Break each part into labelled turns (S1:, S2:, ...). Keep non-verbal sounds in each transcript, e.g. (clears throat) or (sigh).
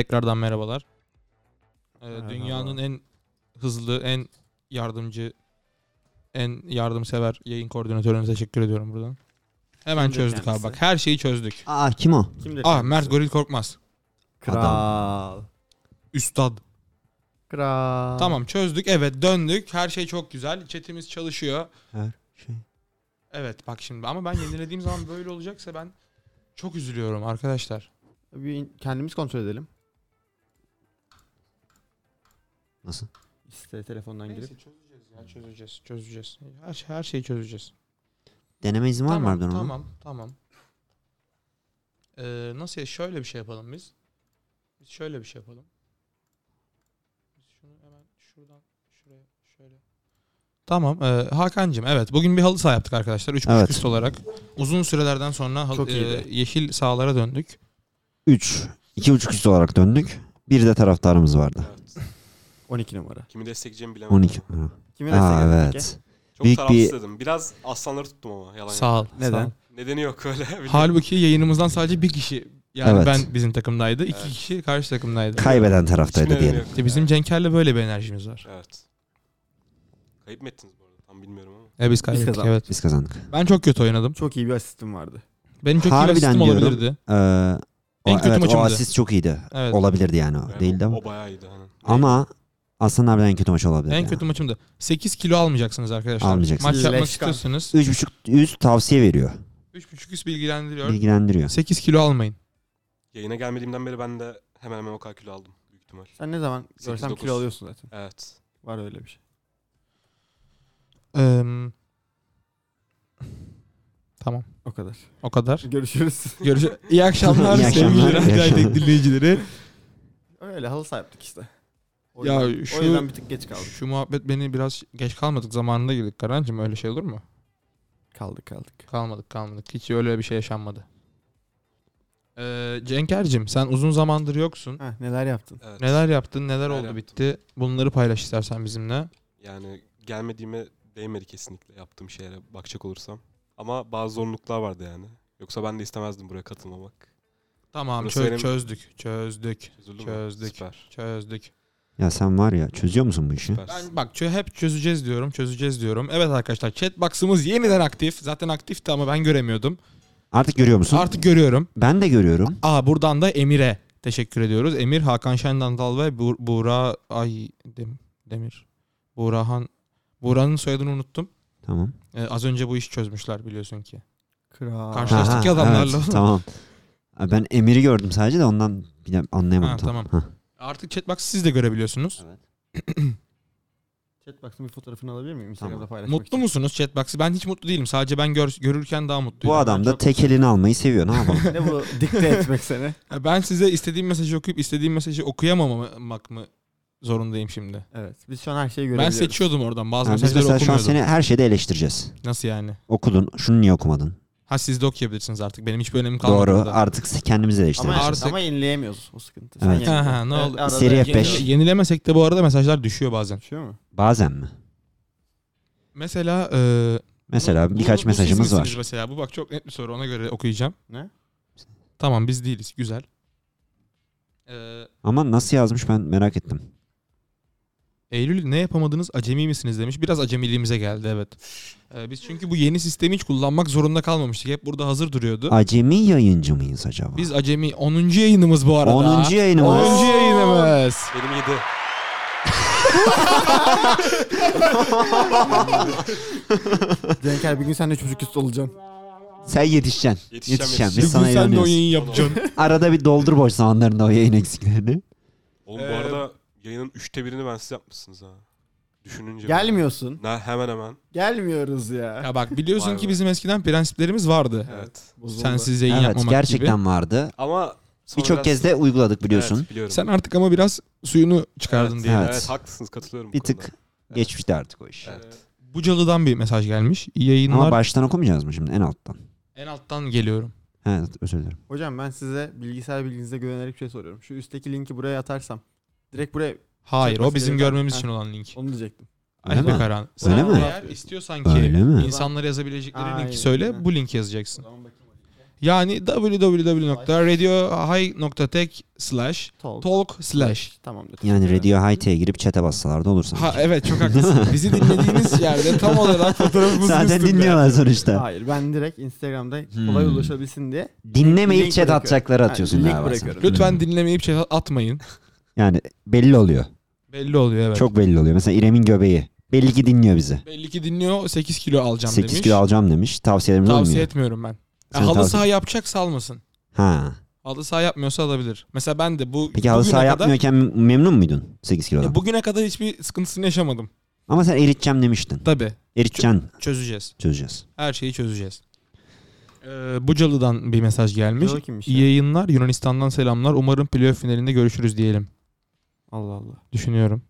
S1: Tekrardan merhabalar. Ee,
S2: Merhaba.
S1: dünyanın en hızlı, en yardımcı, en yardımsever yayın koordinatörüne teşekkür ediyorum buradan. Hemen
S2: Kimdir
S1: çözdük abi
S2: kendisi?
S1: bak. Her şeyi çözdük.
S3: Aa kim o?
S2: Kimdir?
S1: Ah Mert Goril Korkmaz.
S2: Kral.
S1: Üstad.
S2: Kral.
S1: Tamam çözdük. Evet döndük. Her şey çok güzel. Chatimiz çalışıyor.
S3: Her şey.
S1: Evet bak şimdi ama ben yenilediğim zaman böyle olacaksa ben çok üzülüyorum arkadaşlar.
S2: Bir in- kendimiz kontrol edelim.
S3: Nasıl?
S2: İste telefondan girip.
S1: Neyse çözeceğiz ya çözeceğiz çözeceğiz. Her, şey, her şeyi çözeceğiz.
S3: Deneme izin var mı
S1: tamam,
S3: Erdoğan onun?
S1: Tamam tamam. Ee, nasıl ya şöyle bir şey yapalım biz. Biz şöyle bir şey yapalım. Biz şunu hemen şuradan şuraya şöyle. Tamam. E, Hakan'cığım evet bugün bir halı saha yaptık arkadaşlar. 3.5
S3: Evet.
S1: üst olarak. Uzun sürelerden sonra hal-
S2: Çok
S1: e,
S2: iyiydi.
S1: yeşil sahalara döndük.
S3: 3. 2.5 üstü olarak döndük. Bir de taraftarımız vardı.
S4: Evet.
S2: 12 numara.
S4: Kimi destekleyeceğimi bilemedim.
S3: 12. Ha.
S2: Kimi
S3: Aa
S2: destekledin peki?
S3: evet.
S4: Çok
S3: Büyük
S4: tarafsız
S3: bir-
S4: dedim. Biraz aslanları tuttum ama yalan. yok.
S1: Sağ ol.
S2: Neden?
S1: sağ ol.
S4: Nedeni yok öyle. (laughs) Bilmiyorum.
S1: Halbuki yayınımızdan sadece bir kişi yani
S3: Evet.
S1: ben bizim takımdaydı. iki
S4: Evet.
S1: kişi karşı takımdaydı.
S3: Kaybeden
S4: Hiçbir
S3: taraftaydı
S4: nedeni
S3: diyelim.
S4: yok.
S1: İşte bizim Cenker'le böyle bir enerjimiz var.
S4: Evet. evet. Kayıp mı ettiniz bu arada? Tam bilmiyorum ama.
S1: E biz kaybettik
S2: kazandık.
S1: evet.
S3: Biz kazandık.
S1: Ben çok kötü oynadım.
S2: Çok iyi bir asistim vardı.
S1: Benim çok iyi
S3: Harbiden
S1: asistim
S3: diyorum.
S1: olabilirdi.
S3: Ee, o,
S1: En kötü
S3: evet, o
S1: maçımdı.
S3: asist çok iyiydi.
S1: Evet.
S3: Olabilirdi yani o.
S4: Yani
S3: Değildi
S4: o,
S3: ama.
S4: o bayağı iyiydi. Hani.
S3: Ama Aslan harbiden en kötü maç olabilir.
S1: En
S3: yani.
S1: kötü maçımdı. 8 kilo almayacaksınız arkadaşlar.
S3: Almayacaksınız.
S1: Maç yapmak
S2: Leş kan.
S1: istiyorsanız
S3: 3.5 üst tavsiye veriyor.
S1: 3.5 üst bilgilendiriyor.
S3: Bilgilendiriyor.
S1: 8 kilo almayın.
S4: Yayına gelmediğimden beri ben de hemen hemen o kadar kilo aldım. Büyük ihtimal.
S2: Sen ne zaman
S4: Sekiz,
S2: görsem
S4: dokuz.
S2: kilo alıyorsun zaten.
S4: Evet.
S2: Var öyle bir şey.
S1: Eee, tamam.
S2: O kadar.
S1: O
S2: (laughs)
S1: kadar.
S2: Görüşürüz.
S1: Görüş İyi akşamlar
S3: İyi akşamlar,
S1: sevgili
S3: iyi
S1: Radyo
S3: akşamlar.
S1: dinleyicileri.
S2: öyle halı saha yaptık işte. O
S1: Ya
S2: yüzden,
S1: şu-
S2: o yüzden bir tık geç kaldık.
S1: Şu muhabbet beni biraz geç kalmadık zamanında girdik Karancığım öyle şey olur mu?
S2: Kaldık kaldık.
S1: Kalmadık kalmadık. Hiç öyle bir şey yaşanmadı. Ee, Cenker'cim sen uzun zamandır yoksun.
S2: Ha, neler yaptın?
S4: evet.
S1: Neler yaptın neler
S4: Neler
S1: oldu
S4: yaptım?
S1: bitti. Bunları paylaş istersen bizimle.
S4: Yani gelmediğime değmedi kesinlikle yaptığım şeylere bakacak olursam. Ama bazı zorunluluklar vardı yani. Yoksa ben de istemezdim buraya katılmamak.
S1: Tamam
S4: Burası
S1: çö-
S4: benim-
S1: çözdük çözdük
S4: Çözüldü
S1: Çözdük.
S4: mü? Süper.
S1: çözdük.
S3: Ya sen var ya çözüyor musun bu işi?
S4: Süper.
S1: Ben bak çö- hep çözeceğiz diyorum, çözeceğiz diyorum. Evet arkadaşlar chat box'ımız yeniden aktif. Zaten aktifti ama ben göremiyordum.
S3: Artık görüyor musun?
S1: Artık görüyorum.
S3: Ben de görüyorum.
S1: Aa buradan da Emir'e teşekkür ediyoruz. Emir, Hakan Şendandal ve Bu- Buğra ay Dem- Demir. Buğrahan Buğra'nın soyadını unuttum.
S3: Tamam.
S1: Ee, az önce bu işi çözmüşler biliyorsun ki.
S2: Kral.
S1: Karşılaş-
S2: (laughs)
S1: Karşılaştık ya adamlarla. (laughs)
S3: evet, tamam. Ha, Ben Emir'i gördüm sadece de ondan bile anlayamadım.
S1: Ha,
S3: tam. Ha.
S1: Artık chatbox'ı siz de görebiliyorsunuz.
S2: Chatbox'ın bir fotoğrafını alabilir miyim? Instagram'da paylaşmak
S1: mutlu musunuz chatbox'ı? Ben hiç mutlu değilim. Sadece ben gör- görürken daha
S3: Bu
S1: mutluyum.
S3: adam da
S2: çok-
S3: tek elini almayı seviyor.
S1: (laughs)
S3: Ne yapalım?
S2: Ne bu? Dikte etmek seni.
S1: Ben size istediğim mesajı okuyup istediğim mesajı okuyamamak mı zorundayım şimdi?
S2: Evet. Biz şu an her şeyi
S1: Ben
S2: görebiliyoruz.
S1: seçiyordum oradan. Bazı
S3: Yani biz
S1: mesajları
S3: mesela şu an
S1: okumuyordum.
S3: seni her şeyde eleştireceğiz.
S1: Nasıl yani?
S3: Okudun. Şunu niye okumadın?
S1: Ha siz de okuyabilirsiniz artık. Benim hiçbir önemi kalmadı.
S3: Doğru.
S1: burada.
S3: Artık kendimizi
S2: Ama,
S3: eleştireceğiz.
S1: Artık-
S2: ama yenileyemiyoruz o sıkıntı.
S3: Evet.
S2: yenile.
S1: Ha, ha, ne
S2: Evet,
S1: oldu?
S2: arada
S3: Seri
S2: yenile-
S3: F5.
S1: Yenilemesek de bu arada mesajlar düşüyor bazen.
S2: Düşüyor mu?
S3: Bazen mi?
S1: Mesela e,
S3: Mesela
S1: bu- bu
S3: birkaç
S1: siz
S3: mesajımız
S1: misiniz
S3: var.
S1: Mesela bu bak çok net bir soru. Ona göre okuyacağım.
S2: Ne?
S1: Tamam biz değiliz. Güzel. E,
S3: Ama nasıl yazmış ben merak ettim.
S1: Eylül ne yapamadınız acemi misiniz demiş. Biraz acemiliğimize geldi evet. E, biz çünkü bu yeni sistemi hiç kullanmak zorunda kalmamıştık. Hep burada hazır duruyordu.
S3: Acemi yayıncı mıyız acaba?
S1: Biz acemi 10. yayınımız bu arada.
S3: 10. yayınımız.
S1: 10. yayınımız.
S4: Benim yedi.
S2: Cenk bir gün sen de çocuk üstü olacaksın.
S3: Sen yetişeceksin.
S4: Yetişeceğim,
S3: Yetişeceğim.
S1: Bir
S3: Biz
S1: gün
S4: yetişeceğim.
S3: sana
S1: sen de o
S3: inanıyoruz.
S1: yayını yapacaksın.
S3: Arada bir doldur boş zamanlarında o yayın eksiklerini.
S4: Oğlum
S1: Ee,
S4: bu arada yayının üçte birini ben siz yapmışsınız ha. Düşününce. böyle.
S2: Gelmiyorsun.
S4: Ne, hemen hemen.
S2: Gelmiyoruz ya.
S1: Ya bak biliyorsun
S4: Vay
S1: ki
S4: be.
S1: bizim eskiden prensiplerimiz vardı.
S4: Evet.
S2: Bozuldu.
S1: Sensiz yayın
S3: Evet
S1: yapmamak
S3: gerçekten
S1: gibi.
S3: vardı.
S4: Ama sonra
S3: Birçok
S4: biraz-
S3: kez de uyguladık biliyorsun.
S4: Evet, biliyorum.
S1: Sen artık ama biraz suyunu çıkardın
S4: evet,
S1: diye.
S3: Evet.
S4: Evet. haklısınız katılıyorum. bu
S3: Bir tık
S4: konuda.
S3: geçmişti artık o iş.
S4: Evet.
S1: Bucalı'dan bir mesaj gelmiş. İyi Yayınlar
S3: Ama baştan okumayacağız mı şimdi en alttan?
S1: en alttan geliyorum.
S3: Evet özür dilerim.
S2: Hocam ben size bilgisayar bilginize güvenerek bir şey soruyorum. Şu üstteki linki buraya atarsam. Direkt buraya
S1: Hayır o
S2: Çekmesi
S1: bizim
S2: gereken-
S1: görmemiz
S2: Ha.
S1: için olan link.
S2: onu diyecektim.
S3: Öyle
S1: Hadi be
S3: mi?
S1: Karan. Sen
S3: Öyle mi?
S1: eğer istiyorsan ki
S3: Öyle mi?
S1: insanlara yazabilecekleri linki
S2: Aynen.
S1: söyle bu linki yazacaksın. Yani www.radiohigh.tech slash
S2: Talk.
S1: talk slash.
S2: Tamamdır.
S3: Yani Radio Hight'e girip chat'e bassalar da olur sanki.
S1: Ha evet çok haklısın. Bizi dinlediğiniz yerde tam olarak fotoğrafımızın
S3: (laughs) Zaten
S1: üstünde.
S3: dinliyorlar sonuçta.
S2: Hayır ben direkt Instagram'da
S3: Hmm.
S2: kolay ulaşabilsin diye.
S3: Dinlemeyip
S2: Link
S3: chat
S2: bırakıyorum.
S3: atacakları
S2: Ha,
S3: atıyorsun
S2: link
S3: galiba sen.
S2: bırakıyorum.
S1: Lütfen dinlemeyip şey atmayın.
S3: Yani belli oluyor.
S1: Belli oluyor evet.
S3: Çok belli oluyor. Mesela İrem'in göbeği. Belli ki dinliyor bizi.
S1: Belli ki dinliyor 8 kilo alacağım
S3: 8
S1: demiş.
S3: kilo alacağım demiş. Tavsiyelerimiz
S1: Tavsiye
S3: olmuyor.
S1: etmiyorum ben.
S3: Sen
S1: Ya, halı
S3: tavsiye-
S1: saha yapacaksa almasın.
S3: Ha.
S1: Halı saha yapmıyorsa alabilir. Mesela ben de bu
S3: Peki halı
S1: bugüne
S3: saha
S1: kadar- E,
S3: yapmıyorken memnun muydun 8 kilodan?
S1: Ya, bugüne kadar hiçbir sıkıntısını yaşamadım.
S3: Ama sen eriteceğim demiştin.
S1: Tabii.
S3: Eriteceksin
S1: Çözeceğiz.
S3: çözeceğiz.
S1: Her şeyi çözeceğiz. Ee, Bucalı'dan bir mesaj gelmiş.
S2: Yok kimmiş ya?
S1: İyi yayınlar. Yunanistan'dan selamlar. Umarım playoff finalinde görüşürüz diyelim.
S2: Allah Allah.
S1: Düşünüyorum.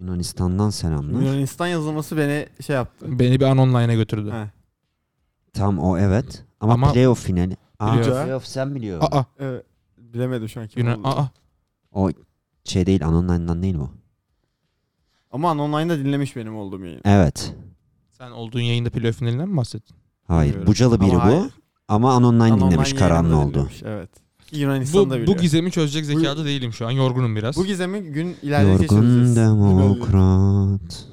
S3: Yunanistan'dan selamlar.
S2: Yunanistan yazılması beni şey yaptı.
S1: Beni bir an online'a götürdü.
S2: Ha.
S3: Tam o evet. Ama,
S1: Ama-
S3: playoff finali. Aa,
S2: Biliyor.
S3: playoff sen biliyorsun.
S1: Aa,
S2: Evet. Bilemedim şu an kim
S1: Yunan,
S2: oldu.
S1: aa.
S3: O şey değil Anonline'dan değil bu.
S2: Ama online'da dinlemiş benim olduğum yayını.
S3: Evet.
S1: Sen olduğun yayında playoff finalinden mi bahsettin?
S3: Hayır.
S2: Bilmiyorum.
S3: Bucalı biri
S2: Ama
S3: bu.
S2: hayır.
S3: Ama Anonline
S2: Ama
S3: dinlemiş.
S2: online
S3: Karanlı
S2: yayınında
S3: oldu.
S2: dinlemiş, Evet.
S1: Bu,
S2: Yunanistan'da
S1: bu
S2: biliyor.
S1: gizemi çözecek zekada değilim şu an. Yorgunum biraz.
S2: Bu gizemi gün ileride
S3: Yorgun
S2: çözeceğiz.
S3: demokrat.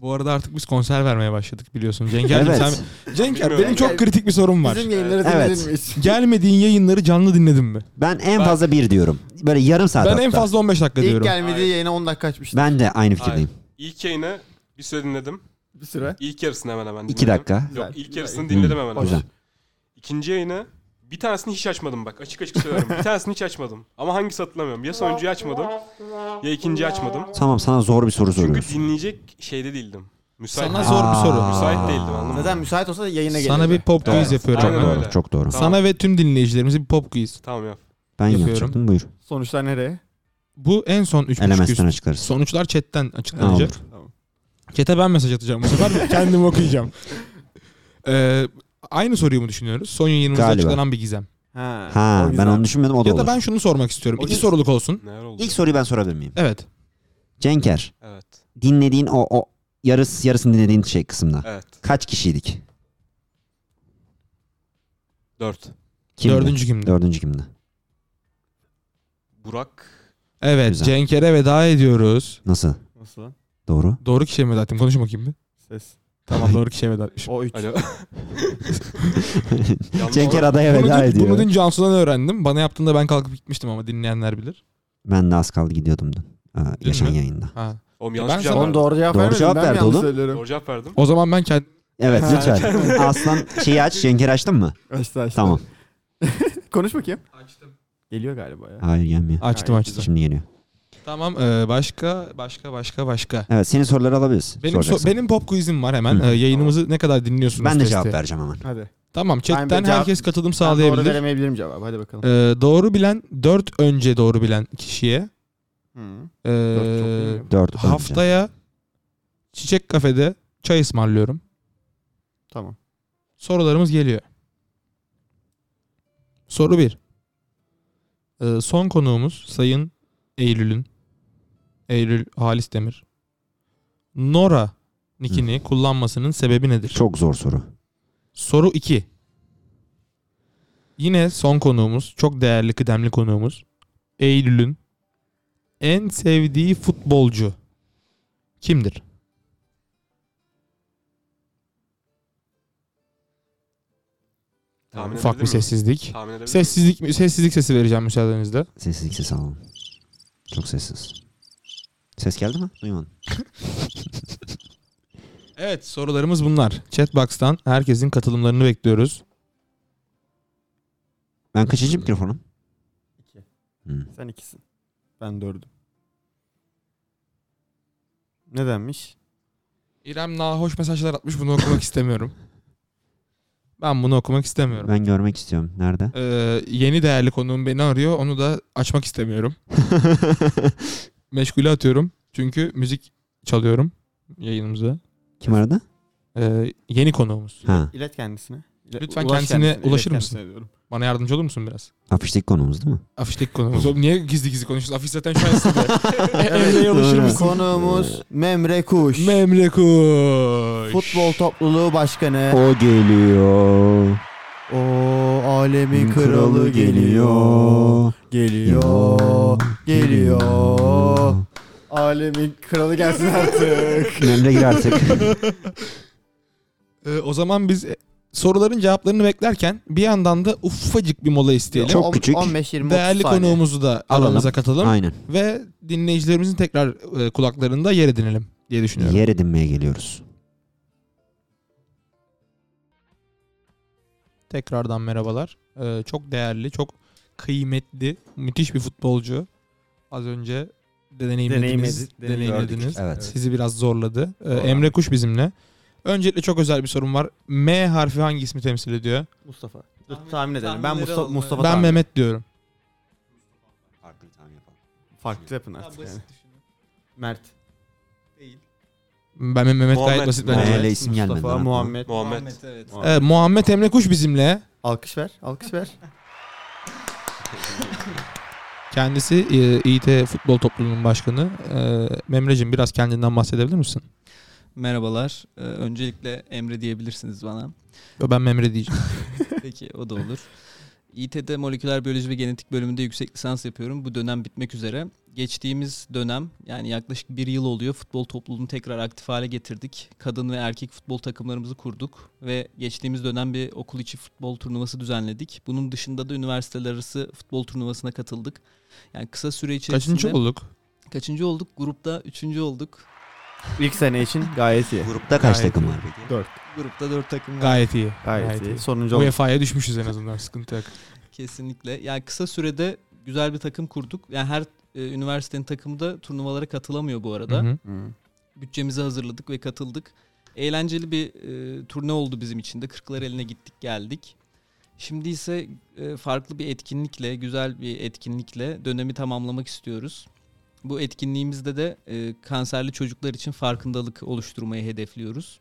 S1: Bu arada artık biz konser vermeye başladık biliyorsun. Cenk
S3: Evet.
S1: sen... Cenk abi, benim
S4: Bilmiyorum.
S1: çok kritik bir sorum var.
S2: Bizim yayınları
S3: Evet.
S2: dinlenilmiş.
S1: Gelmediğin yayınları canlı dinledin mi?
S3: Ben en
S4: Ben-
S3: fazla bir diyorum. Böyle yarım saat
S1: Ben
S3: hatta.
S1: en fazla 15 dakika
S2: İlk
S1: diyorum.
S2: gelmediği
S4: Hayır.
S2: yayına 10 dakika açmıştım
S3: Ben de aynı fikirdeyim.
S4: İlk yayını bir süre dinledim.
S2: bir süre.
S4: İlk yarısını hemen hemen dinledim.
S3: 2 dakika.
S2: Güzel,
S4: Yok ilk
S2: güzel.
S4: yarısını dinledim hemen.
S3: Güzel.
S4: hemen. İkinci yayını bir tanesini hiç açmadım bak açık açık söylüyorum. bir tanesini hiç açmadım. Ama hangisi hatırlamıyorum. Ya sonuncuyu açmadım ya ikinciyi açmadım.
S3: Tamam sana zor bir soru
S4: Çünkü
S3: soruyorsun.
S4: dinleyecek şeyde değildim. Müsait
S1: Sana
S4: değildim.
S1: zor bir soru.
S3: Aa.
S4: Müsait değildim anladın mı?
S2: Zaten müsait olsa da yayına gelirdi.
S1: Sana bir pop
S4: Evet.
S1: quiz yapıyorum
S4: Aynen
S1: ben.
S4: öyle.
S3: Doğru, çok doğru.
S4: Tamam.
S1: Sana ve tüm dinleyicilerimize bir pop quiz.
S4: Tamam yap.
S3: Ben
S1: Yapıyorum.
S3: yapacaktım buyur.
S2: Sonuçlar nereye?
S1: Bu en son 3.5 üst.
S3: Elemes'ten açıklarız.
S1: Sonuçlar chatten
S3: Ha,
S1: açıklanacak.
S3: olur.
S1: Chat'e ben mesaj atacağım bu sefer. Kendim okuyacağım. Ee, aynı soruyu mu düşünüyoruz? Son yayınımızda
S3: Galiba.
S1: açıklanan bir gizem.
S2: Ha,
S3: Ha
S2: o
S3: ben
S2: güzel.
S3: onu düşünmedim o da
S1: Ya
S3: olur.
S1: da ben şunu sormak istiyorum.
S3: O
S1: İki
S3: ilk-
S1: soruluk olsun.
S4: Neler oldu?
S3: İlk soruyu ben sorabilir miyim?
S1: Evet.
S3: Cenker
S4: Evet.
S3: dinlediğin o, o yarısı yarısını dinlediğin şey kısımda.
S4: Evet.
S3: Kaç kişiydik?
S4: Dört.
S3: Kimdi?
S1: Dördüncü kimdi?
S3: Dördüncü kimdi?
S4: Burak.
S1: Evet.
S3: Güzel.
S1: Cenk'e veda ediyoruz.
S3: Nasıl?
S2: Nasıl lan?
S3: Doğru.
S1: Doğru kişiye mi veda ettim? Konuşma kim mi?
S2: Ses.
S1: Tamam doğru kişiye veda etmişim.
S2: O 3.
S4: (laughs) Alo. Yalnız
S3: Cenker
S4: ama
S3: adaya
S1: bunu,
S3: (laughs) veda
S1: dün,
S3: ediyor.
S1: bunu dün Cansu'dan öğrendim. Bana yaptığında ben kalkıp gitmiştim ama dinleyenler bilir.
S3: Ben de az kaldı gidiyordum dün. Aa,
S1: Dün
S3: yaşan
S1: mü?
S3: yayında.
S1: Ha.
S4: Oğlum
S1: Ben
S4: yanlış bir
S1: sana-
S4: cevap
S2: Oğlum
S4: verdim.
S2: doğru cevap
S3: Doğru
S2: vermedim.
S3: cevap
S2: ben mi
S3: verdi
S2: yanlış
S3: oğlum?
S2: söylüyorum?
S4: Doğru cevap verdim.
S1: O zaman ben kendim...
S3: Evet
S2: Ha.
S3: lütfen. Aslan şeyi aç. Cenker açtın mı?
S2: Açtı açtı.
S3: Tamam.
S2: (laughs) Konuş bakayım.
S1: Açtım.
S2: Geliyor galiba ya.
S3: Hayır gelmiyor.
S1: Açtım
S2: Gayet
S1: açtım.
S3: Şimdi geliyor.
S1: Tamam e, başka başka başka başka.
S3: Evet senin soruları alabiliriz.
S1: Benim so-
S3: Soracaksan.
S1: benim pop quizim var hemen.
S3: Hı.
S1: E, yayınımızı ne kadar dinliyorsunuz
S3: ben de
S1: testi.
S3: cevap vereceğim hemen.
S2: Hadi.
S1: Tamam chatten
S2: Ben bir cevap-
S1: herkes katılım
S2: Ben doğru
S1: sağlayabilir.
S2: veremeyebilirim cevabı. Hadi bakalım.
S1: Ee, doğru bilen 4 önce doğru bilen kişiye
S2: Hı.
S1: ee,
S2: Hmm. Dört çok değil mi?
S3: Dört önce.
S1: haftaya Çiçek Kafede çay ısmarlıyorum.
S2: Tamam.
S1: Sorularımız geliyor. Soru 1. son konuğumuz Sayın Eylül'ün Eylül Halis Demir. Nora nickini kullanmasının sebebi nedir?
S3: Çok zor soru.
S1: Soru 2. Yine son konuğumuz, çok değerli kıdemli konuğumuz. Eylül'ün en sevdiği futbolcu kimdir?
S4: Tahmin
S1: Ufak bir
S4: edebilir miyim?
S1: sessizlik.
S4: Tahmin edebilir miyim?
S1: Sessizlik sessizlik sesi vereceğim müsaadenizle.
S3: Sessizlik sesi alalım. Çok sessiz. Ses geldi mi? Duymadım.
S1: Evet, sorularımız bunlar. Chatbox'tan herkesin katılımlarını bekliyoruz.
S3: Ben kaçıncı mikrofonum?
S2: İki.
S3: Hmm.
S2: Sen ikisin. Ben dördüm. Ne denmiş?
S1: İrem nahoş mesajlar atmış. Bunu okumak (laughs) istemiyorum. Ben bunu okumak istemiyorum.
S3: Ben görmek istiyorum. Nerede?
S1: Ee, yeni değerli konuğum beni arıyor. Onu da açmak istemiyorum. (laughs) Meşgule atıyorum. Çünkü müzik çalıyorum yayınımıza.
S3: Kim aradı?
S1: Ee, yeni konuğumuz.
S3: Ha.
S2: İlet kendisine. İle-
S1: Lütfen
S2: ulaş
S1: kendisine ulaşır
S2: ilet
S1: mısın? (laughs)
S2: kendisine diyorum.
S1: Bana yardımcı olur musun biraz?
S3: Afişteki konumuz değil mi?
S1: Afişteki konuğumuz. Oğlum niye gizli gizli konuşuyorsun? Afiş zaten şu an (laughs) size. Emre'ye
S3: doğru.
S1: ulaşır mısın?
S2: Konuğumuz Memre Kuş.
S1: Memre Kuş.
S2: Futbol Topluluğu Başkanı.
S3: O geliyor.
S2: O alemin kralı
S3: Kralı
S2: geliyor. Geliyor.
S3: Geliyor.
S2: Geliyor. Alemin
S1: (laughs)
S2: kralı gelsin artık.
S3: Memle gir artık.
S1: Ee, o zaman biz e, soruların cevaplarını beklerken bir yandan da ufacık bir mola isteyelim.
S3: Çok küçük.
S2: 15 20
S1: Değerli konuğumuzu da aramıza
S3: Alalım.
S1: katalım
S3: Aynen.
S1: ve dinleyicilerimizin tekrar e, kulaklarında yer edinelim diye düşünüyorum.
S3: Yer edinmeye geliyoruz.
S1: Tekrardan merhabalar. Ee, çok değerli, çok kıymetli, müthiş bir futbolcu. Az önce deneyimlediniz.
S2: Deneyimledi-
S1: deneyimlediniz.
S3: Evet.
S1: Sizi biraz zorladı. Ee, Emre Kuş bizimle. Öncelikle çok özel bir sorum var. M harfi hangi ismi temsil ediyor?
S2: Mustafa. Dur
S1: Tahmin-
S2: tahmin edelim. Ben
S1: tahminleri
S2: Mustafa,
S1: alın.
S2: Mustafa
S1: ben
S2: tahmin-
S1: Mehmet diyorum.
S2: Farklı yapın artık yani. Mert.
S5: Değil.
S1: Ben Mehmet gayet
S4: Muhammed.
S1: basit
S4: Bence
S3: Mehmet'le
S1: bence.
S4: Muhammed.
S3: isim gelmedi.
S2: Mustafa,
S3: lan.
S2: Muhammed.
S4: Muhammed.
S5: evet.
S2: Muhammed.
S1: Ee, Muhammed Emre Kuş bizimle.
S2: Alkış ver. Alkış ver.
S1: Kendisi e, İT Futbol Topluluğu'nun başkanı. Ee, Memrecim biraz kendinden bahsedebilir misin?
S5: Merhabalar. Ee, öncelikle Emre diyebilirsiniz (laughs) bana.
S1: Yo, Ben Memre diyeceğim.
S5: Peki o da olur. İT'de moleküler biyoloji ve genetik bölümünde yüksek lisans yapıyorum. Bu dönem bitmek üzere. Geçtiğimiz dönem yani yaklaşık bir yıl oluyor futbol topluluğunu tekrar aktif hale getirdik. Kadın ve erkek futbol takımlarımızı kurduk ve geçtiğimiz dönem bir okul içi futbol turnuvası düzenledik. Bunun dışında da üniversiteler arası futbol turnuvasına katıldık. Yani kısa süre içerisinde...
S1: Kaçıncı olduk?
S5: Kaçıncı olduk? Grupta üçüncü olduk.
S2: İlk sene için gayet iyi.
S3: Grupta kaç
S1: Gayet
S3: takım
S1: iyi.
S3: var peki?
S2: Dört.
S5: Grupta dört takım var.
S1: Gayet iyi.
S2: Gayet, iyi. Sonuncu olduk.
S1: UEFA'ya düşmüşüz en azından sıkıntı yok.
S5: Kesinlikle. Yani kısa sürede güzel bir takım kurduk. Yani her e, üniversitenin takımı da turnuvalara katılamıyor bu arada.
S1: Hı hı.
S2: Hı.
S5: Bütçemizi hazırladık ve katıldık. Eğlenceli bir e, turne oldu bizim için de. Kırklar eline gittik geldik. Şimdi ise e, farklı bir etkinlikle, güzel bir etkinlikle dönemi tamamlamak istiyoruz. Bu etkinliğimizde de e, kanserli çocuklar için farkındalık oluşturmayı hedefliyoruz.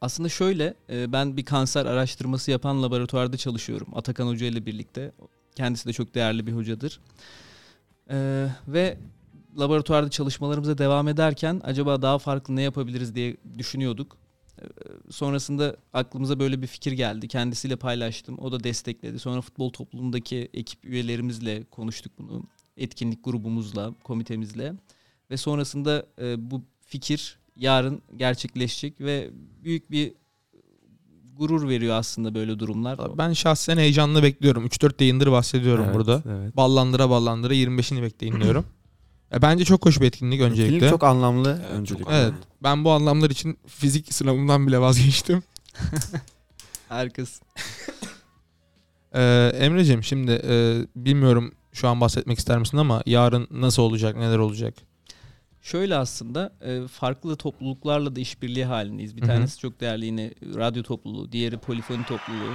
S5: Aslında şöyle, e, ben bir kanser araştırması yapan laboratuvarda çalışıyorum. Atakan Hoca ile birlikte. Kendisi de çok değerli bir hocadır. E, ve laboratuvarda çalışmalarımıza devam ederken acaba daha farklı ne yapabiliriz diye düşünüyorduk. E, Sonrasında aklımıza böyle bir fikir geldi. Kendisiyle paylaştım. O da destekledi. Sonra futbol toplumundaki ekip üyelerimizle konuştuk bunu. Etkinlik grubumuzla, komitemizle. Ve sonrasında e, bu fikir yarın gerçekleşecek ve büyük bir gurur veriyor aslında böyle durumlar.
S1: Ben şahsen heyecanlı bekliyorum. 3-4 yayındır bahsediyorum
S2: Evet,
S1: burada.
S2: Evet.
S1: Ballandıra ballandıra 25'ini bekleyin diyorum. E, bence çok hoş bir etkinlik öncelikle.
S2: Etkinlik çok anlamlı.
S4: Evet,
S2: öncelikle.
S4: çok
S1: Evet.
S4: anlamlı.
S1: Ben bu anlamlar için fizik sınavımdan bile vazgeçtim.
S5: Herkes
S1: Ee, Emre'cim şimdi e, bilmiyorum şu an bahsetmek ister misin ama yarın nasıl olacak, neler olacak?
S5: Şöyle aslında e, farklı topluluklarla da işbirliği halindeyiz. Bir
S1: Hı hı.
S5: tanesi çok değerli yine e, radyo topluluğu, diğeri polifoni
S1: (laughs)
S5: topluluğu.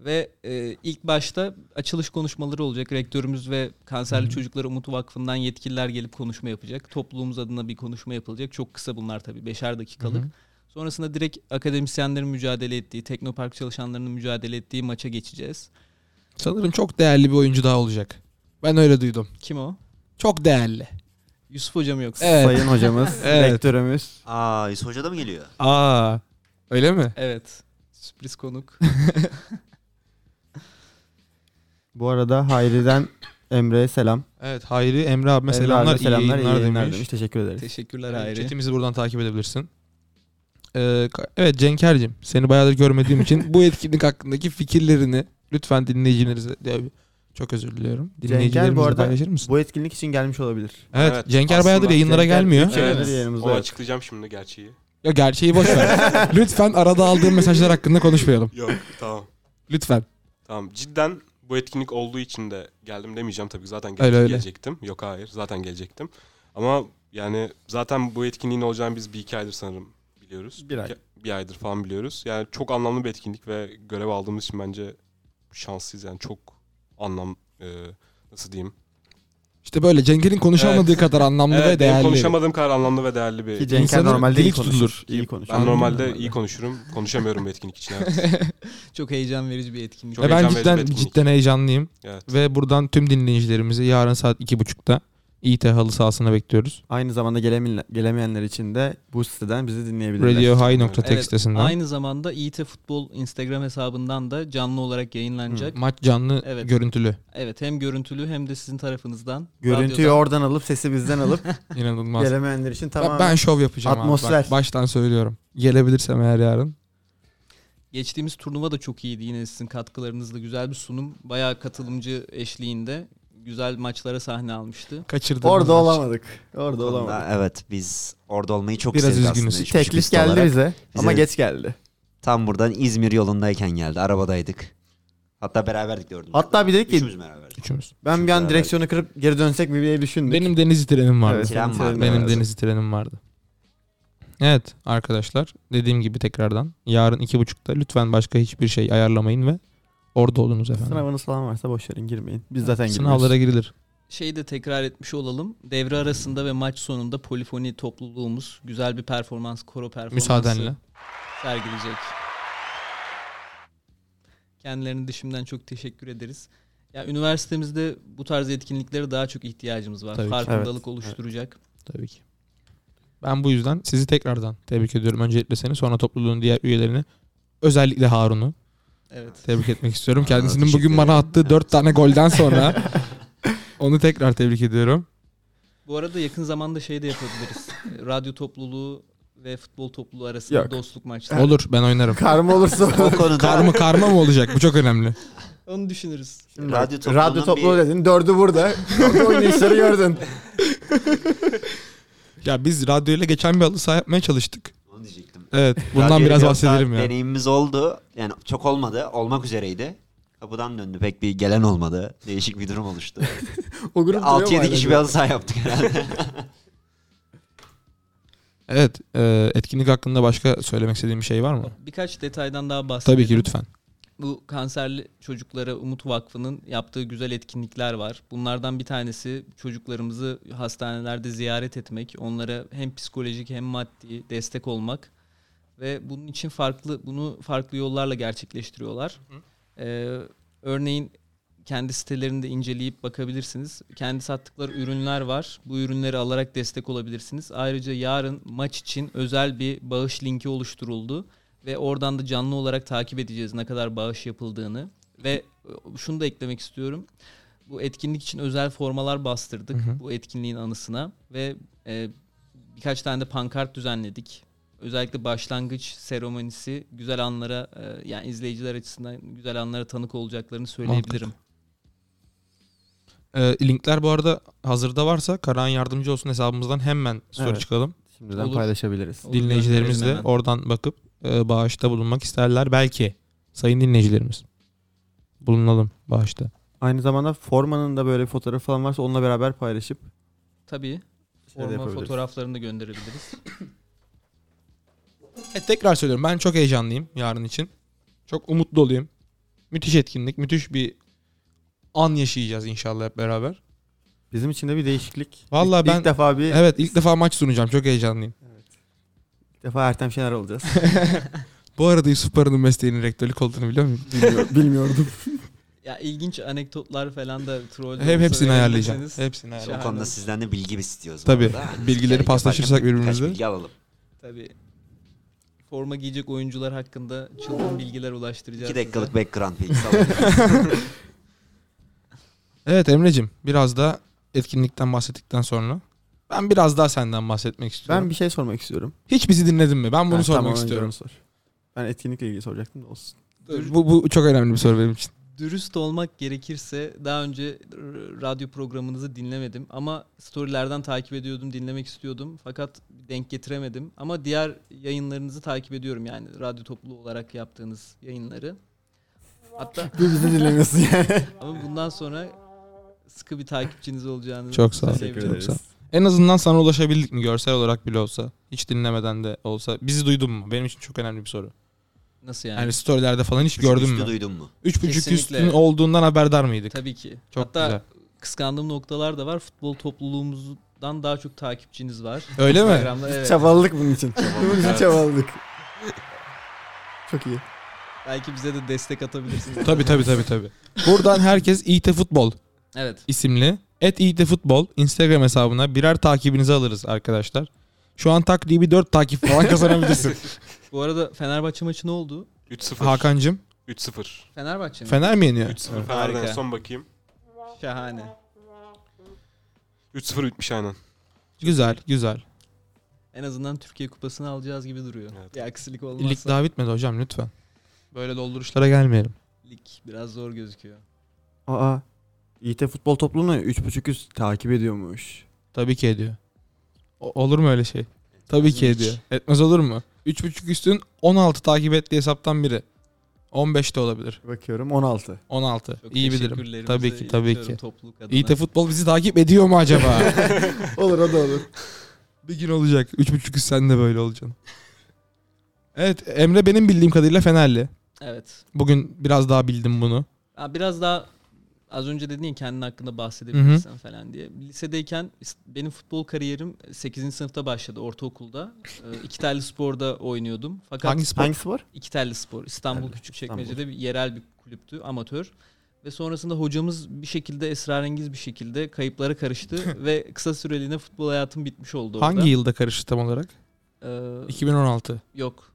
S5: Ve e, ilk başta açılış konuşmaları olacak. Rektörümüz ve Kanserli
S1: Hı hı.
S5: Çocuklar Umutu Vakfı'ndan yetkililer gelip konuşma yapacak. Topluluğumuz adına bir konuşma yapılacak. Çok kısa bunlar tabii. Beşer dakikalık.
S1: Hı hı.
S5: Sonrasında direkt akademisyenlerin mücadele ettiği, Teknopark çalışanlarının mücadele ettiği maça geçeceğiz.
S1: Sanırım çok değerli bir oyuncu daha olacak. Ben öyle duydum.
S5: Kim o?
S1: Çok değerli.
S5: Yusuf hocam yoksa?
S1: Evet.
S2: (laughs) Sayın hocamız,
S1: (laughs) Evet.
S2: rektörümüz.
S3: Aa Yusuf Hoca da mı geliyor?
S1: Aa. Öyle mi?
S5: Evet. Sürpriz konuk.
S2: Bu arada Hayri'den Emre'ye selam.
S1: Evet. Hayri Emre abime
S2: Emre
S1: selamlar.
S2: abiye
S1: iyi yayınlar,
S2: iyi yayınlar
S1: demiş.
S2: demiş. Teşekkür ederiz.
S5: Teşekkürler Hayri. (laughs)
S1: Chatimizi buradan takip edebilirsin. Ee, ka- evet Cenker'cim seni bayağıdır görmediğim için bu etkinlik hakkındaki fikirlerini lütfen dinleyicilerimize Ya, çok özür diliyorum. Dinleyicilerimizle
S2: bu arada
S1: paylaşır mısın?
S2: Bu etkinlik için gelmiş olabilir.
S1: Evet,
S4: Evet,
S1: Cenker
S4: aslında
S1: bayağıdır yayınlara
S2: Cenker-
S1: gelmiyor.
S2: Cenker-
S4: Evet.
S2: Evet, yanımızda
S4: Onu
S2: yok.
S4: açıklayacağım şimdi gerçeği.
S1: Ya gerçeği boş ver.
S4: (laughs)
S1: Lütfen arada aldığım mesajlar hakkında konuşmayalım.
S4: Yok (laughs) tamam.
S1: Lütfen.
S4: Tamam cidden bu etkinlik olduğu için de geldim demeyeceğim tabii ki zaten
S1: Öyle,
S4: gele-
S1: öyle.
S4: gelecektim. Yok hayır zaten gelecektim. Ama yani zaten bu etkinliğin olacağını biz bir iki aydır sanırım biliyoruz.
S2: Bir ay.
S4: İki- bir aydır falan biliyoruz. Yani çok anlamlı bir etkinlik ve görev aldığımız için bence şanslıyız yani çok anlam e, nasıl diyeyim.
S1: İşte böyle Cenker'in konuşamadığı
S4: Evet.
S1: kadar anlamlı
S4: Evet,
S1: ve
S4: benim
S1: değerli.
S4: konuşamadığım kadar anlamlı ve değerli bir
S2: Ki Cenker
S1: İnsanı
S2: normalde
S1: Ee, dili
S2: iyi konuşur.
S1: tutulur.
S2: İyi konuşur.
S4: Ben normalde iyi konuşurum. Konuşamıyorum bu etkinlik için. Evet.
S5: Çok heyecan verici bir etkinlik.
S4: Çok
S1: Ve ben
S4: heyecan verici bir
S1: cidden
S4: etkinlik.
S1: cidden heyecanlıyım
S4: Evet.
S1: ve buradan tüm dinleyicilerimizi yarın saat iki buçukta İT halı sahasına bekliyoruz.
S2: Aynı zamanda gelemeyenler, gelemeyenler için de bu siteden bizi dinleyebilirler.
S1: Radiohigh.tech
S5: Evet,
S1: sitesinden.
S5: Aynı zamanda İT Futbol Instagram hesabından da canlı olarak yayınlanacak.
S1: Maç canlı
S5: Evet.
S1: görüntülü.
S5: Evet hem görüntülü hem de sizin tarafınızdan.
S2: Görüntüyü
S5: radyodan-
S2: oradan alıp sesi
S1: (laughs)
S2: bizden alıp
S1: İnanılmaz.
S2: gelemeyenler için
S1: Ben-
S2: tamam.
S1: Ben şov yapacağım abi.
S2: Atmosfer.
S1: Bak, baştan söylüyorum. Gelebilirsem eğer yarın.
S5: Geçtiğimiz turnuva da çok iyiydi yine sizin katkılarınızla güzel bir sunum. Bayağı katılımcı eşliğinde güzel maçlara sahne almıştı.
S1: Kaçırdığımız
S2: Orada
S1: maç.
S2: olamadık. Orada olamadık.
S3: Evet biz orada olmayı çok
S1: Biraz
S3: sevdik
S1: üzgünüz.
S3: aslında. Üçüncü
S2: Teklif
S3: pist
S2: geldi
S3: olarak.
S2: bize ama
S3: Bize-
S2: geç geldi.
S3: Tam buradan İzmir yolundayken geldi. Arabadaydık. Hatta beraberdik gördüm.
S2: Hatta bir dedik ki
S3: Üçümüz
S1: (laughs)
S3: beraberdik.
S1: Üçümüz.
S2: ben bir an
S3: Evet.
S2: direksiyonu kırıp geri dönsek mi diye düşündük.
S1: Benim deniz trenim vardı.
S2: Evet,
S3: Tren
S2: senin
S3: var.
S2: trenin
S1: Benim
S2: vardı.
S1: deniz trenim vardı. Evet arkadaşlar dediğim gibi tekrardan yarın iki buçukta lütfen başka hiçbir şey ayarlamayın ve orada olunuz efendim.
S2: Sınavınız falan varsa boş verin girmeyin. Biz zaten girmiyoruz.
S1: Sınavlara girilir.
S5: Şeyi de tekrar etmiş olalım. Devre arasında ve maç sonunda polifoni topluluğumuz güzel bir performans, koro performansı
S1: Müsaadenle.
S5: sergileyecek. Kendilerine de şimdiden çok teşekkür ederiz. Ya üniversitemizde bu tarz etkinliklere daha çok ihtiyacımız var.
S1: Tabii ki.
S5: Farkındalık
S2: Evet.
S5: oluşturacak.
S1: Tabii ki. Ben bu yüzden sizi tekrardan tebrik ediyorum. Öncelikle seni sonra topluluğun diğer üyelerini özellikle Harun'u
S5: Evet.
S1: tebrik etmek istiyorum.
S3: Harun'a
S1: Kendisinin
S3: teşekkür
S1: bugün bana
S3: ederim.
S1: attığı 4 tane golden sonra onu tekrar tebrik ediyorum.
S5: Bu arada yakın zamanda şey de yapabiliriz. (laughs) Radyo topluluğu ve futbol topluluğu arasında
S2: Yok.
S5: dostluk maçları.
S1: Olur ben oynarım.
S2: Karma olursa
S3: (laughs) O konuda
S1: Karma karma mı olacak? Bu çok önemli.
S5: Onu düşünürüz.
S3: radyo topluluğundan
S2: radyo topluluğu
S3: bir-
S2: dedin. Dördü
S3: (laughs)
S2: burada. Dördü oynayışları gördün.
S1: Ya biz radyoyla geçen bir halı saha yapmaya çalıştık.
S3: Onu diyecektim.
S1: (laughs) Evet bundan
S3: Radyo
S1: biraz
S3: Edebiyat'ta
S1: bahsedelim ya.
S3: Deneyimimiz oldu. Yani çok olmadı. Olmak üzereydi. Kapıdan döndü. Pek bir gelen olmadı. Değişik bir durum oluştu.
S2: O grup duruyor mu
S3: 6-7
S2: hala?
S3: kişi bir halı saha yaptık herhalde.
S1: Evet e, etkinlik hakkında başka söylemek istediğim bir şey var mı?
S5: Birkaç detaydan daha bahsedelim.
S1: Tabii ki lütfen.
S5: Bu kanserli çocuklara Umut Vakfı'nın yaptığı güzel etkinlikler var. Bunlardan bir tanesi çocuklarımızı hastanelerde ziyaret etmek, onlara hem psikolojik hem maddi destek olmak ve bunun için farklı bunu farklı yollarla gerçekleştiriyorlar. Ee, örneğin kendi sitelerinde inceleyip bakabilirsiniz. Kendi sattıkları ürünler var. Bu ürünleri alarak destek olabilirsiniz. Ayrıca yarın maç için özel bir bağış linki oluşturuldu ve oradan da canlı olarak takip edeceğiz ne kadar bağış yapıldığını. Ve e, şunu da eklemek istiyorum. Bu etkinlik için özel formalar bastırdık
S1: Hı hı.
S5: bu etkinliğin anısına ve e, birkaç tane de pankart düzenledik. Özellikle başlangıç seremonisi güzel anlara e, yani izleyiciler açısından güzel anlara tanık olacaklarını söyleyebilirim.
S1: E, linkler bu arada hazırda varsa Karahan Yardımcı Olsun hesabımızdan hemen soru
S2: Evet.
S1: çıkalım.
S2: Şimdiden
S5: Olur.
S2: paylaşabiliriz.
S5: Onu
S1: Dinleyicilerimiz de
S5: gönderelim hemen.
S1: oradan bakıp e, bağışta bulunmak isterler. Belki sayın dinleyicilerimiz bulunalım bağışta.
S2: Aynı zamanda formanın da böyle fotoğrafı falan varsa onunla beraber paylaşıp
S5: Tabii.
S2: şey de
S5: Forma
S2: yapabiliriz.
S5: fotoğraflarını
S2: (laughs)
S5: da gönderebiliriz.
S1: E, tekrar söylüyorum ben çok heyecanlıyım yarın için. Çok umutlu olayım. Müthiş etkinlik, müthiş bir an yaşayacağız inşallah hep beraber.
S2: Bizim için de bir değişiklik.
S1: Vallahi
S2: ilk,
S1: ben-
S2: ilk defa bir
S1: Evet ilk defa maç sunacağım. Çok heyecanlıyım.
S2: ilk defa Ertem Şener olacağız.
S1: Bu arada Yusuf Barı'nın mesleğinin rektörlük olduğunu biliyor muyum?
S2: Bilmiyordum.
S5: ya ilginç anekdotlar falan da troll.
S1: Hep hepsini ayarlayacağım.
S5: Hep.
S1: Hepsini
S3: o
S1: ayarlayacağım.
S3: konuda sizden de bilgi istiyoruz. bu
S1: Tabii.
S3: arada. Hani
S1: Bilgileri
S3: gerek yaparken
S1: paslaşırsak
S3: birkaç
S1: birbirimize.
S3: bilgi alalım.
S5: Tabii. Forma giyecek oyuncular hakkında çılgın bilgiler ulaştıracağız.
S3: 2
S5: size.
S3: dakikalık background bilgisi alalım.
S1: Evet Emre'cim biraz da etkinlikten bahsettikten sonra ben biraz daha senden bahsetmek istiyorum.
S2: Ben bir şey sormak istiyorum.
S1: Hiç bizi dinledin mi? Ben bunu
S2: Ha,
S1: sormak
S2: tamam, önce
S1: istiyorum.
S2: onu sor. Ben etkinlikle ilgili soracaktım da olsun.
S5: Dür-
S1: Bu, bu çok önemli bir soru benim için.
S5: Dürüst olmak gerekirse daha önce r- radyo programınızı dinlemedim ama storylerden takip ediyordum, dinlemek istiyordum. Fakat denk getiremedim. Ama diğer yayınlarınızı takip ediyorum yani radyo topluluğu olarak yaptığınız yayınları. Hatta
S2: Bir bizi dinlemiyorsun (laughs) yani.
S5: ama bundan sonra sıkı bir takipçiniz olacağını
S1: Çok sağ ol.
S5: söyleyebilirim.
S1: Teşekkür ederim. En azından sana ulaşabildik mi görsel olarak bile olsa? Hiç dinlemeden de olsa. Bizi duydun mu? Benim için çok önemli bir soru.
S5: Nasıl
S1: Yani,
S5: yani?
S1: storylerde falan hiç gördün
S3: Üstü
S1: mü?
S3: duydun mu?
S1: Üç buçuk
S5: Kesinlikle.
S1: üstün olduğundan haberdar mıydık?
S5: Tabii ki.
S1: şey, Çok
S5: Hatta
S1: güzel.
S5: kıskandığım noktalar da var. Futbol topluluğumuzdan daha çok takipçiniz var.
S1: Öyle
S5: (laughs)
S1: mi?
S5: Instagram'da, evet.
S2: Çabaladık bunun için. bunun için çabaladık. Çok iyi.
S5: Belki
S1: (laughs)
S5: bize de destek atabilirsiniz.
S1: Tabii tabii tabii tabii. Buradan herkes İT Futbol
S5: Evet.
S1: isimli Et Futbol Instagram hesabına birer takibinizi alırız arkadaşlar. Şu an takribi 4 takip falan
S5: (laughs)
S1: kazanabilirsin.
S5: Bu arada Fenerbahçe maçı ne oldu?
S4: 3-0.
S1: Hakan'cım.
S4: 3-0.
S5: Fenerbahçe mi?
S1: Fener mi yeniyor?
S4: 3-0 Fener'den
S5: Harika.
S4: son bakayım.
S5: Şahane.
S4: 3-0 bitmiş aynen.
S1: Güzel, güzel.
S5: En azından Türkiye Kupası'nı alacağız gibi duruyor.
S4: Evet.
S5: Bir aksilik olmazsa
S1: Lig
S5: lig,
S1: daha bitmedi hocam lütfen. Böyle dolduruşlara gelmeyelim.
S5: biraz zor gözüküyor.
S2: Aa. İT futbol topluluğunu 3.5 üst takip ediyormuş.
S1: Tabii ki ediyor. O- olur mu öyle şey? Tabii ki
S3: hiç.
S1: ediyor. Etmez olur mu? 3.5 üstün 16 takip ettiği hesaptan biri. 15 de olabilir.
S2: Bakıyorum 16.
S1: 16.
S5: Çok
S1: İyi bilirim.
S5: teşekkürlerimizi
S1: Tabii ki tabii
S5: iletiyorum
S1: ki.
S5: Topluluk adına.
S1: İT futbol bizi takip ediyor mu acaba?
S2: (laughs) olur o da olur.
S1: bir gün olacak. 3.5 üst sen de böyle olacaksın. Evet Emre benim bildiğim kadarıyla Fenerli.
S5: Evet.
S1: Bugün biraz daha bildim bunu.
S5: Ha, biraz daha az önce dedin ya kendin hakkında bahsedebilirsen falan diye. Lisedeyken is- benim futbol kariyerim 8. sınıfta başladı ortaokulda. Ee, İki telli sporda oynuyordum. Fakat
S1: Hangi spor?
S2: Hangi spor?
S5: İki telli spor. İstanbul
S2: Telli,
S5: Küçükçekmece'de bir yerel bir kulüptü. Amatör. Ve sonrasında hocamız bir şekilde esrarengiz bir şekilde kayıplara karıştı ve kısa süreliğine futbol hayatım bitmiş oldu orada.
S1: Hangi yılda karıştı tam olarak?
S5: Ee,
S1: 2016.
S5: Yok.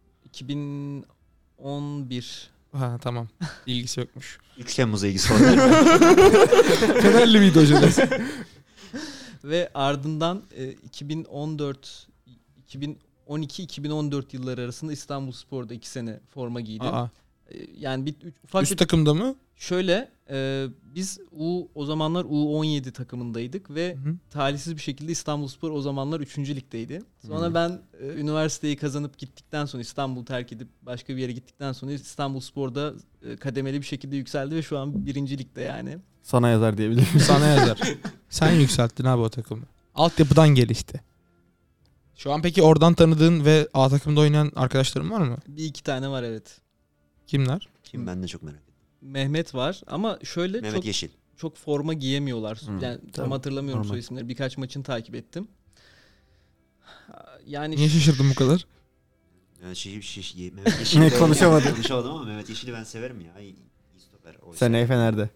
S5: 2011.
S1: Ha (laughs) tamam. İlgisi yokmuş.
S3: 3 Temmuz'a ilgisi olabilir mi?
S1: Fenerli miydi hocanız?
S5: Ve ardından e, 2014 2012 2014 yılları arasında İstanbul Spor'da 2 sene forma giydi.
S1: Aa,
S5: Yani bir üç- ufak bir
S1: üst takımda mı?
S5: şöyle e, biz U o zamanlar U17 takımındaydık ve
S1: Hı hı.
S5: talihsiz bir şekilde İstanbulspor o zamanlar 3. ligdeydi. Sonra
S3: Hı.
S5: ben e, üniversiteyi kazanıp gittikten sonra İstanbul'u terk edip başka bir yere gittikten sonra İstanbulspor'da e, kademeli bir şekilde yükseldi ve şu an 1. ligde yani.
S2: Sana yazar diyebilirim.
S1: Sana yazar. Sen yükselttin abi o takımı. Altyapıdan gelişti. Şu an peki oradan tanıdığın ve A takımda oynayan arkadaşların var mı?
S5: Bir iki tane var evet.
S1: Kimler?
S3: Kim (laughs) ben de çok merak ediyorum.
S5: Mehmet var ama şöyle
S3: Mehmet
S5: çok
S3: Yeşil.
S5: çok forma giyemiyorlar.
S2: Hı,
S5: yani tam
S2: tabii.
S5: hatırlamıyorum
S2: Normal.
S5: soy isimleri. Birkaç maçını takip ettim. Yani
S1: Niye şaşırdın bu kadar?
S3: Yani şey, şey, şey, (laughs) Mehmet Yeşil'i
S2: Ne
S3: de-
S2: konuşamadım.
S3: Konuşamadım ama Mehmet Yeşil'i ben severim ya. İyi, iyi stoper.
S2: (laughs)
S3: oysa.
S2: Seneye Fener'de.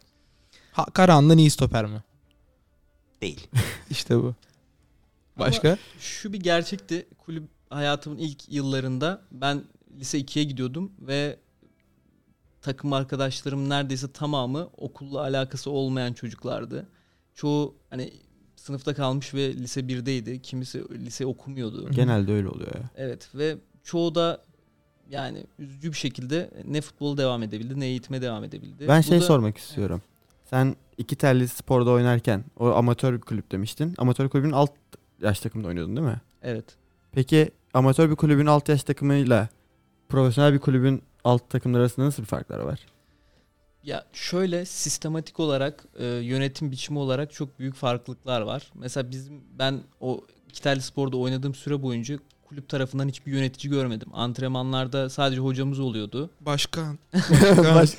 S1: Ha, Karahan'dan iyi stoper mi?
S3: (laughs) Değil.
S1: İşte bu. Başka?
S5: Şu bir gerçekti. Kulüp hayatımın ilk yıllarında ben lise 2'ye gidiyordum ve takım arkadaşlarım neredeyse tamamı okulla alakası olmayan çocuklardı. Çoğu hani sınıfta kalmış ve lise 1'deydi. Kimisi lise okumuyordu.
S2: Genelde öyle oluyor ya.
S5: Evet ve çoğu da yani üzücü bir şekilde ne futbolu devam edebildi ne eğitime devam edebildi.
S2: Ben
S5: Bu
S2: şey
S5: da-
S2: sormak istiyorum. Sen iki telli sporda oynarken o amatör bir kulüp demiştin. Amatör kulübün alt yaş takımında oynuyordun değil mi?
S5: Evet.
S2: Peki amatör bir kulübün alt yaş takımıyla profesyonel bir kulübün alt takımları arasında nasıl bir farklar var?
S5: Ya şöyle sistematik olarak e, yönetim biçimi olarak çok büyük farklılıklar var. Mesela bizim ben o Kitelli Spor'da oynadığım süre boyunca kulüp tarafından hiçbir yönetici görmedim. Antrenmanlarda sadece hocamız oluyordu.
S1: Başkan.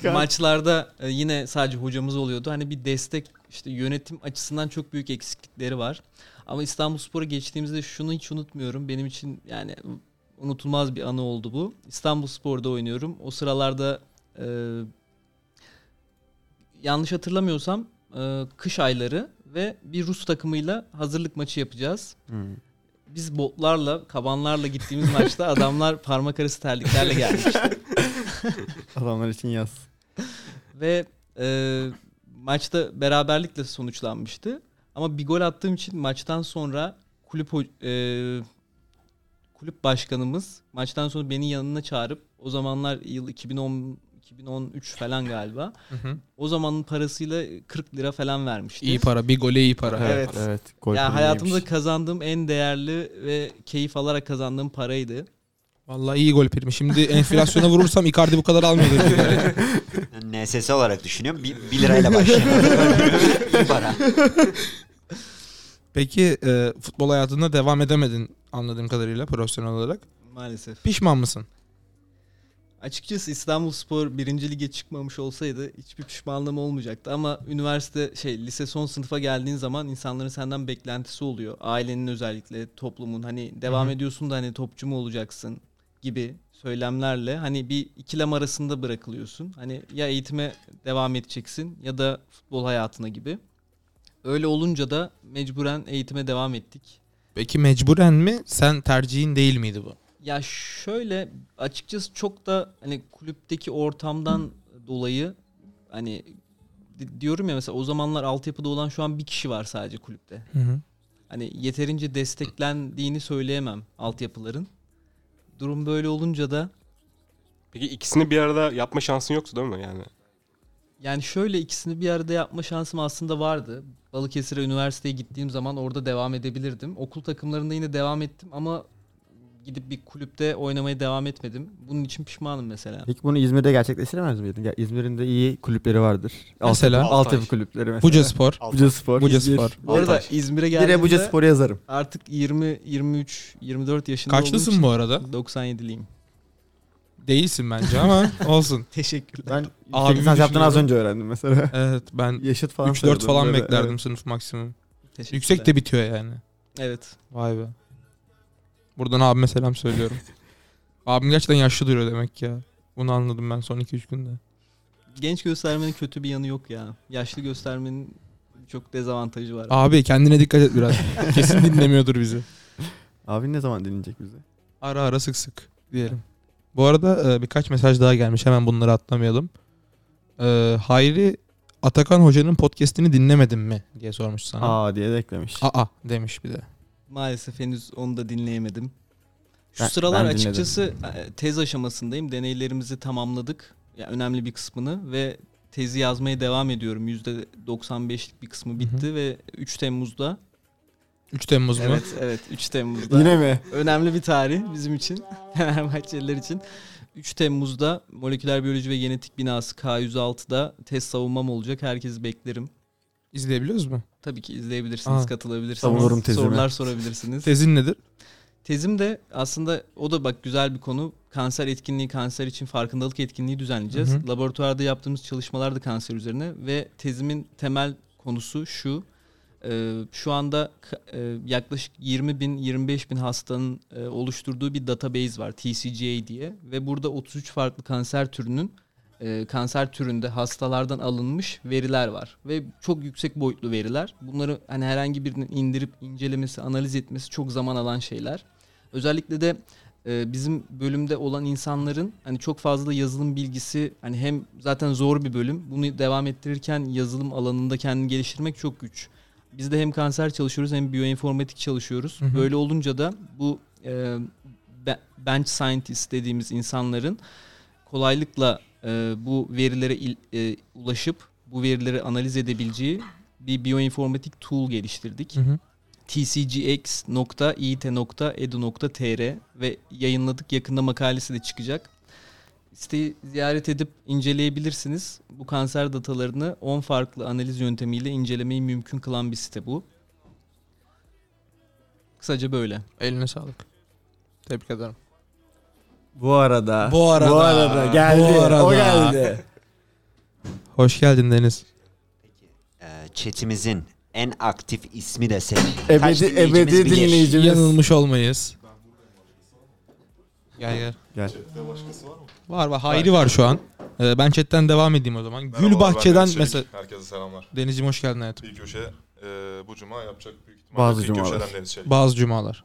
S5: Maçlarda e, yine sadece hocamız oluyordu. Hani bir destek işte yönetim açısından çok büyük eksiklikleri var. Ama İstanbulspor'a geçtiğimizde şunu hiç unutmuyorum. Benim için yani unutulmaz bir anı oldu bu. İstanbulspor'da oynuyorum. O sıralarda e, yanlış hatırlamıyorsam e, kış ayları ve bir Rus takımıyla hazırlık maçı yapacağız
S2: Hmm.
S5: biz botlarla, kabanlarla gittiğimiz maçta adamlar parmak arası terliklerle gelmişti.
S2: Adamlar için yaz.
S5: Ve e, maçta beraberlikle sonuçlanmıştı. Ama bir gol attığım için maçtan sonra kulüp ho- e, kulüp başkanımız maçtan sonra beni yanına çağırıp o zamanlar yıl 2010 2013 falan galiba. O zamanın parasıyla 40 lira falan vermişti.
S1: iyi para. Bir gole iyi para.
S2: Evet. Evet. Gol
S5: ya
S2: kulübüymüş.
S5: hayatımda kazandığım en değerli ve keyif alarak kazandığım paraydı.
S1: Vallahi iyi gol primi. Şimdi enflasyona vurursam Icardi bu kadar almıyordu.
S3: Ben NSS olarak düşünüyorum. 1 lirayla (laughs) başlıyor. İyi para.
S1: Peki e, futbol hayatında devam edemedin anladığım kadarıyla profesyonel olarak.
S5: Maalesef.
S1: Pişman mısın?
S5: Açıkçası İstanbulspor birinci lige çıkmamış olsaydı hiçbir pişmanlığım olmayacaktı ama üniversite şey lise son sınıfa geldiğin zaman insanların senden beklentisi oluyor. Ailenin özellikle toplumun hani devam
S1: Hı hı.
S5: ediyorsun da hani topçu mu olacaksın gibi söylemlerle hani bir ikilem arasında bırakılıyorsun. Hani ya eğitime devam edeceksin ya da futbol hayatına gibi. Öyle olunca da mecburen eğitime devam ettik.
S1: Peki mecburen mi? Sen tercihin değil miydi bu?
S5: Ya şöyle açıkçası çok da hani kulüpteki ortamdan dolayı hani di- diyorum ya mesela o zamanlar altyapıda olan şu an bir kişi var sadece kulüpte. hani yeterince desteklendiğini söyleyemem altyapıların. Durum böyle olunca da
S4: Peki ikisini bir arada yapma şansın yoktu değil mi yani?
S5: yani şöyle ikisini bir arada yapma şansım aslında vardı. Balıkesir'e üniversiteye gittiğim zaman orada devam edebilirdim. Okul takımlarında yine devam ettim ama gidip bir kulüpte oynamaya devam etmedim. Bunun için pişmanım mesela.
S2: Peki bunu İzmir'de gerçekleştiremez miydin? Ya İzmir'in de iyi kulüpleri vardır. Alt-
S1: Mesela?
S2: Altyapı kulüpleri mesela.
S1: Buca Spor.
S2: Buca Spor.
S1: Buca
S2: İzmir.
S1: Spor.
S5: Bu arada
S3: Altay.
S5: İzmir'e
S2: Direkt Buca
S5: geldiğimde
S2: Spor'u yazarım.
S5: artık 20, 23, 24 yaşında
S1: Kaçlısın bu arada?
S5: olduğum için 97'liyim.
S1: Değilsin bence ama olsun.
S5: Teşekkürler.
S2: Ben
S1: Abimi
S2: yüksek lisans yaptığını az
S1: düşünüyorum.
S2: önce öğrendim mesela.
S1: Evet ben
S2: (laughs) Yaşıt falan
S1: 3-4
S2: söyledim
S1: falan
S2: böyle,
S1: beklerdim
S2: (laughs) evet.
S1: sınıf maksimum.
S5: Teşekkürler.
S1: Yüksek de bitiyor yani.
S5: Evet.
S1: Vay be. Buradan abime selam (laughs) söylüyorum. Abim gerçekten yaşlı duruyor demek ki ya. Bunu anladım ben son 2-3 günde.
S5: Genç göstermenin kötü bir yanı yok ya. Yaşlı göstermenin çok dezavantajı var.
S1: Abi kendine dikkat et (laughs) biraz. Kesin dinlemiyordur bizi.
S2: Abin ne zaman dinleyecek bizi?
S1: Ara ara sık sık diyelim. Bu arada e, birkaç mesaj daha gelmiş. Hemen bunları atlamayalım. E, Hayri Atakan Hoca'nın podcastini dinlemedin mi diye sormuş sana.
S2: Aa diye de eklemiş.
S1: Aa demiş bir de.
S5: Maalesef henüz onu da dinleyemedim. Şu
S2: Ben-
S5: sıralar
S2: ben dinledim.
S5: açıkçası e, tez aşamasındayım. Deneylerimizi tamamladık. Ya önemli bir kısmını ve tezi yazmaya devam ediyorum. %95'lik bir kısmı bitti ve 3 Temmuz'da
S1: 3 Temmuz mu?
S5: Evet, evet 3 Temmuz'da.
S2: Yine mi?
S5: Önemli bir tarih bizim için. (laughs) Fenerbahçeliler için. 3 Temmuz'da Moleküler Biyoloji ve Genetik Binası K106'da test savunmam olacak. Herkesi beklerim.
S1: İzleyebiliyoruz mu?
S5: Tabii ki izleyebilirsiniz,
S1: Aa,
S5: katılabilirsiniz.
S2: savunurum tezimi. (laughs)
S5: Sorular sorabilirsiniz.
S1: Tezin nedir?
S5: Tezim de aslında o da bak güzel bir konu. Kanser etkinliği, kanser için farkındalık etkinliği düzenleyeceğiz.
S1: Hı hı.
S5: Laboratuvarda yaptığımız çalışmalar da kanser üzerine ve tezimin temel konusu şu. Ee, şu anda k- e, yaklaşık 20 bin, 25 bin hastanın e, oluşturduğu bir database var TCGA diye ve burada 33 farklı kanser türünün e, kanser türünde hastalardan alınmış veriler var ve çok yüksek boyutlu veriler. Bunları hani herhangi birinin indirip incelemesi, analiz etmesi çok zaman alan şeyler. Özellikle de e, bizim bölümde olan insanların hani çok fazla yazılım bilgisi hani hem zaten zor bir bölüm. Bunu devam ettirirken yazılım alanında kendini geliştirmek çok güç. Biz de hem kanser çalışıyoruz hem biyoinformatik çalışıyoruz.
S1: Hı hı.
S5: Böyle olunca da bu e, be- bench scientist dediğimiz insanların kolaylıkla e, bu verilere il- e, ulaşıp bu verileri analiz edebileceği bir biyoinformatik tool geliştirdik
S1: Hı hı.
S5: E tcgx.it.edu.tr ve yayınladık. Yakında makalesi de çıkacak. Siteyi ziyaret edip inceleyebilirsiniz. Bu kanser datalarını 10 farklı analiz yöntemiyle incelemeyi mümkün kılan bir site bu. Kısaca böyle.
S1: Eline sağlık. Tebrik ederim.
S2: Bu arada.
S1: Bu arada.
S2: Bu arada geldi.
S1: Bu arada.
S2: O geldi.
S1: Hoş geldin Deniz.
S3: Ee, chatimizin en aktif ismi de senin.
S2: Ebedi,
S3: Kaç dinleyicimiz
S2: ebedi
S3: bilir?
S2: dinleyicimiz.
S1: Yanılmış olmayız. Gel gel.
S2: Gel.
S1: Var var. Hayri var şu an. Ee, ben chatten devam edeyim o zaman. Gülbahçe'den mesela...
S6: Herkese selamlar.
S1: Deniz'cim hoş geldin hayatım.
S6: Bir köşe e, bu cuma yapacak büyük ihtimalle.
S2: Bazı
S6: bir
S2: cumalar.
S6: köşeden deniz çelik.
S1: Bazı cumalar.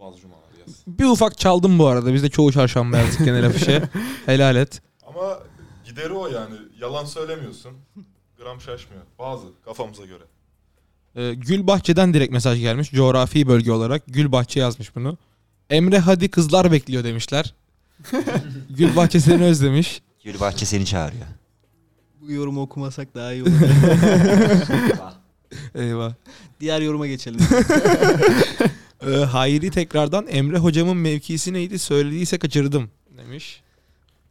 S6: Bazı cumalar yaz.
S1: Bir ufak çaldım bu arada. Biz de çoğu çarşamba (laughs) yazdık genel afişe. Helal et.
S6: Ama gideri o yani. Yalan söylemiyorsun. Gram şaşmıyor. Bazı kafamıza göre.
S1: Ee, Gülbahçe'den direkt mesaj gelmiş. Coğrafi bölge olarak Gülbahçe yazmış bunu. Emre hadi kızlar bekliyor (laughs) demişler. Gülbahçe seni özlemiş.
S3: Gülbahçe seni (laughs) çağırıyor.
S5: Bu yorumu okumasak daha iyi olur. (laughs)
S1: Eyvah.
S5: Diğer yoruma geçelim.
S1: Ee, Hayri tekrardan Emre hocamın mevkisi neydi söylediyse kaçırdım demiş.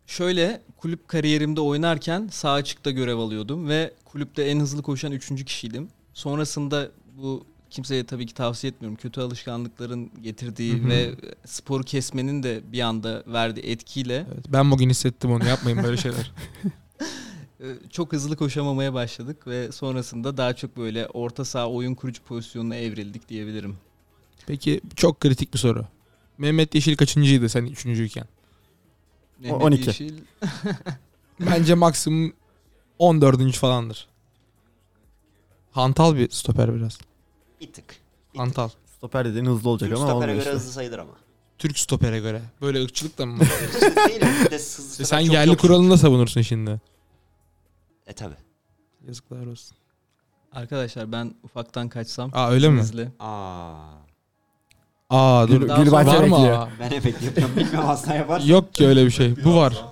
S5: Şöyle kulüp kariyerimde oynarken sağ açıkta görev alıyordum ve kulüpte en hızlı koşan üçüncü kişiydim. Sonrasında bu kimseye tabii ki tavsiye etmiyorum. Kötü alışkanlıkların getirdiği
S1: Hı hı.
S5: ve e, sporu kesmenin de bir anda verdiği etkiyle
S1: Evet, ben bugün hissettim onu yapmayın böyle (laughs) şeyler.
S5: e, çok hızlı koşamamaya başladık ve sonrasında daha çok böyle orta saha oyun kurucu pozisyonuna evrildik diyebilirim.
S1: Peki çok kritik bir soru. Mehmet Yeşil kaçıncıydı sen üçüncüyken?
S5: Mehmet
S2: 12.
S5: Yeşil
S1: Bence maksimum 14. falandır. Hantal bir stoper biraz.
S3: Bir tık.
S1: Hantal.
S2: Stoper dediğin hızlı olacak
S3: Türk
S2: ama
S3: stopere
S2: olmuyor
S3: göre
S2: işte.
S3: hızlı sayılır ama.
S1: Türk stopere göre. Böyle ırkçılık da (laughs) mı?
S3: Değil, bir de hızlı
S1: E
S3: stoper
S1: sen
S3: çok
S1: yerli
S3: yok.
S1: kuralını da savunursun şimdi.
S3: E tabi.
S1: Yazıklar olsun.
S5: Arkadaşlar ben ufaktan kaçsam.
S1: Aa öyle mi?
S5: izninizle.
S3: Aa.
S1: Aa dur.
S2: Gül,
S5: Daha
S2: Gülbahçe
S1: Var mı?
S2: (laughs) bekliyor.
S1: Aa?
S3: Ben efekt yapıyorum. Bilmem hasta yapar.
S1: Yok ki öyle bir şey. Bu var.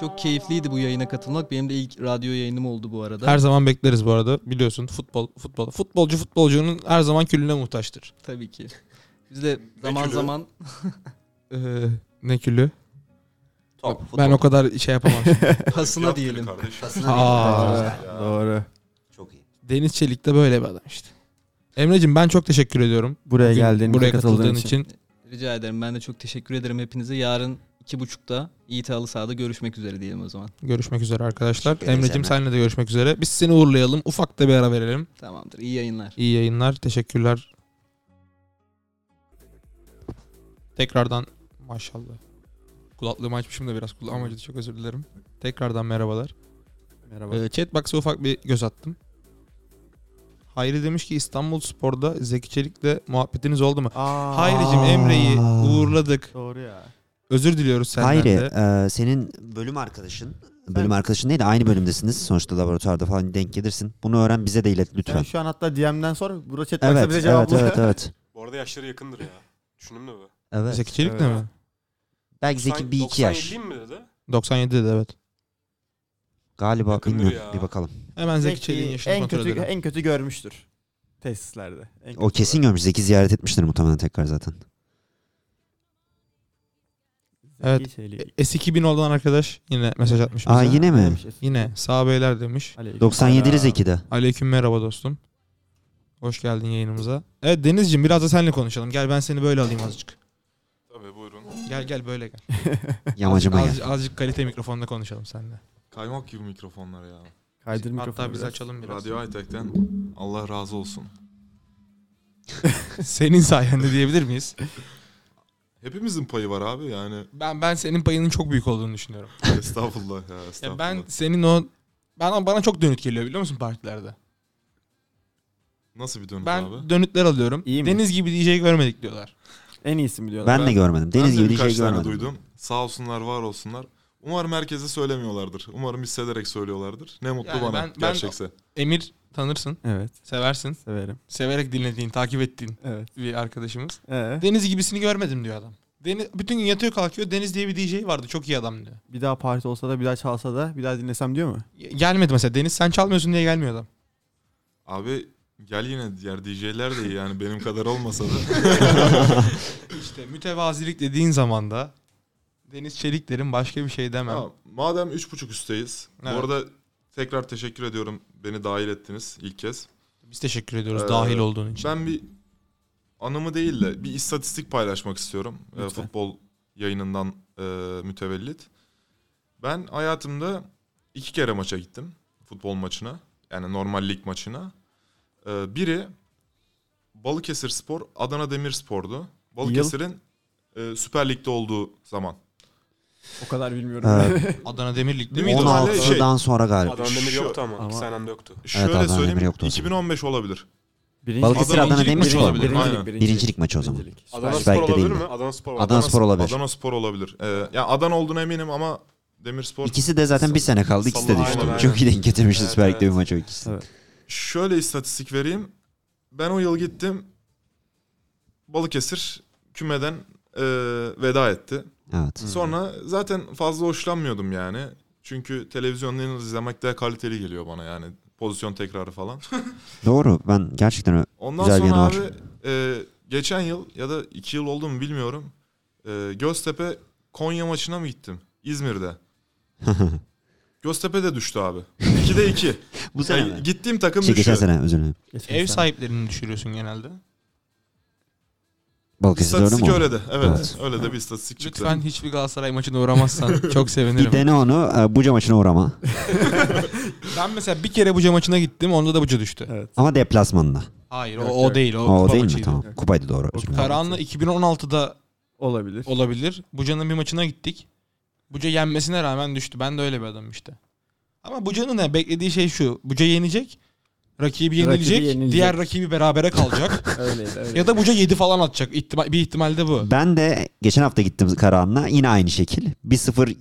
S5: Çok keyifliydi bu yayına katılmak. Benim de ilk radyo yayınım oldu bu arada.
S1: Her zaman bekleriz bu arada. Biliyorsun futbol futbol. Futbolcu futbolcunun her zaman külüne muhtaçtır.
S5: Tabii ki. Biz de zaman
S6: külü?
S5: zaman
S1: Ee, ne külü?
S3: Top,
S1: Ben
S3: futbol.
S1: o kadar şey
S2: (laughs)
S1: yapamam.
S5: pasına diyelim.
S6: Kardeş.
S3: Kasına
S1: Aa.
S3: değil.
S6: Ya.
S2: Doğru.
S3: Çok iyi.
S1: Deniz Çelik de böyle bir adam işte. Emre'cim ben çok teşekkür ediyorum.
S2: Buraya
S1: Bugün
S2: geldiğin,
S1: buraya katıldığın
S2: için.
S1: için.
S5: Rica ederim. Ben de çok teşekkür ederim hepinize. Yarın iki buçukta İyi Halı Saha'da görüşmek üzere diyelim o zaman.
S1: Görüşmek üzere arkadaşlar.
S3: Teşekkür ederiz
S1: Emre'cim
S3: Emre.
S1: seninle de görüşmek üzere. Biz seni uğurlayalım. Ufak da bir ara verelim.
S5: Tamamdır. İyi yayınlar.
S1: İyi yayınlar. Teşekkürler. Tekrardan maşallah. Kulaklığımı açmışım da biraz kulağım acıdı. Çok özür dilerim. Tekrardan merhabalar.
S2: Merhaba.
S1: Ee, Chatbox'a ufak bir göz attım. Hayri demiş ki İstanbul Spor'da Zeki Çelik'le muhabbetiniz oldu mu?
S2: Aa,
S1: Hayricim Emre'yi uğurladık.
S2: Doğru ya.
S1: Özür diliyoruz senden
S3: Hayri,
S1: de.
S3: e, senin bölüm arkadaşın, bölüm arkadaşın değil de aynı bölümdesiniz. Sonuçta laboratuvarda falan denk gelirsin. Bunu öğren bize de ilet
S2: Sen
S3: lütfen.
S2: şu an hatta DM'den sor. Bura chat evet,
S3: Evet,
S2: bize
S3: evet,
S2: cevapla.
S3: evet,
S2: (laughs)
S3: evet.
S4: Bu arada yaşları yakındır ya. Düşündüm de bu.
S3: Evet.
S1: Zeki Çelik'le
S2: evet.
S1: mi?
S3: Belki Zeki bir iki yaş.
S4: 97 mi dedi?
S1: 97'de evet.
S3: Galiba
S4: Yakındır
S3: bilmiyorum.
S4: ya.
S3: Bir bakalım.
S1: Hemen Zeki
S2: Zeki
S1: Çelik'in yaşını
S2: en
S1: kontrol
S2: kötü,
S1: edelim.
S2: en kötü görmüştür. Tesislerde. En
S3: O
S2: kötü
S3: kesin görmüş. Zeki ziyaret etmiştir muhtemelen tekrar zaten.
S2: görmüş.
S1: Evet.
S2: Zeki Çelik.
S1: S2000 olan arkadaş yine mesaj atmış bize.
S3: Aa, yine mi?
S2: Demiş.
S1: Yine sağ beyler demiş.
S2: Aleyküm.
S3: 97'li
S2: Aleyküm.
S3: Zeki'de.
S1: Aleyküm merhaba dostum. Hoş geldin yayınımıza. Evet Deniz'cim biraz da seninle konuşalım. Gel ben seni böyle alayım azıcık.
S6: Tabii buyurun.
S1: Gel gel böyle gel.
S3: Yamacıma gel.
S1: Azıcık, azıcık kalite mikrofonda konuşalım seninle.
S6: Kaymak gibi mikrofonlar ya.
S2: Kaydır mikrofonu
S1: Hatta biz
S2: biraz.
S1: açalım biraz.
S6: Radyo Hightech'ten Allah razı olsun.
S1: (laughs) Senin sayende diyebilir miyiz?
S6: Hepimizin payı var abi (laughs) yani.
S1: Ben ben senin payının çok büyük olduğunu düşünüyorum.
S6: Estağfurullah ya estağfurullah.
S1: Ya ben senin o ben bana çok dönüt geliyor biliyor musun partilerde?
S6: Nasıl bir dönüş
S1: Ben
S6: abi?
S1: dönütler alıyorum.
S2: İyi mi?
S1: Deniz gibi DJ görmedik diyorlar.
S2: En iyisi mi diyorlar?
S3: Ben de görmedim. Deniz
S6: ben
S3: gibi bir
S6: birkaç
S3: şey
S6: tane
S3: görmedim.
S6: duydum. Sağ olsunlar, var olsunlar. Umarım herkese söylemiyorlardır. Umarım hissederek söylüyorlardır. Ne mutlu
S1: Yani
S6: bana
S1: ben- ben-
S6: gerçekse.
S1: Emir tanırsın,
S2: Evet.
S1: seversin.
S2: Severim.
S1: Severek dinlediğin, takip ettiğin
S2: Evet.
S1: bir arkadaşımız.
S2: Ee,
S1: Deniz gibisini görmedim diyor adam. Deniz, bütün gün yatıyor kalkıyor. Deniz diye bir DJ vardı. Çok iyi adam diyor.
S2: bir daha parti olsa da bir daha çalsa da bir daha dinlesem diyor mu?
S1: Gelmedi mesela. Deniz sen çalmıyorsun diye gelmiyor adam.
S6: Abi gel yine diğer DJ'ler de iyi yani benim kadar olmasa da.
S1: (laughs) İşte mütevazilik dediğin zaman da Deniz Çelik derim başka bir şey demem.
S6: Ha, madem 3.5 üstteyiz. Bu
S1: Evet.
S6: arada tekrar teşekkür ediyorum. Beni dahil ettiniz ilk kez.
S1: Biz teşekkür ediyoruz
S6: Ee,
S1: dahil olduğun için.
S6: Ben bir anımı değil de bir istatistik paylaşmak istiyorum. Ee,
S2: Lütfen.
S6: futbol yayınından e, mütevellit. Ben hayatımda iki kere maça gittim. Futbol maçına. Yani normal lig maçına. Ee, biri Balıkesir Spor, Adana Demirspor'du. Balıkesir'in e, Süper Lig'de olduğu zaman.
S2: O kadar bilmiyorum. (laughs)
S3: Ee,
S1: Adana Demir Lig'de
S6: Değil mi?
S1: miydi o?
S6: Ona-
S3: 16'dan sonra galiba.
S4: Adana Demir
S6: Şu-
S4: yoktu ama.
S2: Ama-
S4: İki sene anda yoktu.
S6: Şöyle
S3: Adana
S6: söyleyeyim
S3: Demir yoktu o zaman.
S6: 2015 olabilir.
S2: Birinci
S3: Balıkesir
S1: Adana
S3: Adana
S1: Birincilik
S3: Demir
S1: maçı
S3: Spor mu?
S1: olabilir.
S6: Aynen.
S3: Birincilik maçı o zaman.
S2: Birincilik.
S4: Adana
S3: Süper
S4: Spor
S3: Lig'de
S4: olabilir
S3: değil
S4: mi? Adana Spor olabilir.
S3: Adana Spor olabilir.
S6: Adana Spor olabilir. Ee, ya Adana olduğuna eminim ama Demirspor
S3: İkisi de zaten bir sene kaldı. İkisi de
S6: Sallı-
S3: düştü.
S6: Aynen,
S3: Çok iyi denk getirmişti
S4: Evet,
S3: Süper Lig'de bir
S4: evet.
S3: maça o ikisi.
S2: Evet.
S6: Şöyle istatistik vereyim. Ben o yıl gittim. Balıkesir kümeden e, veda etti.
S3: Evet.
S6: Sonra zaten fazla hoşlanmıyordum yani. Çünkü televizyondan izlemek daha kaliteli geliyor bana yani. Pozisyon
S3: (laughs)
S6: tekrarı falan.
S3: Doğru. Ben gerçekten ö-
S6: Ondan
S3: Güzel bir
S6: sonra
S3: yanı
S6: abi
S3: var.
S6: e, geçen yıl ya da iki yıl oldu mu bilmiyorum. E, Göztepe Konya maçına mı gittim? İzmir'de.
S3: (laughs)
S6: Göztepe de düştü abi. 2'de 2.
S3: bu sene
S6: Yani
S3: mi?
S6: gittiğim takım
S3: Şey, geçen
S6: düştü.
S3: sene özür dilerim.
S2: Geçen
S1: Ev
S2: sene.
S1: sahiplerini düşürüyorsun genelde.
S3: Balıkesir öyle
S6: İstatistik
S3: mi?
S6: öyle de. Evet,
S3: Evet.
S6: Öyle de bir istatistik çıktı.
S1: Lütfen hiçbir Galatasaray maçına
S2: (laughs)
S1: uğramazsan çok
S3: Bir
S1: sevinirim.
S3: dene onu. e, Buca maçına uğrama.
S1: ben mesela bir kere Buca maçına gittim onda da Buca düştü.
S2: Evet.
S3: Ama deplasmanında.
S1: Hayır o,
S2: Yok,
S1: o
S2: yok.
S1: değil o,
S3: Aa, O
S1: kupa
S3: değil mi?
S1: maçıydı.
S3: Tamam. Kupaydı doğru. Özür dilerim.
S1: Karahan'la 2016'da
S2: Olabilir.
S1: olabilir. Buca'nın bir maçına gittik. Buca yenmesine rağmen düştü. Ben de öyle bir adam işte. Ama Buca'nın ne beklediği şey şu. Buca yenecek. Rakibi
S2: Rakibi
S1: yenilecek,
S2: yenilecek.
S1: diğer rakibi berabere
S2: (laughs)
S1: kalacak
S2: Öyleydi öyle.
S1: ya da buca 7 falan atacak. İhtima- bir ihtimal de bu.
S3: Ben de geçen hafta gittim Karahan'la yine aynı şekil. 1-0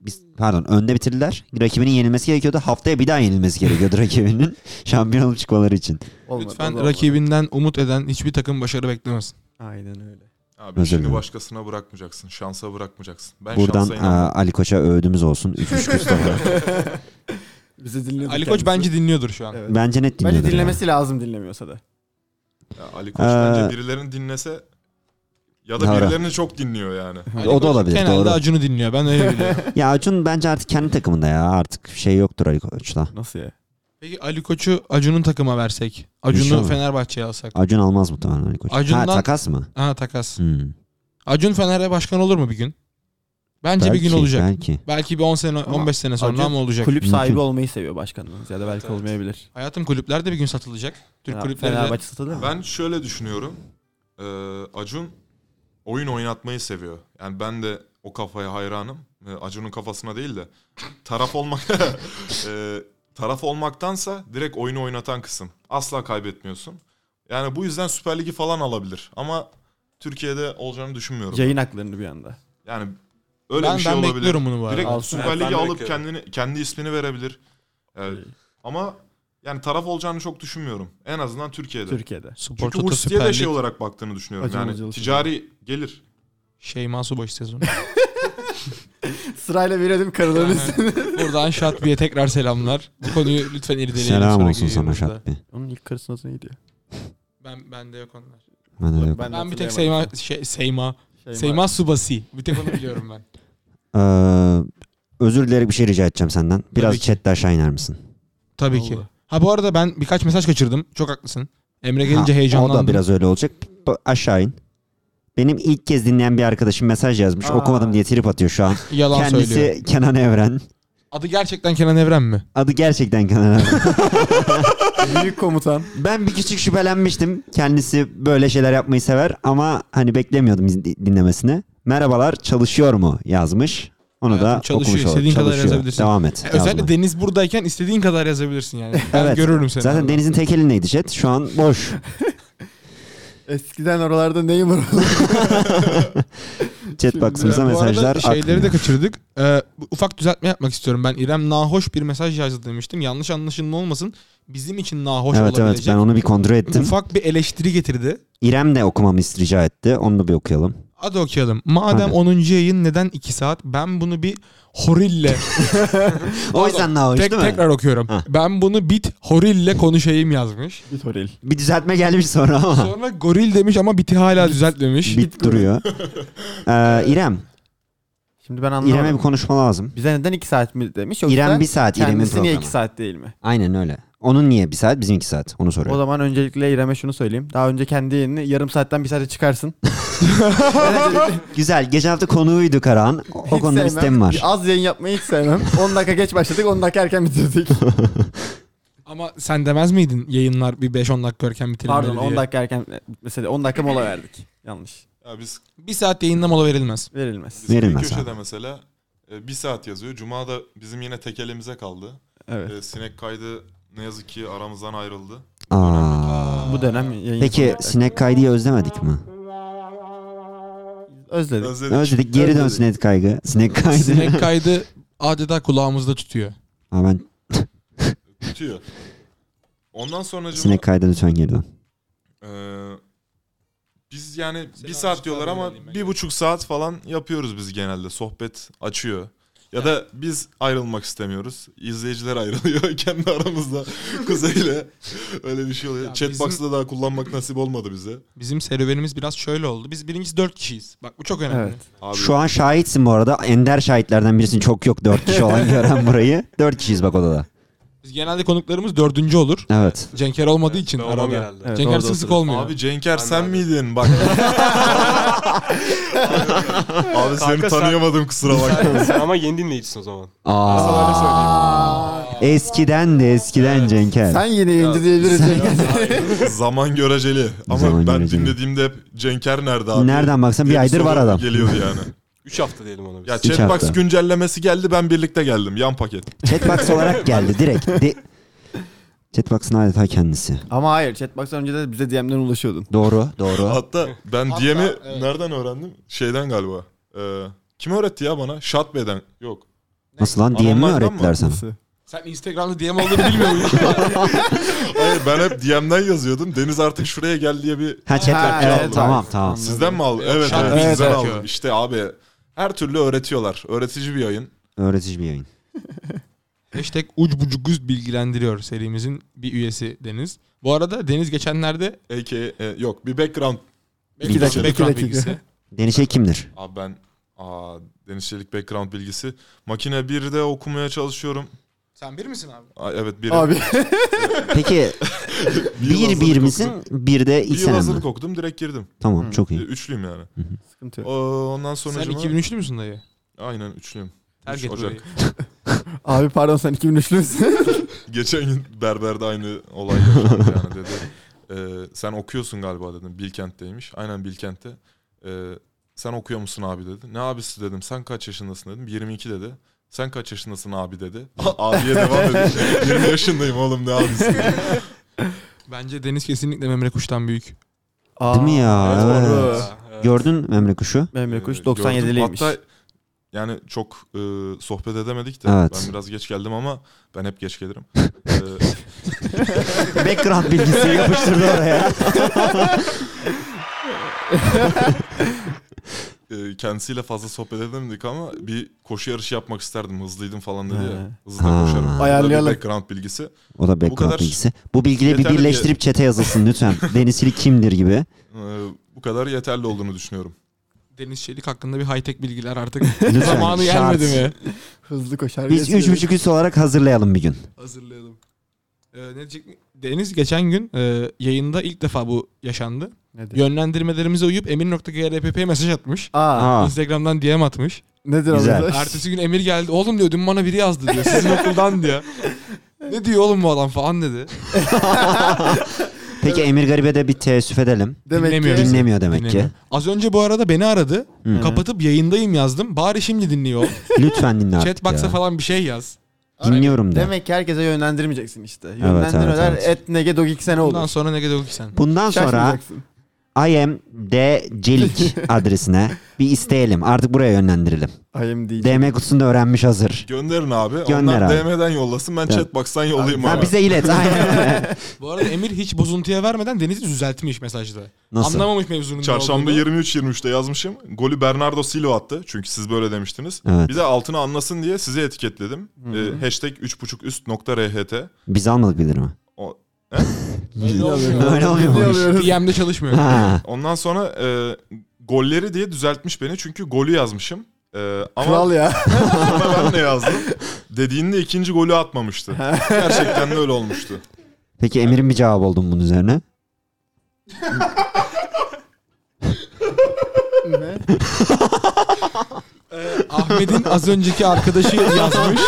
S3: biz, pardon önde bitirdiler. Rakibinin yenilmesi gerekiyordu. Haftaya bir daha yenilmesi gerekiyordu (laughs)
S6: (laughs)
S3: rakibinin şampiyon olup çıkmaları için.
S2: Olmadı, o da
S1: Lütfen
S2: olmadı.
S1: rakibinden umut eden hiçbir takım başarı beklemesin.
S2: Aynen öyle.
S6: Abi
S3: Özür
S6: işini
S3: dilerim.
S6: başkasına bırakmayacaksın. Şansa bırakmayacaksın. Ben
S3: Buradan
S6: şansa inanmıyorum.
S3: aa, Ali Koç'a övdümüz olsun. 3-3
S6: (laughs)
S3: Mustafa.
S2: (laughs) Bizi dinledi.
S1: Ali Koç
S2: kendisi.
S1: bence dinliyordur şu an.
S2: Evet.
S3: Bence net dinliyordur.
S2: Bence
S3: ya.
S2: dinlemesi lazım dinlemiyorsa da.
S6: Ya Ali Koç
S3: Ee,
S6: bence birilerini dinlese ya da
S3: Doğru.
S6: birilerini çok dinliyor yani.
S1: Ali
S3: O da
S1: Koç
S3: olabilir,
S1: Genelde
S3: doğru.
S1: Acun'u dinliyor. Ben öyle
S3: (laughs)
S1: biliyorum.
S3: Ya Acun bence artık kendi takımında ya. Artık şey yoktur Ali Koç'ta.
S2: (laughs) Nasıl ya?
S1: Peki Ali Koç'u Acun'un takıma versek. Acun'u
S3: İnşallah.
S1: Fenerbahçe'ye alsak.
S3: Acun almaz muhtemelen Ali Koç.
S1: Acun'dan-
S3: Ha takas mı?
S1: Ha takas.
S3: Hmm.
S1: Acun Fener'e başkan olur mu bir gün? Bence bir gün
S3: Belki,
S1: olacak. Belki,
S3: Belki.
S1: bir 10 sene 15 sene sonra
S2: Acun
S1: ama olacak.
S2: Kulüp
S3: Mümkün.
S2: sahibi olmayı seviyor başkanımız ya da belki
S4: Evet, evet.
S2: olmayabilir.
S1: Hayatım kulüpler de bir gün satılacak. Türk
S2: Ya,
S1: kulüpleri de.
S2: Fenerbahçe satılır mı?
S6: Ben şöyle düşünüyorum. Ee, Acun oyun oynatmayı seviyor. Yani ben de o kafaya hayranım. Ee, Acun'un kafasına değil de taraf olmak (laughs) Ee, taraf olmaktansa direkt oyunu oynatan kısım. Asla kaybetmiyorsun. Yani bu yüzden Süper Ligi falan alabilir ama Türkiye'de olacağını düşünmüyorum.
S2: Yayın haklarını bir anda.
S6: Yani öyle
S1: ben
S6: bir şey
S1: ben
S6: olabilir.
S1: bekliyorum bunu bu arada.
S6: Direkt
S2: Alsın.
S6: Süper
S4: Evet, ben
S6: Lig'i
S4: de
S6: alıp
S4: bekliyorum.
S6: kendini kendi ismini verebilir. Yani,
S1: Ee.
S6: ama yani taraf olacağını çok düşünmüyorum. En azından Türkiye'de.
S2: Türkiye'de. (laughs)
S1: Spor
S6: Çünkü
S1: Toto
S6: Hursi'ye de
S1: Süper
S6: şey
S1: Lig.
S6: olarak baktığını düşünüyorum.
S2: Acun
S6: yani
S2: Ilıcalı
S6: ticari gelir.
S1: Şeyma Subaşı sezonu.
S2: Sırayla verelim karıların üstüne. (laughs)
S1: Buradan Şatbi'ye tekrar selamlar. Bu konuyu lütfen irdeleyelim.
S3: Selam
S1: sonraki
S3: olsun sana
S1: yayınımızda.
S3: Şatbi.
S2: Onun ilk karısının adı neydi?
S1: Ben, ben de yok onlar.
S3: Ben de yok.
S1: Ben, bir tek Seyma, şey, Seyma, Seyma, Subasi. Bir tek onu biliyorum ben.
S3: Ee, özür dileyerek bir şey rica edeceğim senden. Biraz
S1: Tabii ki.
S3: chatte aşağı iner misin?
S1: Tabii ki.
S2: Vallahi.
S1: Ha bu arada ben birkaç mesaj kaçırdım. Çok haklısın. Emre gelince
S3: Ha,
S1: heyecanlandım.
S3: O da biraz öyle olacak. Bu- Aşağı in. Benim ilk kez dinleyen bir arkadaşım mesaj yazmış.
S2: Aa.
S3: Okumadım diye trip atıyor şu an.
S1: Yalan
S3: Kendisi
S1: söylüyor.
S3: Kenan Evren.
S1: Adı gerçekten Kenan Evren mi?
S3: Adı gerçekten Kenan Evren.
S2: Büyük komutan.
S3: ben bir küçük şüphelenmiştim. Kendisi böyle şeyler yapmayı sever ama hani beklemiyordum iz- dinlemesini. Merhabalar çalışıyor mu yazmış. Onu
S1: Hayatım,
S3: da
S1: çalışıyor,
S3: okumuş olalım.
S1: istediğin kadar
S3: Çalışıyor.
S1: yazabilirsin.
S3: Devam et.
S1: E, Özellikle
S3: yazmaya.
S1: Deniz buradayken istediğin kadar yazabilirsin yani. Ben
S3: Evet.
S1: görürüm seni.
S3: Zaten
S1: orada.
S3: Deniz'in tek elindeydi chat. Şu an
S1: (laughs)
S3: boş.
S2: Eskiden oralarda neyim (laughs) var?
S3: Chat box'ımıza
S1: Bu arada
S3: mesajlar
S1: şeyleri
S3: akmıyor.
S1: de kaçırdık. Ee, bu- ufak düzeltme yapmak istiyorum. Ben İrem nahoş bir mesaj yazdı demiştim. Yanlış anlaşılma olmasın. Bizim için nahoş
S3: Evet evet
S1: olabilecek.
S3: ben onu bir kontrol ettim.
S1: Ufak bir eleştiri getirdi.
S3: İrem de okumamı rica etti. Onu da bir okuyalım.
S1: Hadi okuyalım. Madem
S3: Hadi.
S1: 10. yayın neden 2 saat? Ben bunu bir horille
S3: O yüzden daha hoş
S1: tek,
S3: değil mi?
S1: tekrar okuyorum.
S3: Ha.
S1: Ben bunu bit horille konuşayım yazmış.
S2: Git oraya.
S3: Bir düzeltme gelmiş sonra ama.
S1: Sonra goril demiş ama biti hala düzeltmemiş.
S3: (laughs) Bit
S1: (laughs)
S3: duruyor. Ee, İrem.
S2: Şimdi ben
S3: İrem'e
S2: anlamadım.
S3: bir konuşma lazım.
S2: Bize neden 2 saat mi demiş yoksa
S3: İrem bir saat. İrem'in
S2: kendisi niye
S3: programı.
S2: 2 saat değil mi?
S3: Aynen öyle. Onun niye bir saat bizim iki saat onu
S2: O
S3: soruyor.
S2: zaman öncelikle İrem'e şunu söyleyeyim. Daha önce kendi yayını yarım saatten bir saate çıkarsın.
S3: Güzel. Geçen hafta konuğuydu Karahan. (laughs) O
S2: Hiç
S3: konuda
S2: sevmem.
S3: istem var.
S2: Az yayın yapmayı hiç sevmem. (laughs) 10 dakika geç başladık 10 dakika erken
S3: (laughs)
S2: bitirdik.
S1: Ama sen demez miydin yayınlar bir 5-10 dakika görken bitirilmeli
S2: Pardon
S1: diye?
S2: 10 dakika erken mesela 10 dakika mola verdik. Yanlış.
S6: Ya biz,
S1: Bir saat yayınla mola verilmez.
S2: Verilmez.
S6: biz bir
S3: Verilmez
S6: köşede
S3: abi.
S6: mesela e, bir saat yazıyor. Cuma'da bizim yine tek elimize kaldı.
S2: Evet.
S6: E, sinek kaydı ne yazık ki aramızdan ayrıldı.
S3: Aa.
S2: Bu dönem yayın
S3: Peki sinek kaygıyı özlemedik mi?
S2: özledik.
S6: Özledik.
S3: Özledik. Geri dön
S2: Özledik.
S3: sinek kaygı. Sinek kaydı.
S1: Sinek
S3: (laughs)
S1: kaydı adeta kulağımızda tutuyor.
S3: Aa, ben
S6: Bitiyor. Ondan sonra Cuma,
S3: sinek kaydı lütfen geri dön.
S6: Ee, biz yani bir
S1: Selam
S6: saat
S1: Işık
S6: diyorlar
S1: abi
S6: ama
S1: geleyim ben.
S6: bir buçuk saat falan yapıyoruz biz genelde. Sohbet açıyor. Ya da biz ayrılmak istemiyoruz. İzleyiciler ayrılıyor (laughs)
S1: (laughs)
S6: kendi aramızda kuzeyle. Öyle bir şey oluyor.
S1: Ya
S6: Chatbox'ı
S1: bizim-
S6: da daha kullanmak nasip olmadı bize.
S1: Bizim serüvenimiz biraz şöyle oldu. Biz birincisi 4 kişiyiz. Bak bu çok önemli.
S2: Evet.
S6: Abi
S3: Şu an şahitsin bu arada. Ender şahitlerden birisin. Çok yok dört kişi olan gören burayı. Dört kişiyiz bak odada.
S1: Biz genelde konuklarımız dördüncü olur.
S3: Evet.
S1: Cenker olmadığı için
S4: Ben olmam
S1: arada.
S4: herhalde. (laughs)
S2: Evet,
S1: Cenker
S2: orada
S1: sık sık
S2: otururuz.
S1: olmuyor.
S6: Abi Cenker
S4: Ben
S6: sen
S4: abi.
S3: (laughs)
S6: miydin? Bak. abi seni
S4: Kanka sen-
S6: tanıyamadım kusura bakma.
S2: (laughs)
S4: Sen ama yeni dinleyicisin o zaman.
S3: Aa. Eskiden de eskiden Cenker.
S2: Sen yeni yayıncı diyebiliriz.
S6: Zaman göreceli. Ama
S3: Zaman
S6: ben
S3: göreceli.
S6: dinlediğimde hep Cenker nerede abi?
S3: Nereden baksan bir
S6: diye
S3: aydır
S6: soru
S3: var adam.
S6: Geliyordu yani.
S4: 3 hafta diyelim ona biz.
S6: Ya
S4: Ya,
S3: Üç hafta.
S6: Chatbox güncellemesi geldi ben birlikte geldim yan paket.
S3: Chatbox olarak geldi direkt. De- Chatbox'ın adeta kendisi.
S2: (laughs) Ama hayır chatbox'tan önce de bize DM'den ulaşıyordun.
S3: Doğru, doğru.
S6: Hatta ben
S1: Hatta,
S6: DM'i
S1: evet.
S6: nereden öğrendim? Şeyden galiba. Ee, kim öğretti ya bana? Şatbe'den. Yok.
S3: Nasıl lan DM'i mi
S6: Onlardan
S3: öğrettiler
S6: mı?
S3: sana?
S1: Sen Instagram'da DM olduğunu bilmiyor muydun?
S6: Hayır ben hep DM'den yazıyordum. Deniz artık şuraya gel diye bir...
S3: Ha chat
S2: Ha,
S3: evet,
S2: evet,
S3: tamam
S2: abi.
S3: tamam.
S6: Sizden mi aldın?
S1: Yok,
S6: Evet,
S1: Şatbe'den
S6: evet, sizden
S1: öğretiyor.
S6: aldım. İşte abi her türlü öğretiyorlar. Öğretici bir yayın.
S3: Öğretici bir yayın.
S1: (laughs) Hashtag ucbucuguz bilgilendiriyor serimizin bir üyesi Deniz. Bu arada Deniz geçenlerde
S6: AK, e, yok bir background.
S1: Belki
S3: dakika,
S1: de
S2: iki
S1: background
S2: dakika. (laughs)
S1: bilgisi.
S3: Deniz şey kimdir?
S6: Abi ben aa, Deniz Çelik background bilgisi. Makine 1'de okumaya çalışıyorum.
S1: Sen bir misin abi?
S6: Aa, evet bir.
S2: Abi
S6: (laughs)
S3: Peki
S6: yıl
S3: bir
S6: hazırlık
S3: bir
S6: okudum.
S3: misin? Bir de
S6: Bir
S3: ilk
S6: yıl
S3: senem mi?
S6: hazırlık okudum direkt girdim.
S3: Tamam
S2: Hı.
S3: çok
S6: E,
S3: iyi.
S6: Üçlüyüm yani.
S2: sıkıntı yok.
S6: O- Ee, Ondan sonra...
S1: Sen 2003'lü müsün dayı?
S6: Aynen üçlüyüm.
S1: Terk
S6: Üç
S1: et
S6: Ocak.
S1: burayı.
S2: Abi pardon sen 2003'lü müsün?
S6: Geçen gün berberde aynı olay yaşandı yani dedi. Ee, sen okuyorsun galiba dedim. Bilkent'teymiş. Aynen Bilkent'te. Ee, sen okuyor musun abi dedi. Ne abisi dedim. Sen kaç yaşındasın dedim. 22 dedi. Sen kaç yaşındasın abi dedi. Abiye devam edin. 20 yaşındayım oğlum ne abisi. dedi.
S1: Bence Deniz kesinlikle Memre Kuş'tan büyük.
S2: Aa,
S3: Değil mi ya?
S2: evet,
S3: Evet.
S2: doğru.
S4: Evet.
S3: Gördün Memre
S6: (laughs)
S3: Kuşu?
S2: Memre Kuş
S6: Ee,
S2: 97'liymiş.
S6: gördüm. Hatta yani çok e, sohbet edemedik de.
S3: Evet.
S6: Ben biraz geç geldim ama ben hep geç gelirim. Ee,
S3: Background bilgisi yapıştırdı oraya.
S6: e, kendisiyle fazla sohbet edemedik ama bir koşu yarışı yapmak isterdim. Hızlıydım falan dedi ya.
S2: He.
S6: Hızlı da
S3: Ha.
S6: koşarım. Bu da bir
S2: Ayarlayalım.
S6: Background bilgisi.
S3: O da background
S6: kadar
S3: bilgisi. Bu bilgileri bir
S6: yeterli diye-
S3: birleştirip çete yazılsın
S6: (laughs)
S3: lütfen. Deniz Çelik kimdir gibi.
S6: Ee, bu kadar yeterli olduğunu düşünüyorum.
S1: Deniz Çelik hakkında bir high-tech bilgiler artık
S3: (laughs) Lütfen.
S1: zamanı
S3: şart.
S1: gelmedi mi?
S2: Hızlı koşar.
S3: Biz üç buçuk üst olarak hazırlayalım bir gün.
S1: Hazırlayalım. Ee, ne diyecek mi? Deniz geçen gün e, yayında ilk defa bu yaşandı.
S2: Nedir?
S1: Yönlendirmelerimize uyup emir.grpp'ye mesaj atmış.
S2: Aa,
S3: Aa,
S1: Instagram'dan DM
S3: (laughs)
S1: atmış.
S2: nedir
S3: Güzel.
S2: Güzel.
S1: Ertesi gün Emir geldi. Oğlum diyor dün bana biri yazdı diyor.
S3: (laughs)
S1: Sizin okuldan diyor. Ne diyor oğlum bu adam falan dedi.
S3: peki Emir Garibe de bir teessüf edelim.
S2: (laughs) Demek
S1: Dinlemiyor
S2: ki
S1: bizi.
S3: Dinlemiyor demek ki.
S1: Dinlemiyor. Az önce bu arada beni aradı.
S3: Hı.
S1: Kapatıp yayındayım yazdım. Bari şimdi dinliyor.
S3: Lütfen dinle artık
S1: Chatbox'a
S3: ya.
S1: falan bir şey yaz.
S3: Dinliyorum da.
S2: Demek ki herkese yönlendirmeyeceksin işte. Yönlendirmeler
S3: evet.
S2: et nege dogik sene
S1: Bundan
S2: olur.
S1: sonra ne kadar ki sen.
S3: Bundan sonra
S2: Şaşmayacaksın.
S3: I am D
S1: (laughs)
S3: Celik adresine bir isteyelim. Artık buraya yönlendirelim.
S2: IMDG.
S3: DM kutusunda öğrenmiş hazır.
S6: Gönderin abi.
S3: Gönder
S6: Onlar
S3: abi.
S6: DM'den yollasın. Ben
S3: Tamam.
S6: chatbox'tan yollayayım
S3: Ha,
S6: abi.
S3: bize ilet.
S6: (laughs)
S3: Aynen öyle.
S1: Bu arada Emir hiç bozuntuya vermeden Deniz'i düzeltmiş mesajda.
S3: Nasıl?
S1: Anlamamış mevzunun ne
S6: Çarşamba
S1: olduğunu.
S6: 23-23'te yazmışım. Golü Bernardo Silva attı. Çünkü siz böyle demiştiniz.
S3: Evet.
S6: Bir de altına anlasın diye sizi etiketledim.
S2: Hı hı.
S6: Ee, hashtag 3.5 üst nokta RHT.
S3: Biz almadık bildirimi.
S6: O-
S1: Öyle (laughs) olmuyor.
S3: Öyle olmuyor. mu?
S2: Dinliyoruz.
S1: DM'de çalışmıyor.
S3: Ha.
S6: Ondan sonra e, golleri diye düzeltmiş beni. Çünkü golü yazmışım. E, ama
S2: Kral ya.
S6: Ama ben de yazdım. Dediğinde ikinci golü atmamıştı. Gerçekten de öyle olmuştu.
S3: Peki Emir'in bir cevabı oldu mu bunun üzerine?
S1: Ahmet'in az önceki arkadaşı yazmış.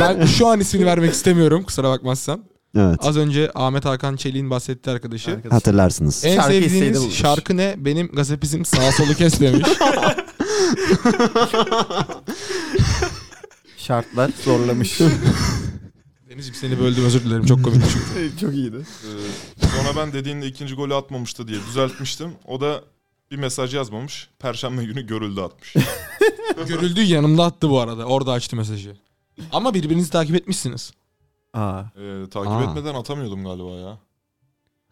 S1: Ben şu an ismini vermek istemiyorum kusura bakmazsan.
S3: Evet.
S1: Az önce Ahmet Hakan Çelik'in bahsettiği arkadaşı.
S3: Hatırlarsınız.
S1: En
S2: Şarkı isteği de
S1: sevdiğiniz
S2: bulmuş.
S1: şarkı ne? Benim gazapizm sağ solu kes (laughs) demiş.
S2: Şartlar (laughs) zorlamış.
S1: Denizciğim seni böldüm özür dilerim çok komik.
S2: Çok iyiydi.
S6: Ee, Sonra ben dediğinde ikinci golü atmamıştı diye düzeltmiştim. O da bir mesaj yazmamış. Perşembe günü görüldü atmış.
S1: Görüldü yanımda attı bu arada. Orada açtı mesajı. Ama birbirinizi takip etmişsiniz.
S2: Aa.
S6: Ee, takip
S3: Aa.
S6: etmeden atamıyordum galiba ya.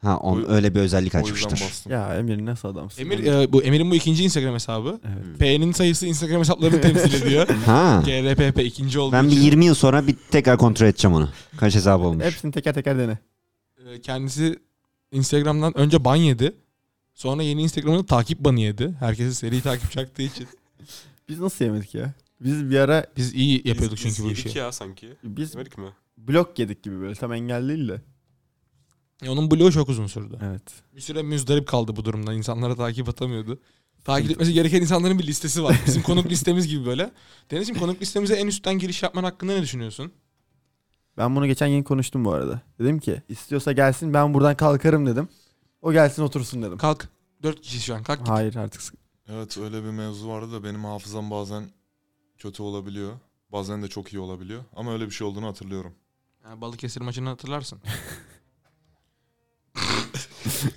S3: Ha, on,
S6: O-
S3: öyle bir özellik
S6: O yüzden
S3: açmıştır.
S6: bastım.
S2: Ya Emir nasıl adamsın?
S1: Emir
S2: oğlum?
S1: e, bu Emir'in bu ikinci Instagram hesabı.
S2: Evet.
S1: P'nin sayısı Instagram hesaplarını temsil (laughs) ediyor.
S3: Ha.
S1: GRPP ikinci olduğu
S3: Ben bir
S1: için.
S3: 20 yıl sonra bir tekrar kontrol edeceğim onu. Kaç hesap olmuş.
S2: Hepsini teker teker dene.
S1: E, Kendisi Instagram'dan önce ban yedi. Sonra yeni Instagram'da takip banı yedi. Herkesi seri takip çaktığı için.
S2: Biz nasıl yemedik ya? Biz bir ara
S1: Biz iyi yapıyorduk
S4: Biz-
S1: çünkü bu
S4: biz yedik
S1: işi.
S4: ya sanki.
S2: biz
S4: Yemedik mi?
S2: blok yedik gibi böyle tam engel değil de.
S1: E, Onun bloğu çok uzun sürdü.
S2: Evet.
S1: Bir süre müzdarip kaldı bu durumdan. İnsanlara takip atamıyordu. Takip etmesi gereken insanların bir listesi var. Bizim konuk listemiz gibi böyle. Deniz'ciğim konuk listemize en üstten giriş yapman hakkında ne düşünüyorsun?
S2: Ben bunu geçen gün konuştum bu arada. Dedim ki istiyorsa gelsin ben buradan kalkarım dedim. O gelsin otursun dedim.
S1: Kalk. Dört kişi şu an. Kalk.
S2: Hayır artık sık-
S6: Evet öyle bir mevzu vardı da benim hafızam bazen kötü olabiliyor. Bazen de çok iyi olabiliyor. Ama öyle bir şey olduğunu hatırlıyorum.
S2: (laughs)
S1: Yani Balıkesir maçını hatırlarsın. (laughs)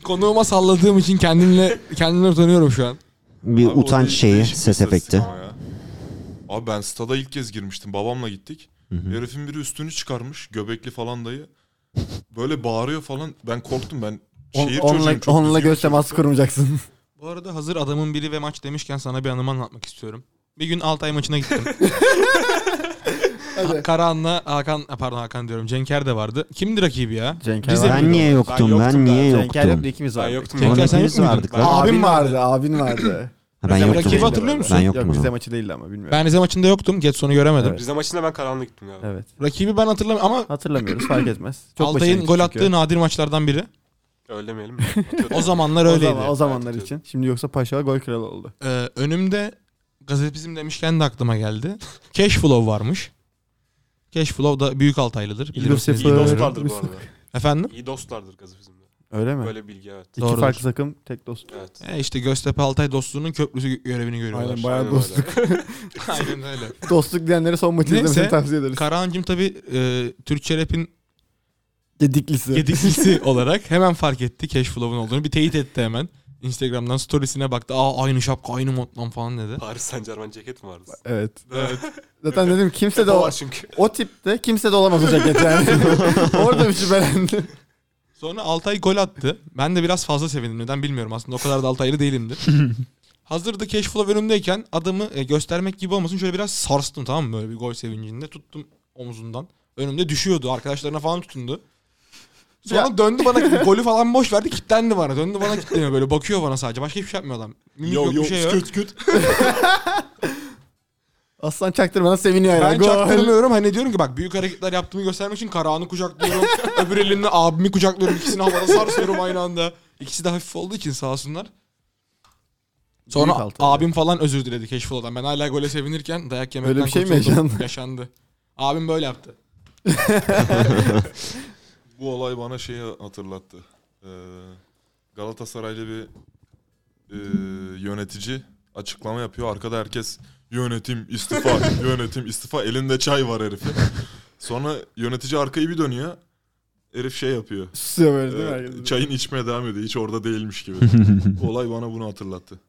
S1: Konuğuma salladığım için kendimle kendimle utanıyorum şu an.
S3: Bir
S6: Abi o
S3: utanç
S6: değil-
S3: şeyi,
S6: değişik bir
S3: ses
S6: istatistik
S3: efekti.
S6: ama ya. Abi ben stada ilk kez girmiştim. Babamla gittik. Herifin biri üstünü çıkarmış. Göbekli falan dayı. Böyle bağırıyor falan. Ben korktum ben.
S2: On,
S6: Şehir
S2: onunla
S6: çocuğuyum. Çok
S2: onunla
S6: düzgün
S2: göz teması
S3: (laughs)
S2: kurmayacaksın.
S1: Bu arada hazır adamın biri ve maç demişken sana bir anımı anlatmak istiyorum. Bir gün Altay maçına
S2: (laughs)
S1: gittim.
S2: Hadi.
S1: Karahan'la Hakan, ha, pardon Hakan diyorum. Cenker de vardı. Kimdi rakibi ya?
S2: Cenk
S1: Rize
S2: Erdoğan.
S1: miydi
S3: Ben niye
S4: o? Ben
S3: yoktum? Ben
S4: yoktum
S3: niye
S4: ben.
S2: Cenk Erdoğan
S3: yoktum?
S2: da ikimiz
S4: Ben
S2: vardı.
S4: yoktum.
S1: Cenk Erdoğan-
S4: ya.
S3: Onun
S1: sen
S3: hepimiz
S1: yok muydun?
S3: vardık
S4: Ben-
S3: lan.
S2: Abin vardı, abin vardı.
S3: Ha,
S2: (laughs)
S3: Ben
S1: Sen
S3: yoktum.
S1: rakibi
S3: o zaman.
S1: hatırlıyor musun?
S3: Ben
S2: Yok
S3: yoktum o
S2: bize
S3: zaman.
S2: maçı değildi ama bilmiyorum.
S1: Ben Rize maçında yoktum. Getson'u göremedim.
S2: Evet.
S4: Rize maçında ben karanlık gittim ya.
S2: Evet.
S1: Rakibi ben hatırlamıyorum ama
S2: Hatırlamıyoruz fark etmez. Çok
S1: Altay'ın
S2: başarılı
S1: gol
S2: çünkü.
S1: attığı nadir maçlardan biri.
S2: (laughs)
S4: Öylemeyelim mi? Atıyorum.
S1: O zamanlar
S2: o,
S1: öyleydi.
S2: zaman, o zamanlar
S4: Evet,
S2: için. Şimdi yoksa Paşa gol kralı oldu.
S1: Ee, önümde gazetepizm demişken de aklıma geldi. Cashflow varmış. Cashflow da büyük Altaylıdır. bilir
S2: Yusuf
S1: misiniz
S4: İyi
S1: bilmiyorum.
S2: Yusuf.
S4: dostlardır bu arada.
S1: Efendim?
S4: İyi dostlardır gazifizmde.
S2: Öyle mi?
S4: Böyle bilgi evet.
S2: İki
S1: Doğrudur.
S2: farklı takım tek dost.
S4: Evet.
S1: E işte Göztepe Altay dostluğunun köprüsü gö- görevini görüyorlar.
S2: Aynen bayağı
S4: Aynen öyle.
S2: dostluk.
S1: (laughs) Aynen öyle.
S2: (laughs) dostluk diyenlere son maçı
S1: Neyse.
S2: izlemesini tavsiye ederiz.
S1: Karahancım tabii e, Türkçe rap'in
S2: Gediklisi.
S1: yediklisi olarak hemen fark etti Cashflow'un olduğunu. Bir teyit etti hemen. Instagram'dan storiesine baktı. Aa aynı şapka aynı mod lan falan dedi.
S4: (laughs) Paris Saint Germain ceket mi vardı?
S2: Evet.
S4: Evet.
S2: (laughs) Zaten dedim kimse de
S4: o
S2: o,
S4: var çünkü.
S2: o tipte kimse de olamaz o ceket yani. Orada bir şüphelendi.
S1: Sonra Altay gol attı. Ben de biraz fazla sevindim. Neden bilmiyorum aslında. O kadar da Altaylı değilimdir. Hazırda Cashflow önümdeyken adamı e, göstermek gibi olmasın şöyle biraz sarstım tamam mı? Böyle bir gol sevincinde. Tuttum omuzundan. Önümde düşüyordu. Arkadaşlarına falan tutundu. Sonra
S2: Ya.
S1: döndü bana golü falan boş verdi kilitlendi bana. Döndü bana kilitleniyor böyle bakıyor bana sadece. Başka hiçbir şey yapmıyor adam. Mimik yok, bir şey yok.
S2: Aslan çaktırmadan seviniyor
S1: Ben
S2: yani. Gol.
S1: çaktırmıyorum hani diyorum ki bak büyük hareketler yaptığımı göstermek için Karahan'ı
S3: (laughs)
S1: kucaklıyorum. öbür elimle abimi kucaklıyorum. İkisini havada sarsıyorum aynı anda. İkisi de hafif olduğu için sağ olsunlar. Sonra
S2: Büyük altı.
S1: abim falan özür diledi Keşfoğlu'dan. Ben hala gole sevinirken dayak yemekten
S2: Öyle bir şey mi
S1: kurtuldum.
S2: yaşandı?
S1: Yaşandı. Abim böyle yaptı.
S6: Bu olay bana şeyi hatırlattı. Ee, Galatasaraylı bir e, yönetici açıklama yapıyor. Arkada herkes yönetim
S1: (laughs)
S6: istifa, yönetim istifa. Elinde çay var herifin. Sonra yönetici arkayı bir dönüyor. Herif şey yapıyor.
S2: Susuyor böyle değil mi?
S6: Ee,
S2: herkes?
S6: çayın içmeye devam ediyor. Hiç orada
S3: (laughs)
S6: değilmiş gibi. Bu olay bana bunu hatırlattı.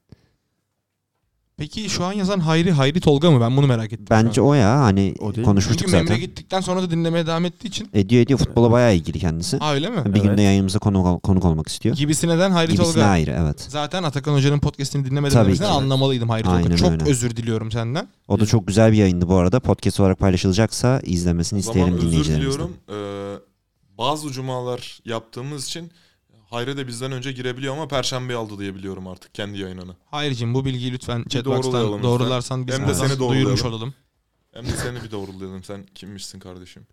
S1: Peki şu an yazan Hayri Hayri Tolga mı? Ben bunu merak ettim. şu an.
S3: Bence o ya hani
S2: O değil.
S3: konuşmuştuk
S1: Çünkü Memre
S3: zaten.
S1: gittikten sonra da dinlemeye devam ettiği için.
S3: Ediyor ediyor futbola bayağı ilgili kendisi.
S1: Ha öyle mi?
S3: Bir günde yayınımıza konuk, ol- konuk olmak istiyor.
S1: Gibisi neden Hayri
S3: Gibisine
S1: Tolga?
S3: ayrı evet.
S1: Zaten Atakan Hoca'nın podcastini dinlemeden
S3: Tabii
S1: öncesinden
S3: ki.
S1: anlamalıydım Hayri Tolga.
S3: Aynen
S1: Çok
S3: öyle.
S1: özür diliyorum senden.
S3: O da çok güzel bir yayındı bu arada. Podcast olarak paylaşılacaksa izlemesini
S6: O zaman
S3: isteyelim
S6: özür
S3: dinleyicilerimizden.
S6: diliyorum. Ee, bazı cumalar yaptığımız için Hayri de bizden önce girebiliyor ama Perşembe aldı diye biliyorum artık kendi yayınını.
S1: Hayır'cim bu bilgiyi lütfen
S6: doğrulayalım
S1: chatbox'tan
S6: lütfen.
S1: doğrularsan biz
S6: Hem
S3: de
S1: buradan
S6: seni doğrulayalım.
S1: duyurmuş olalım.
S6: Hem de seni bir doğrulayalım. Sen kimmişsin kardeşim?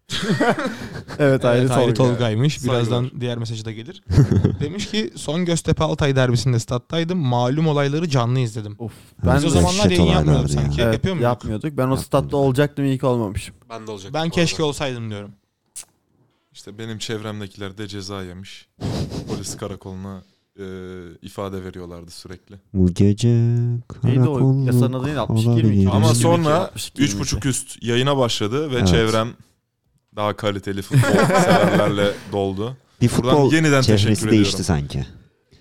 S2: Evet ayrı
S1: Evet, Hayri
S2: Tolga.
S1: Tolga'ymış.
S6: Saygılar.
S1: Birazdan diğer mesajı da gelir. (laughs) Demiş ki son Göztepe Altay derbisinde stat'taydım. Malum olayları canlı izledim.
S2: Of.
S3: Ben
S1: Biz o
S3: de
S1: zamanlar
S3: şiddet
S1: yayın
S3: olaylardı
S1: yapmıyorduk
S3: ya.
S1: sanki.
S2: Evet,
S1: şey yapıyor muyduk?
S2: yapmıyorduk. Ben o
S3: Yapmıyorduk.
S2: statta olacaktım iyi ki olmamışım.
S4: Ben de olacak.
S1: Ben keşke olsaydım diyorum.
S6: İşte benim çevremdekiler de ceza yemiş. Polis karakoluna e, ifade veriyorlardı sürekli.
S3: Bu gece
S2: Neydi o? Yasanın adı neydi? 62 miydi?
S3: olabilir.
S6: Ama
S2: 62 miydi?
S6: sonra
S2: 62 miydi?
S6: 3.5 üst yayına başladı ve
S3: Evet.
S6: çevrem daha kaliteli futbol (laughs) severlerle doldu.
S3: bir
S6: Buradan
S3: futbol
S6: yeniden teşekkür
S3: çevresi
S6: ediyorum.
S3: değişti sanki.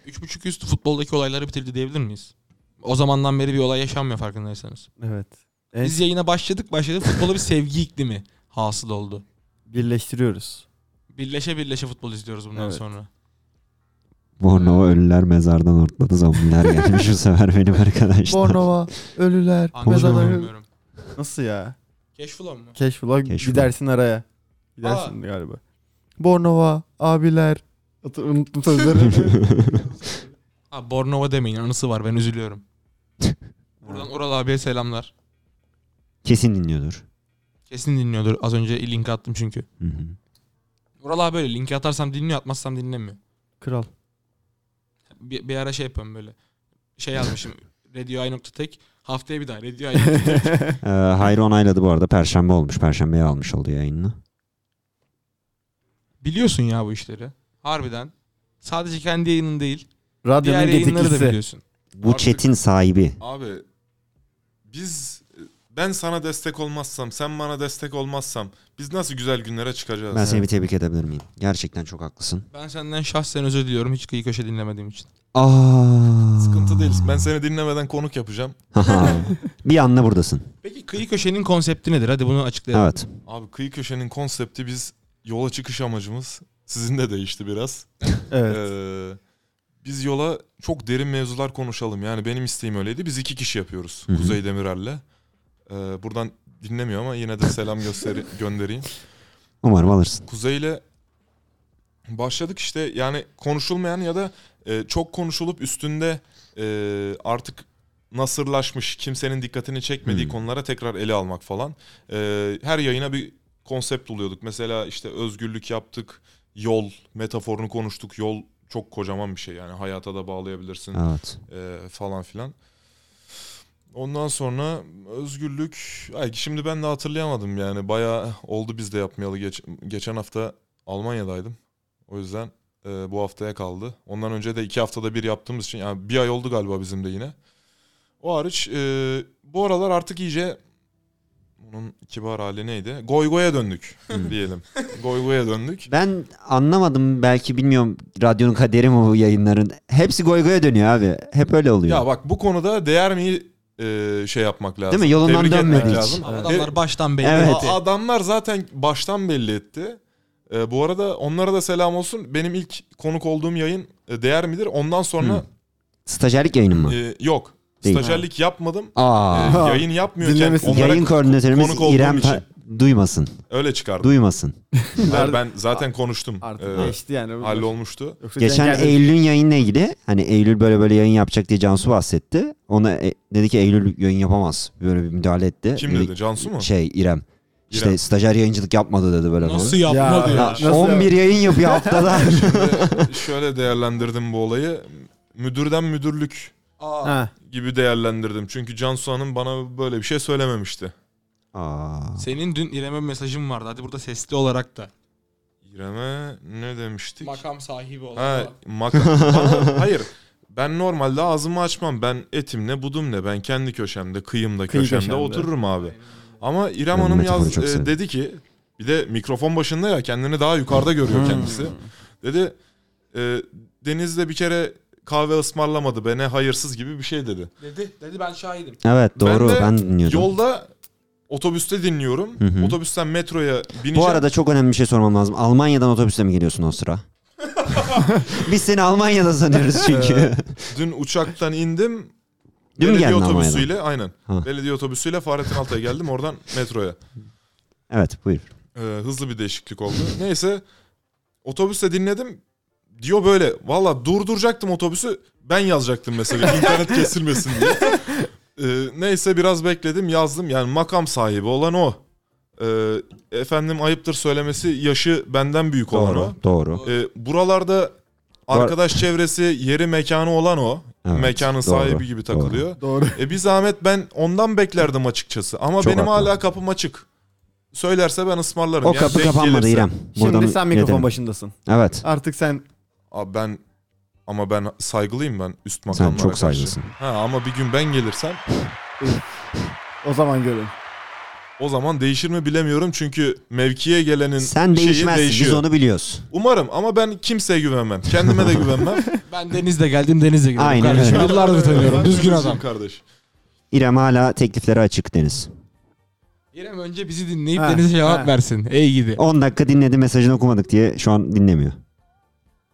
S1: 3.5 üst futboldaki olayları bitirdi diyebilir miyiz? O zamandan beri bir olay yaşanmıyor farkındaysanız.
S2: Evet. En
S1: Biz yayına başladık başladık futbola bir sevgi iklimi hasıl oldu.
S2: birleştiriyoruz.
S1: Birleşe birleşe futbol izliyoruz bundan
S2: Evet.
S1: sonra.
S3: Bornova ölüler mezardan ortladı zombiler gelmiş bu sefer benim arkadaşlar.
S2: Bornova, ölüler,
S1: Ankara
S2: mezarlar.
S1: bilmiyorum.
S2: Nasıl ya?
S1: Cashflow mu?
S2: Cash vlog
S3: Cash
S2: gidersin araya. Gidersin galiba. Bornova, abiler. Hatır- Unuttum sözleri.
S1: Ha, Bornova demeyin anısı var ben üzülüyorum. Buradan Oral abiye selamlar.
S3: (laughs) Kesin dinliyordur.
S1: Kesin dinliyordur. Az önce link attım çünkü.
S3: Hı hı.
S1: Vural abi böyle linki atarsam dinliyor atmazsam dinlemiyor.
S2: (laughs) Kral. (laughs)
S1: Bir, bir ara şey yapıyorum böyle. Şey
S3: (laughs)
S1: yazmışım. Radio I nokta tek. Haftaya bir daha Radio I nokta tek.
S3: Ee, Hayri onayladı bu arada. Perşembe olmuş. Perşembeye almış oldu yayınını.
S1: Biliyorsun ya bu işleri. Harbiden. Sadece kendi yayının değil. Diğer
S2: Radyonun
S1: yayınları da
S2: gediklisi.
S1: biliyorsun.
S3: Bu
S6: Artık-
S3: chat'in sahibi.
S6: Abi biz Ben sana destek olmazsam, sen bana destek olmazsam biz nasıl güzel günlere çıkacağız?
S3: Ben seni bir tebrik edebilir miyim? Gerçekten çok haklısın.
S1: Ben senden şahsen özür diliyorum hiç kıyı köşe dinlemediğim için.
S3: Aa.
S6: Sıkıntı değil. Ben seni dinlemeden konuk yapacağım.
S3: (laughs) bir anla buradasın.
S1: Peki kıyı köşenin konsepti nedir? Hadi bunu açıklayalım.
S3: Evet.
S6: Abi kıyı köşenin konsepti biz yola çıkış amacımız sizin de değişti biraz.
S2: Evet.
S6: Ee, biz yola çok derin mevzular konuşalım. Yani benim isteğim öyleydi. Biz iki kişi yapıyoruz.
S3: Hı hı.
S6: Kuzey Demirel'le. Ee, buradan dinlemiyor ama yine de selam gösteri (laughs) göndereyim.
S3: Umarım alırsın.
S6: Kuzey'le başladık işte yani konuşulmayan ya da e, çok konuşulup üstünde e, artık nasırlaşmış kimsenin dikkatini çekmediği
S3: Hmm.
S6: konulara tekrar ele almak falan. E, her yayına bir konsept buluyorduk. Mesela işte özgürlük yaptık, yol metaforunu konuştuk. Yol çok kocaman bir şey yani hayata da bağlayabilirsin
S3: Evet.
S6: e, falan filan. Ondan sonra özgürlük. Ay şimdi ben de hatırlayamadım yani. Bayağı oldu biz de yapmayalı. Geç, geçen hafta Almanya'daydım. O yüzden e, bu haftaya kaldı. Ondan önce de iki haftada bir yaptığımız için yani bir ay oldu galiba bizim de yine. O hariç e, bu aralar artık iyice bunun kibar hali neydi? Goygoya döndük (laughs) diyelim. Goygoya döndük.
S3: Ben anlamadım belki bilmiyorum radyonun kaderi mi bu yayınların. Hepsi goy goya dönüyor abi. Hep öyle oluyor.
S6: Ya bak bu konuda değer mi e, şey yapmak lazım.
S3: Değil mi? Yolundan
S6: Tebrik etmek
S3: dönmedi hiç.
S6: lazım.
S1: Ama
S6: Evet.
S1: Adamlar baştan belli
S3: Evet.
S1: etti.
S6: A- Adamlar zaten baştan belli etti. Ee, bu arada onlara da selam olsun. Benim ilk konuk olduğum yayın e, değer midir? Ondan sonra
S3: Stajyerlik yayını mı?
S6: e, yok.
S3: Değil.
S6: Stajyerlik yapmadım.
S3: Aa.
S6: Ee, yayın yapmıyorken
S2: Dinlemesin.
S6: onlara
S3: Yayın koordinatörümüz
S6: Ee, konuk olduğum
S3: İrem
S6: için.
S3: Pa- duymasın.
S6: öyle çıkardım.
S3: Duymasın.
S6: Ben, ben zaten konuştum.
S2: Artık
S6: Ee,
S2: geçti yani.
S6: hallolmuştu.
S2: Yoksa
S3: Geçen
S2: Cenk-
S3: Eylül'ün yayınla ilgili hani Eylül böyle böyle yayın yapacak diye Cansu bahsetti. Ona e, dedi ki Eylül yayın yapamaz. Böyle bir müdahale etti.
S6: Kim
S3: Dedi-
S6: dedi? Cansu mu?
S3: Şey İrem. İşte
S6: İrem.
S3: stajyer yayıncılık yapmadı dedi böyle.
S1: Nasıl
S3: falan.
S1: yapmadı
S2: Ya-
S1: ya?
S2: Nasıl
S3: 11 yayın yapıyor
S6: (laughs)
S3: haftada.
S6: Şimdi şöyle değerlendirdim bu olayı. Müdürden müdürlük
S2: Ha.
S6: gibi değerlendirdim. Çünkü Cansu Hanım bana böyle bir şey söylememişti.
S3: Aa.
S1: Senin dün İrem'e mesajın vardı. Hadi burada sesli olarak da.
S6: İrem'e ne demiştik?
S1: Makam sahibi ol.
S6: Ha,
S1: falan.
S6: maka-
S3: (laughs)
S6: Bana- hayır. Ben normalde ağzımı açmam. Ben etimle budumle ben kendi köşemde, kıyımda,
S2: Kıyı
S6: köşemde,
S2: köşemde.
S6: otururum abi. Ama İrem
S3: Ben bu
S6: Hanım
S3: metaforu
S6: yaz
S3: çok
S6: e,
S3: sevdim.
S6: dedi ki bir de mikrofon başında ya kendini daha yukarıda
S3: Hmm.
S6: görüyor kendisi. Dedi e, Deniz'de bir kere kahve ısmarlamadı beni hayırsız gibi bir şey dedi.
S1: Dedi, dedi ben şahidim.
S3: Evet
S6: Ben
S3: doğru
S6: de
S3: ben, dinliyordum.
S6: Yolda otobüste dinliyorum.
S3: Hı hı.
S6: Otobüsten metroya bineceğim.
S3: Bu arada çok önemli bir şey sormam lazım. Almanya'dan otobüsle mi geliyorsun o
S6: (laughs)
S3: sıra? Biz seni Almanya'da sanıyoruz çünkü.
S6: Dün uçaktan indim.
S3: Dün mü
S6: belediye
S3: geldin Almanya'dan?
S6: otobüsüyle aynen.
S3: Ha.
S6: Belediye otobüsüyle Fahrettin Altay'a geldim oradan metroya.
S3: evet buyur.
S6: Ee, hızlı bir değişiklik oldu. Neyse otobüste dinledim. Diyor böyle valla durduracaktım otobüsü ben yazacaktım
S3: (laughs)
S6: mesela internet kesilmesin diye. Ee, neyse biraz bekledim yazdım yani makam sahibi olan o. Ee, efendim ayıptır söylemesi yaşı benden büyük olan
S3: Doğru doğru.
S6: o. Ee, buralarda arkadaş çevresi yeri mekanı olan o.
S3: Evet,
S6: Mekanın
S3: doğru,
S6: sahibi gibi
S3: doğru.
S6: takılıyor.
S2: Doğru.
S6: E bir zahmet ben ondan beklerdim açıkçası. Ama
S3: Çok
S6: benim
S3: haklı.
S6: hala kapım açık. Söylerse ben ısmarlarım.
S3: O
S6: Yani
S3: kapı
S6: denk
S3: kapanmadı
S6: gelirse-
S3: İrem.
S2: Şimdi
S3: Buradan
S2: sen mikrofon
S3: iletelim.
S2: başındasın.
S3: Evet.
S2: Artık sen
S6: Abi ben ama ben saygılıyım ben üst makamlara
S3: Sen çok
S6: karşı.
S3: saygılısın.
S6: Ha, ama bir gün ben gelirsem
S2: o zaman görün.
S6: o zaman değişir mi bilemiyorum. Çünkü mevkiye gelenin
S3: Sen
S6: şeyi
S3: değişmezsin. Biz
S6: değişiyor.
S3: onu biliyoruz.
S6: Umarım ama ben kimseye güvenmem. Kendime
S1: (laughs)
S6: de güvenmem.
S1: Ben denizle geldim denizle gidiyorum
S3: Aynen
S1: kardeşim.
S3: öyle.
S1: Yıllardır tanıyorum.
S6: Ben
S1: Düzgün
S6: temizim
S1: adam.
S6: Kardeş.
S3: İrem hala teklifleri açık Deniz.
S1: İrem önce bizi dinleyip
S2: Ha,
S1: denize cevap
S2: ha.
S1: versin. Ey gidi.
S3: 10 dakika dinledi mesajını okumadık diye şu an dinlemiyor.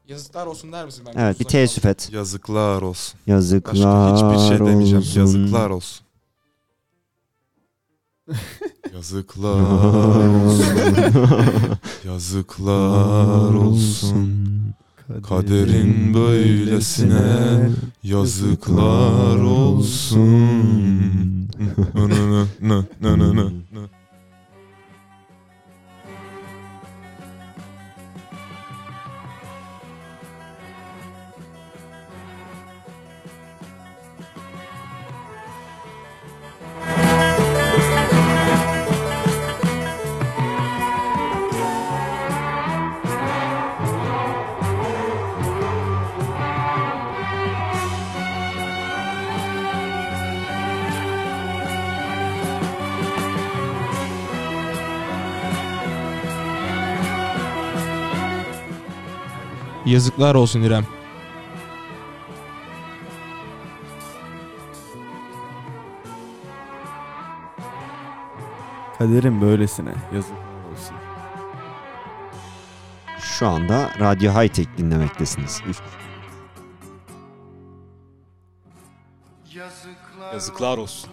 S1: Yazıklar olsun der misin? Ben
S3: Evet bir teessüf et.
S6: Yazıklar olsun.
S3: Yazıklar
S6: Başka hiçbir şey demeyeceğim.
S3: olsun.
S6: Yazıklar olsun. Yazıklar
S3: (laughs)
S6: olsun. (laughs) Yazıklar olsun. Kaderin böylesine yazıklar olsun. (laughs) Nı nı nı nı nı nı nı.
S1: Yazıklar olsun İrem.
S2: Kaderim böylesine. Yazıklar olsun.
S3: Şu anda Radyo High Tech dinlemektesiniz. Üf,
S7: Yazıklar,
S4: Yazıklar olsun.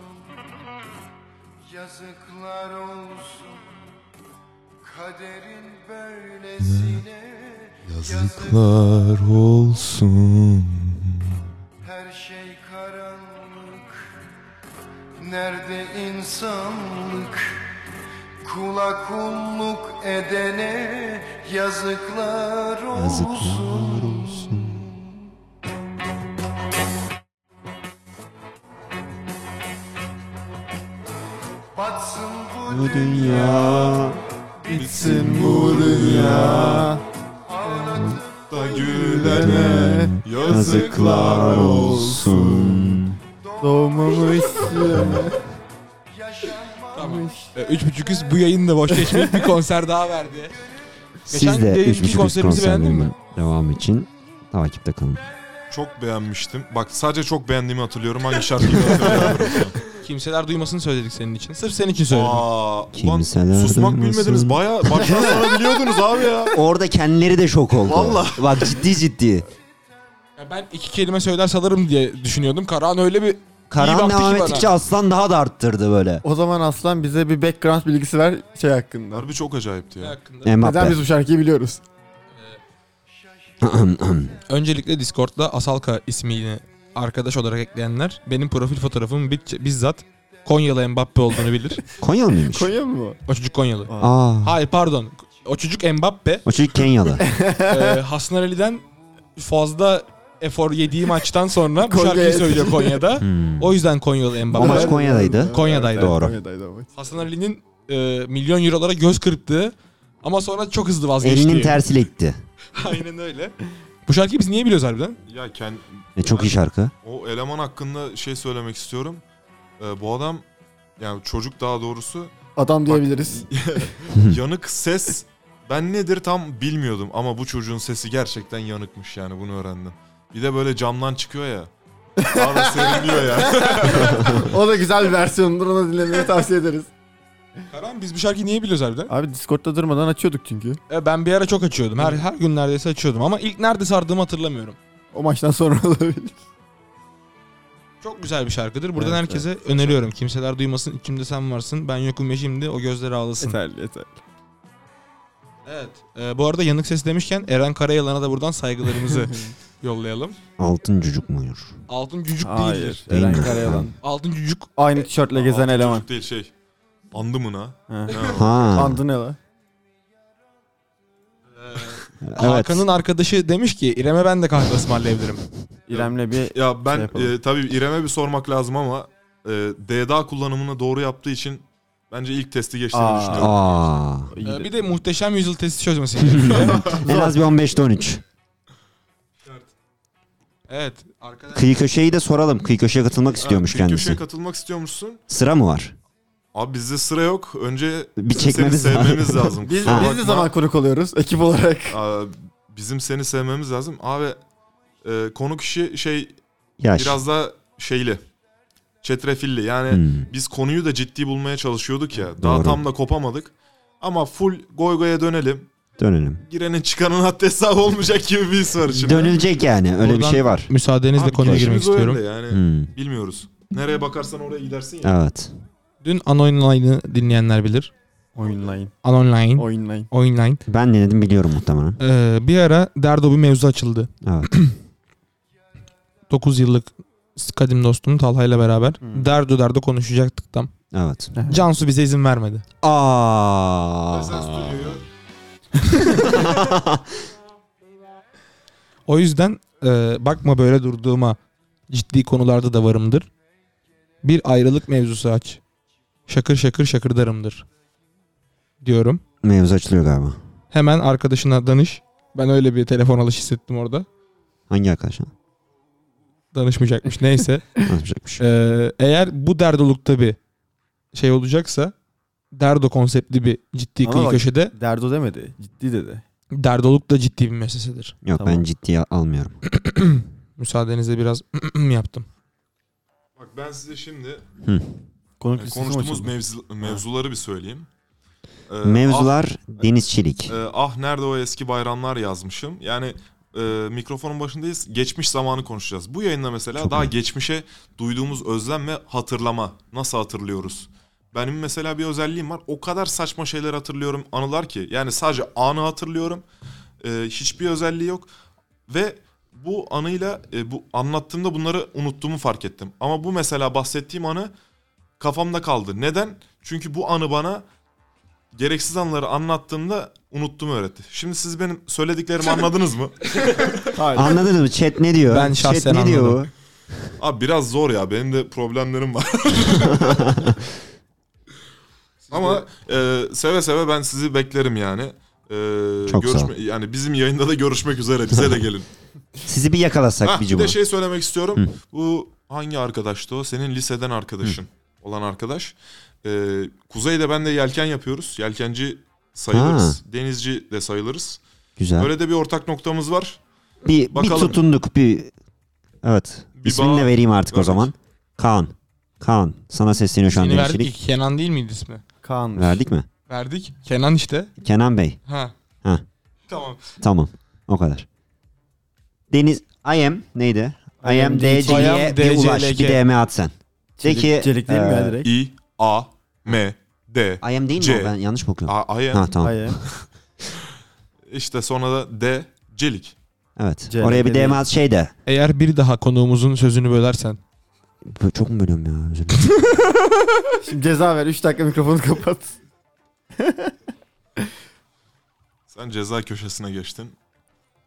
S7: yazıklar olsun kaderin böylesine
S6: Yazıklar olsun.
S7: her şey karanlık nerede insanlık kula kulluk edene yazıklar olsun,
S3: Yazıklar olsun.
S7: batsın bu
S3: Bu dünya
S6: Bitsin bu dünya. Da gülene yazıklar olsun.
S2: Doğmamı isteyene.
S1: Tamam. Ee, Üç buçuk üst bu yayını da boş geçmeyip bir konser daha verdi. Geçen
S3: Siz de
S1: yayınki
S3: 3.5
S1: konserimizi beğendin mi?
S3: konserlerinin devam için takipte kalın.
S6: Çok beğenmiştim. Bak sadece çok beğendiğimi hatırlıyorum. Hangi şarkıyı da hatırlamıyorum.
S1: Kimseler duymasını söyledik senin için. Sırf senin için söyledim.
S6: Aa, ulan
S3: Kimseler
S6: susmak
S3: duymasın.
S6: bilmediniz. Baya baştan sona biliyordunuz abi ya.
S3: (laughs) Orada kendileri de şok oldu.
S6: Vallahi.
S3: Bak ciddi ciddi.
S1: Ya ben iki kelime söyler salarım diye düşünüyordum. Karahan öyle bir
S3: Karan
S1: baktı ki
S3: devam
S1: bana.
S3: ettikçe aslan daha da arttırdı böyle.
S2: O zaman Aslan bize bir background bilgisi ver şey hakkında.
S6: Harbi çok acayipti ya.
S1: Şey hakkında.
S2: Neden
S3: Mbappe.
S2: biz bu şarkıyı biliyoruz?
S1: Öncelikle Discord'da Asalka ismini arkadaş olarak ekleyenler benim profil fotoğrafımın bi- bizzat Konyalı Mbappe olduğunu bilir.
S3: Konyalı
S2: (laughs)
S3: mıymış?
S2: Konya mı bu?
S1: O çocuk Konyalı.
S3: Aa.
S1: Hayır pardon. O çocuk Mbappe.
S3: O çocuk
S6: (laughs)
S3: Kenyalı. (laughs)
S1: Ee, Hasan Ali'den fazla efor yediği maçtan sonra bu
S2: Konya
S1: şarkıyı
S2: evet.
S1: söylüyor Konya'da.
S3: (laughs) Hmm.
S1: O yüzden Konyalı
S3: O maç
S1: Mbappe.
S3: Konya'daydı.
S1: Konya'daydı.
S3: Doğru.
S2: Konya'daydı ama.
S1: Hasan Ali'nin e, milyon eurolara göz kırptığı ama sonra çok hızlı vazgeçtiği.
S3: Elinin tersiyle gitti.
S1: (laughs) Aynen öyle. Bu şarkıyı biz niye biliyoruz harbiden?
S6: Ya kend,
S3: E, çok iyi şarkı.
S6: o eleman hakkında şey söylemek istiyorum. Ee, bu adam yani çocuk daha doğrusu
S2: Adam diyebiliriz.
S6: yanık ses ben nedir tam bilmiyordum ama bu çocuğun sesi gerçekten yanıkmış yani bunu öğrendim. Bir de böyle camdan çıkıyor ya. Daha da seriliyor ya.
S2: o da güzel bir versiyonudur. Onu dinlemeni tavsiye ederiz.
S1: Karan biz bu şarkıyı niye biliyoruz harbiden?
S2: Abi Discord'da durmadan açıyorduk çünkü.
S1: E, Ben bir ara çok açıyordum. Her her gün neredeyse açıyordum ama ilk nerede sardığımı hatırlamıyorum.
S2: O maçtan sonra olabilir.
S1: Çok güzel bir şarkıdır. Buradan
S2: Evet,
S1: herkese öneriyorum. Kimseler duymasın. İçimde sen varsın. Ben yokum ve şimdi o gözler ağlasın.
S2: yeterli yeterli.
S1: Evet. E, bu arada yanık ses demişken Eren Karayalan'a da buradan (laughs) saygılarımızı yollayalım.
S3: Altın cücük mudur?
S1: Altın cücük değildir.
S2: Hayır.
S3: Değil
S2: Eren
S3: mi?
S2: Karayalan.
S1: Altın cücük
S2: Aynı tişörtle gezen eleman.
S6: Çocuk değil şey. Bandı mı na?
S2: Ha.
S6: Ha.
S3: Ha.
S2: Andı ne la?
S3: Evet.
S1: Hakan'ın arkadaşı demiş ki İrem'e ben de kahve ısmarlayabilirim.
S2: İrem'le bir
S6: Ya ben
S2: Şey yapalım.
S6: e, tabii İrem'e bir sormak lazım ama e, DDA kullanımını doğru yaptığı için bence ilk testi geçtiğini
S2: Aa.
S6: düşünüyorum.
S3: Aa.
S1: E, bir de muhteşem yüzyıl testi (laughs) çözmesi gerekiyor.
S3: En az bir 15'te 13.
S1: evet. Arkadaş
S3: Kıyı köşeyi de soralım. Kıyı köşeye katılmak istiyormuş
S6: Ha, bir
S3: kendisi.
S6: Köşeye katılmak istiyormuşsun.
S3: Sıra mı var?
S6: Abi bizde sıra yok. Önce
S3: Bir
S6: bizim
S3: çekmemiz
S6: seni
S3: lazım. (laughs)
S6: sevmemiz lazım.
S2: Biz,
S6: Kusura
S2: biz de
S6: bakma.
S2: zaman konuk oluyoruz ekip olarak.
S6: Aa, bizim seni sevmemiz lazım. Abi e, konu kişi şey
S3: Yaş.
S6: biraz daha şeyli. Çetrefilli. Yani
S3: Hmm.
S6: biz konuyu da ciddi bulmaya çalışıyorduk ya. Daha
S3: Doğru.
S6: tam da kopamadık. Ama full goy goya dönelim.
S3: Dönelim.
S6: Girenin çıkanın hatta hesabı olmayacak gibi bir his var içinde.
S3: Dönülecek yani. Öyle bir
S1: Buradan-
S3: şey var.
S1: müsaadenizle
S6: Abi
S1: konuya girmek
S6: keyfimiz öyle
S1: istiyorum.
S6: Yani
S3: Hmm.
S6: bilmiyoruz. Nereye bakarsan oraya gidersin ya.
S3: Evet.
S1: Dün Anonline'ı dinleyenler bilir.
S2: Oyunlayın.
S1: Anonline.
S2: Oyunlayın.
S1: Online.
S3: Ben denedim biliyorum muhtemelen.
S1: Ee, bir ara Derdo bir mevzu açıldı.
S3: Evet.
S1: 9 yıllık kadim dostum Talha'yla beraber.
S2: Hmm.
S1: Derdo derdo konuşacaktık tam.
S3: Evet.
S1: Cansu bize izin vermedi.
S3: Aa.
S6: Sen stüdyoyu-
S1: O yüzden e, bakma böyle durduğuma ciddi konularda da varımdır. Bir ayrılık mevzusu aç. Şakır şakır şakırdarımdır. Diyorum.
S3: Mevzu açılıyor galiba.
S1: Hemen arkadaşına danış. Ben öyle bir telefon alış hissettim orada.
S3: Hangi arkadaş? Ha,
S1: Danışmayacakmış. Neyse.
S3: Açmayacakmış.
S1: Ee, eğer bu derdolukta bir şey olacaksa derdo konseptli bir ciddi
S2: Ama
S1: kıyı
S2: bak-
S1: köşede
S2: Derdo demedi. Ciddi dedi.
S1: Derdoluk da ciddi bir meseledir.
S3: Yok ben
S2: Tamam.
S3: ciddiye almıyorum.
S1: Müsaadenizle biraz (clears throat) yaptım.
S6: Bak ben size şimdi
S2: Konuk
S6: e,
S2: listesi mi
S6: konuştuğumuz
S2: açıldı?
S6: mevzu- mevzuları bir söyleyeyim. Ee,
S3: Mevzular Deniz Çelik.
S6: Ah, e, ah nerede o eski bayramlar yazmışım. Yani e, mikrofonun başındayız. Geçmiş zamanı konuşacağız. Bu yayında mesela
S3: Çok
S6: daha
S3: iyi.
S6: geçmişe duyduğumuz özlem ve hatırlama. Nasıl hatırlıyoruz? Benim mesela bir özelliğim var. O kadar saçma şeyler hatırlıyorum anılar ki. Yani sadece anı hatırlıyorum. E, hiçbir özelliği yok. Ve bu anıyla e, bu anlattığımda bunları unuttuğumu fark ettim. Ama bu mesela bahsettiğim anı kafamda kaldı. Neden? Çünkü bu anı bana gereksiz anları anlattığımda unuttum öğretti. Şimdi siz benim söylediklerimi anladınız mı?
S2: Hayır.
S3: Anladınız mı? Chat ne diyor?
S1: Ben şahsen
S3: Chat ne diyor?
S1: anladım.
S6: Abi biraz zor ya. Benim de problemlerim var. Ama e, seve seve ben sizi beklerim yani. E,
S3: Çok sağ ol.
S6: görüşme, Yani bizim yayında da görüşmek üzere. Bize
S3: (laughs)
S6: de gelin.
S3: Sizi bir yakalasak
S6: Ha,
S3: bir
S6: bir
S3: cuma.
S6: de şey söylemek istiyorum.
S3: Hı.
S6: Bu hangi arkadaştı o? Senin liseden arkadaşın olan arkadaş. Ee, Kuzey'de ben de yelken yapıyoruz. Yelkenci sayılırız. Denizci de sayılırız.
S3: Güzel.
S6: Öyle de bir ortak noktamız var.
S3: bir, bir
S6: bakalım.
S3: tutunduk bir evet.
S6: Bir
S3: İsmini de
S6: bağ-
S3: vereyim artık o
S6: Evet.
S3: zaman. Kaan. Kaan sana sesleniyor şu an
S1: Yeni
S3: Deniz
S1: verdik.
S3: Çelik.
S1: Kenan değil miydi ismi?
S2: Kaan.
S3: Verdik mi?
S1: Verdik. Kenan işte.
S3: Kenan Bey.
S1: Ha.
S3: Ha.
S1: Tamam.
S3: Tamam. O kadar. Deniz I am neydi? I am
S1: I
S3: DC'ye
S1: am
S3: bir ulaş.
S1: DCLK.
S3: Bir DM at sen. De
S2: Çelik,
S3: ki,
S2: Çelik değil mi
S3: e,
S2: ya direkt?
S6: İ, A, M, D,
S3: I am değil mi?
S6: C.
S3: o? Ben yanlış mı okuyorum?
S6: A, A,
S3: ha
S6: M.
S3: tamam.
S2: Hayır.
S6: İşte sonra da D, Celik.
S3: Evet.
S2: C,
S3: Oraya bir
S2: D,
S3: DM at şey de.
S1: Eğer bir daha konuğumuzun sözünü bölersen.
S3: Bu- Çok mu bölüyorum ya? Özür dilerim.
S2: Şimdi ceza ver. 3 dakika mikrofonu kapat.
S6: Sen ceza köşesine geçtin.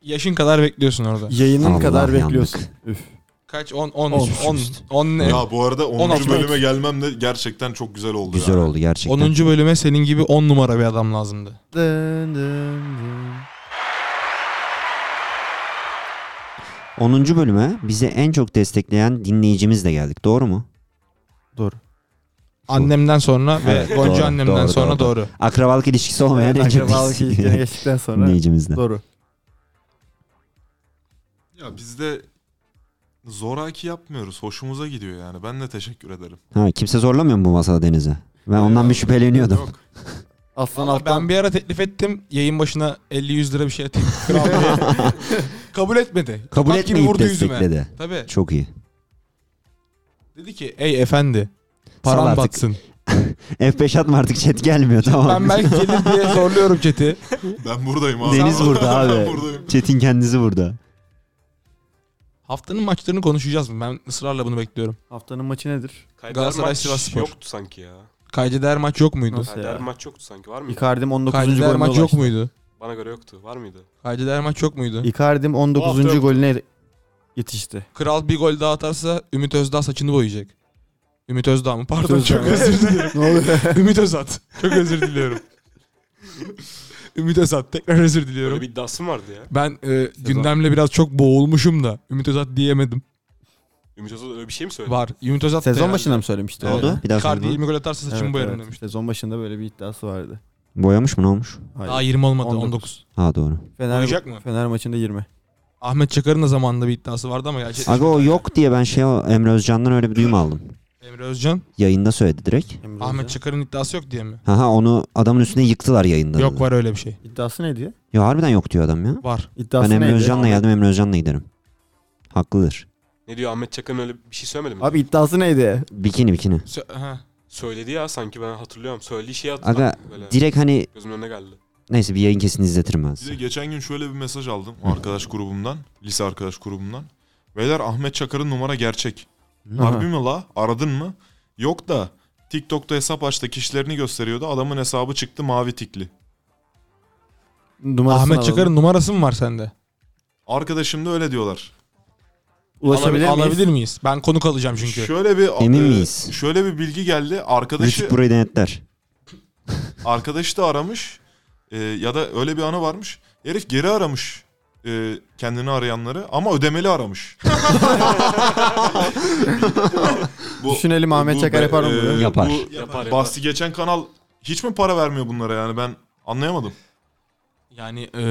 S1: Yaşın kadar bekliyorsun orada.
S2: (laughs) Yayının
S3: Allah
S2: kadar
S3: yandık.
S2: bekliyorsun. Üf.
S1: Kaç? 10 10
S2: On.
S1: 10 10 ne?
S6: Ya bu arada 10.
S1: 16.
S6: bölüme gelmem de gerçekten çok güzel oldu.
S3: Güzel
S6: ya.
S3: oldu gerçekten.
S1: 10. bölüme senin gibi 10 numara bir adam lazımdı.
S2: Dın dın dın.
S3: 10. bölüme bize en çok destekleyen dinleyicimizle geldik. Doğru mu?
S1: Annemden sonra ve
S3: Evet,
S1: Gonca
S3: (laughs) doğru,
S1: annemden
S3: doğru,
S1: sonra
S3: doğru.
S1: doğru.
S3: Akrabalık ilişkisi olmayan en çok
S2: Akrabalık ilişkine
S3: (laughs) destekleyen
S2: geçtikten sonra.
S3: dinleyicimizle.
S2: Doğru.
S6: Ya biz de zoraki yapmıyoruz. Hoşumuza gidiyor yani. Ben de teşekkür ederim.
S3: Ha, kimse zorlamıyor mu bu masada Deniz'i? Ben ondan bir şüpheleniyordum.
S6: Yok.
S2: Aslan
S1: Valla
S2: alttan
S1: Ben bir ara teklif ettim. Yayın başına 50-100 lira bir şey
S3: (laughs)
S1: atayım. kral diye. Kabul etmedi.
S3: Kabul
S1: Tokat gibi
S3: etmeyip
S1: vurdu yüzüme.
S3: destekledi.
S1: Tabii.
S3: Çok iyi.
S1: Dedi ki ey efendi
S3: Sal
S1: paran
S3: artık. (laughs)
S1: batsın.
S3: F5 atma artık chat gelmiyor tamam.
S1: Ben belki gelir
S3: (laughs)
S1: diye zorluyorum chat'i.
S6: Ben buradayım abi.
S3: Deniz burada
S6: ben
S3: abi.
S6: buradayım.
S3: Chat'in kendisi burada.
S1: Haftanın maçlarını konuşacağız mı? Ben ısrarla bunu bekliyorum.
S2: haftanın maçı nedir?
S4: Kaydeder
S1: Galatasaray
S4: maç
S1: Sivasspor.
S4: yoktu sanki ya.
S1: Kaydeder maç yok muydu?
S2: Nasıl
S4: Kaydeder
S2: ya?
S4: maç yoktu sanki var mıydı?
S2: Icardi'm 19.
S1: Kaydeder
S2: golüne
S1: maç yok
S2: ulaştı.
S1: muydu?
S4: Bana göre yoktu. Var mıydı?
S1: Kaydeder maç yok muydu?
S2: Icardi'm
S4: Bu hafta
S2: 19.
S4: yok.
S2: golüne yetişti.
S1: Kral bir gol daha atarsa Ümit Özdağ saçını boyayacak. Ümit Özdağ mı? Pardon
S2: Söz
S1: çok
S2: yani.
S1: özür dilerim.
S2: ne oluyor?
S1: Ümit Özat. Çok özür
S3: (laughs)
S1: diliyorum. Ümit Özat. Tekrar özür diliyorum.
S4: Böyle bir iddiasım vardı ya.
S1: Ben e, gündemle biraz çok boğulmuşum da Ümit Özat diyemedim.
S4: Ümit Özal öyle bir şey mi söyledi?
S1: Var. Ümit Özat da
S2: (laughs) Sezon
S1: yani.
S2: başında mı söylemişti?
S3: Ne oldu? Bir daha
S1: Icardi
S3: söyle.
S1: 20 gol atarsa saçımı
S2: Evet,
S1: boyarım
S2: evet.
S1: demişti.
S2: Sezon başında böyle bir iddiası vardı.
S3: Boyamış mı ne olmuş?
S2: Hayır.
S1: Daha 20 olmadı 19.
S2: 19.
S3: Ha doğru.
S2: Fener,
S1: Oynayacak mı?
S2: Fener maçında 20.
S1: Ahmet Çakar'ın da zamanında bir iddiası vardı ama şey- gerçekten.
S3: Aga o yok diye ben şey Emre Özcan'dan öyle bir duyum aldım.
S1: Emre Özcan.
S3: Yayında söyledi direkt.
S2: Emre
S1: Ahmet
S2: Hoca.
S1: Çakar'ın iddiası yok diye mi?
S3: Haha onu adamın üstüne yıktılar yayında.
S1: Yok var öyle bir şey.
S2: İddiası neydi ya?
S3: Ya harbiden yok diyor adam ya.
S1: Var.
S2: İddiası
S3: ben Emre
S2: neydi?
S3: Özcan'la geldim Emre Özcan'la giderim. Haklıdır.
S4: Ne diyor Ahmet Çakar'ın öyle bir şey söylemedi mi?
S2: Abi iddiası neydi?
S3: Bikini bikini.
S1: Sö- ha.
S4: Söyledi ya sanki ben hatırlıyorum. Söylediği şeyi hatırladım.
S3: Aga
S4: Böyle
S3: direkt hani
S4: gözümün önüne geldi.
S3: neyse bir yayın kesin izletirim ben
S6: Bir de
S3: size.
S6: geçen gün şöyle bir mesaj aldım arkadaş grubumdan. Lise arkadaş grubumdan. Beyler Ahmet Çakar'ın numara gerçek. Harbi mi la? Aradın mı? Yok da TikTok'ta hesap açtı kişilerini gösteriyordu. Adamın hesabı çıktı mavi tikli.
S2: Numarasını
S1: Ahmet
S2: alalım.
S1: Çakar'ın numarası mı var sende?
S6: Arkadaşım da öyle diyorlar.
S2: ulaşabilir miyiz?
S1: Alabilir miyiz? Ben konuk alacağım çünkü.
S6: Şöyle bir
S3: Emin
S6: e,
S3: miyiz?
S6: Şöyle bir bilgi geldi. Arkadaşı
S3: Rütük burayı denetler.
S6: arkadaşı da aramış. E, ya da öyle bir anı varmış. Herif geri aramış e, kendini arayanları ama ödemeli aramış. Bu-
S2: Düşünelim Ahmet
S6: bu
S2: Çakar
S6: be-
S2: yapar mı
S6: e,
S2: bunu?
S3: Yapar.
S6: Bu
S4: Yapar, yapar.
S6: bahsi geçen kanal hiç mi para vermiyor bunlara yani ben anlayamadım.
S1: Yani e,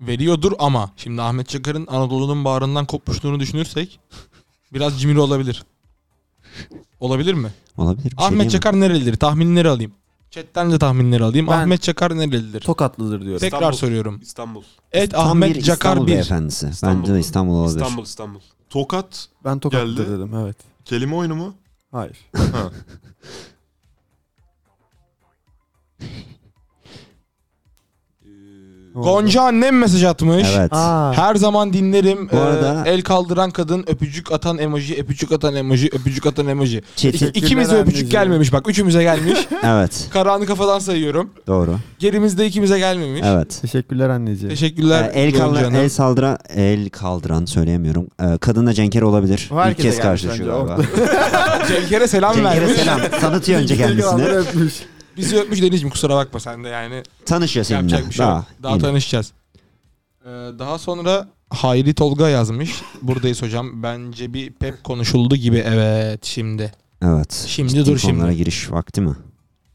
S1: veriyordur ama şimdi Ahmet Çakar'ın Anadolu'nun bağrından kopmuşluğunu düşünürsek (laughs) biraz cimri olabilir. Olabilir mi?
S3: Olabilir. bir şey
S1: Ahmet
S3: diyemem.
S1: Çakar nerelidir? Tahminleri alayım. Chat'ten de tahminleri alayım.
S2: Ben-
S1: Ahmet Çakar nerelidir?
S2: Tokatlıdır diyorum.
S1: Tekrar
S4: İstanbul.
S1: soruyorum.
S4: İstanbul.
S1: Et
S3: Tam
S1: Ahmet
S3: bir
S1: Çakar
S3: İstanbul
S1: 1.
S3: beyefendisi.
S4: İstanbul.
S3: Bence de İstanbul olabilir.
S4: İstanbul, İstanbul.
S6: Tokat
S2: Ben Tokatlıdır
S6: Geldi.
S2: dedim evet.
S6: kelime oyunu mu?
S2: Hayır.
S6: Ha.
S4: Ee,
S1: Gonca annem mesaj atmış.
S3: Evet.
S2: Aa,
S1: Her zaman dinlerim.
S3: Bu
S1: Ee,
S3: arada-
S1: el kaldıran kadın öpücük atan emoji, öpücük atan emoji, öpücük atan emoji.
S3: Çetin.
S2: Teşekkürler
S1: ikimize öpücük
S2: anneciğim.
S1: gelmemiş bak. Üçümüze gelmiş. (laughs)
S3: evet.
S1: Karanı kafadan sayıyorum.
S3: Doğru.
S1: Gerimizde ikimize gelmemiş.
S3: Evet.
S2: teşekkürler anneciğim.
S1: Teşekkürler.
S3: Ee, el,
S1: Gonca
S3: kaldıran,
S1: Hanım.
S3: el saldıran, el kaldıran söyleyemiyorum. Ee, kadınla Cenker olabilir.
S2: O herkese
S3: İlk kez
S2: gelmiş
S3: karşılaşıyor
S2: bence, (laughs)
S3: galiba.
S1: Cenker'e selam
S3: Cenker'e
S1: vermiş.
S3: selam. Tanıtıyor önce
S2: Teşekkürler,
S3: kendisini.
S2: öpmüş.
S1: Bizi öpmüş Deniz'ciğim kusura bakma sen de yani.
S3: Tanışıyor seninle.
S1: Yapacak bir şey yok. Daha
S3: yeni.
S1: tanışacağız. Ee, daha sonra Hayri Tolga yazmış. Buradayız hocam. Bence bir pep konuşuldu gibi. Evet şimdi.
S3: Evet.
S1: Şimdi
S3: Ciddi
S1: dur
S3: konulara
S1: şimdi.
S3: giriş vakti mi?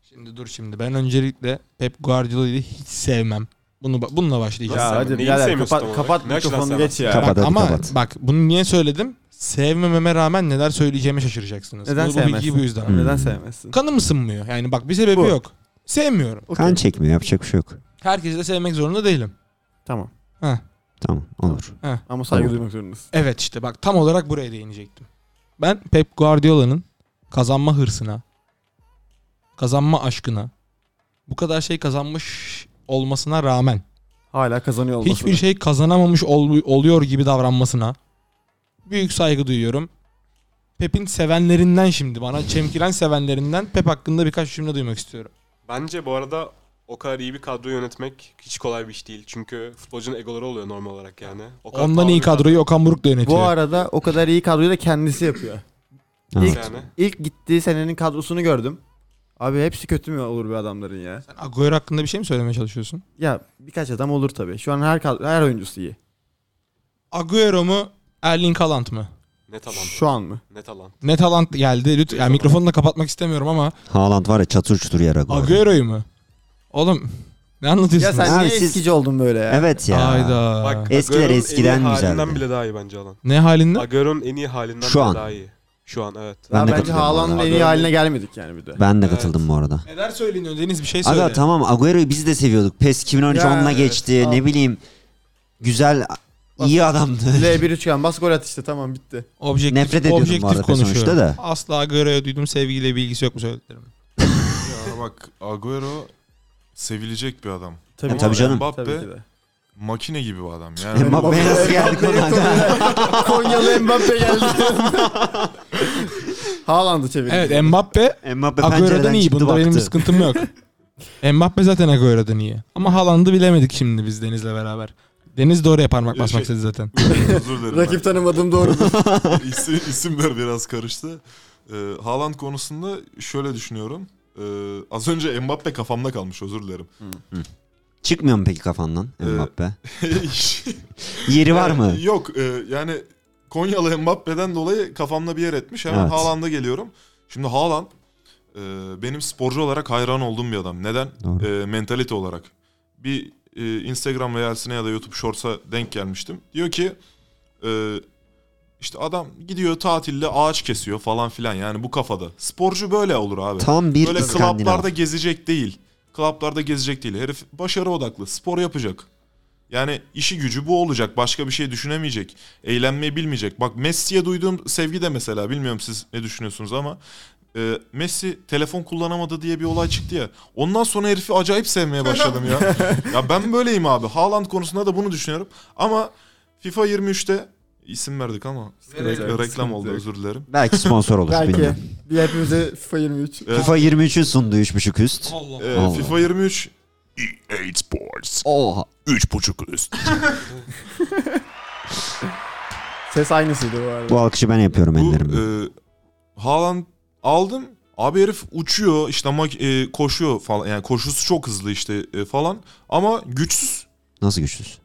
S1: Şimdi dur şimdi. Ben öncelikle Pep Guardiola'yı hiç sevmem. Bunu ba- bununla başlayacağız.
S2: Ya
S4: Nasıl
S2: hadi
S4: sevmiyorsun? Neyi
S2: birader
S4: sevmiyorsun tam
S2: kapat,
S4: olarak?
S2: kapat
S4: Ne açıdan
S2: mikrofonu
S4: sevmezsin?
S2: geç ya.
S3: Kapat.
S1: Bak,
S3: hadi
S1: ama
S3: kapat.
S1: bak bunu niye söyledim? Sevmememe rağmen neler söyleyeceğime şaşıracaksınız.
S2: Neden
S1: bu, bu bilgiyi
S2: sevmezsin?
S1: bu yüzden.
S3: Hmm.
S2: Neden sevmezsin?
S1: Kanım ısınmıyor. Yani bak bir sebebi
S2: Bu.
S1: yok. Sevmiyorum.
S3: Kan çekmiyor. Yapacak bir şey yok.
S1: Herkesi de sevmek zorunda değilim.
S2: Tamam.
S3: Tamam. Olur.
S2: Ama saygı
S3: Tamam.
S2: duymak zorundasın.
S1: Evet işte bak tam olarak buraya değinecektim. Ben Pep Guardiola'nın kazanma hırsına, kazanma aşkına, bu kadar şey kazanmış olmasına rağmen
S2: Hala kazanıyor olmasın.
S1: hiçbir şey kazanamamış ol- oluyor gibi davranmasına büyük saygı duyuyorum. Pep'in sevenlerinden şimdi bana çemkiren sevenlerinden Pep hakkında birkaç cümle duymak istiyorum.
S4: Bence bu arada o kadar iyi bir kadro yönetmek hiç kolay bir iş değil. Çünkü futbolcunun egoları oluyor normal olarak yani. O kadar
S1: Ondan iyi
S4: pahalı bir
S1: kadroyu Okan Buruk da
S3: şey
S1: yönetiyor.
S2: Bu arada o kadar iyi kadroyu da kendisi yapıyor.
S3: Evet.
S4: kadro yani.
S2: İlk gittiği senenin kadrosunu gördüm. Abi hepsi kötü mü olur bir adamların ya?
S1: Sen Agüero hakkında bir şey mi söylemeye çalışıyorsun?
S2: Ya birkaç adam olur tabii. Şu an her kadro, her oyuncusu iyi.
S1: Agüero mu Erling Haaland mı?
S4: Ne talant.
S2: Şu an mı?
S4: Ne talant.
S1: Ne talant geldi. Lütfen yani mikrofonu da kapatmak istemiyorum ama
S3: Haaland var ya çatır çutur yarak.
S1: Agüero'yu mu? Oğlum ne
S2: Ya
S1: anlatıyorsun?
S2: sen
S3: Abi
S2: niye
S3: siz-
S2: eskici oldun böyle ya?
S3: Evet ya.
S1: Hayda.
S4: Bak,
S3: Eskiler
S4: Agüero'nun
S3: eskiden
S4: en iyi halinden
S3: güzeldi.
S4: bile daha iyi bence Alan.
S1: Ne halinde?
S4: Agüero'nun en iyi halinden
S3: Şu
S4: bile
S3: an.
S4: daha iyi. Şu an evet.
S3: Ben
S2: Ya
S3: de
S2: bence
S3: katılıyorum
S2: Haaland'ın
S4: ona.
S2: en iyi
S4: Agüero-
S2: haline gelmedik yani bir de.
S3: Ben de katıldım bu arada.
S1: Neler söyleniyor Deniz bir şey söyle.
S3: Aga tamam Agüero'yu biz de seviyorduk. PES 2013
S2: Ya,
S3: onunla
S2: evet,
S3: geçti.
S2: tamam.
S3: Ne bileyim. Güzel,
S2: (laughs)
S3: iyi adamdı.
S2: L1 üçgen bas gol at işte tamam bitti.
S1: Objektif,
S3: Nefret ediyorum
S1: objektif
S3: bu arada
S1: konuşuyorum.
S3: sonuçta da.
S1: Asla Agüero'ya duyduğum sevgiyle bilgisi yok mu söylediklerim?
S6: Ya bak Agüero sevilecek bir adam.
S2: Tabii,
S3: tabii canım.
S6: Mbappe
S2: E, Tabii ki de.
S6: makine gibi bir adam. Yani
S3: Mbappe'ye E, nasıl geldik lan? (laughs)
S2: Konyalı Mbappe geldi. Haaland'ı çevirdi.
S1: Evet Mbappe
S3: Mbappe
S1: Agüero'dan
S3: pencereden
S1: iyi.
S3: çıktı
S1: Bunda benim bir
S3: baktı.
S1: sıkıntım
S3: (laughs)
S1: yok. Mbappe zaten Agüero'dan iyi. Ama Haaland'ı bilemedik şimdi biz Deniz'le beraber. Deniz de oraya parmak
S6: Ya
S1: basmak
S6: şey-
S1: istedi zaten.
S6: (laughs) Özür dilerim.
S2: Rakip tanımadığım doğrudur.
S6: isim, isimler biraz karıştı. Ee, Haaland konusunda şöyle düşünüyorum. Ee, az önce Mbappe kafamda kalmış özür dilerim. (laughs)
S3: Çıkmıyor mu peki kafandan
S6: Ee,
S3: Mbappe? Yeri var mı?
S6: Yok e, yani Konyalı Mbappe'den dolayı kafamda bir yer etmiş. Hemen
S3: Evet.
S6: Haaland'a geliyorum. Şimdi Haaland e, benim sporcu olarak hayran olduğum bir adam. Neden?
S3: Doğru.
S6: e, mentalite olarak. Bir e, Instagram reelsine ya da YouTube Shorts'a denk gelmiştim. Diyor ki e, işte adam gidiyor tatilde ağaç kesiyor falan filan yani bu kafada. Sporcu böyle olur abi.
S3: Tam bir
S6: böyle
S3: İskandinav.
S6: klaplarda gezecek değil. Klaplarda gezecek değil. Herif başarı odaklı. Spor yapacak. Yani işi gücü bu olacak. Başka bir şey düşünemeyecek. Eğlenmeyi bilmeyecek. Bak Messi'ye duyduğum sevgi de mesela bilmiyorum siz ne düşünüyorsunuz ama e, Messi telefon kullanamadı diye bir olay çıktı ya. Ondan sonra herifi acayip sevmeye başladım ya. ya ben böyleyim abi. Haaland konusunda da bunu düşünüyorum. Ama FIFA 23'te isim verdik ama
S2: Verelim.
S6: reklam oldu
S2: Sıkıntı
S6: özür dilerim.
S3: Belki sponsor olur
S2: Belki.
S3: bilmiyorum.
S2: Bir hepimize FIFA 23.
S6: Evet.
S3: FIFA 23'ün sunduğu 3.5 üst.
S1: Allah.
S6: E,
S3: Allah.
S6: FIFA 23 EA Sports
S3: Oha.
S6: 3.5 üst.
S2: Ses aynısıydı bu arada.
S3: Bu alkışı ben yapıyorum ellerimle.
S6: Bu e, Haaland aldım. Abi herif uçuyor işte ama e, koşuyor falan. Yani koşusu çok hızlı işte e, falan. Ama güçsüz.
S3: Nasıl güçsüz?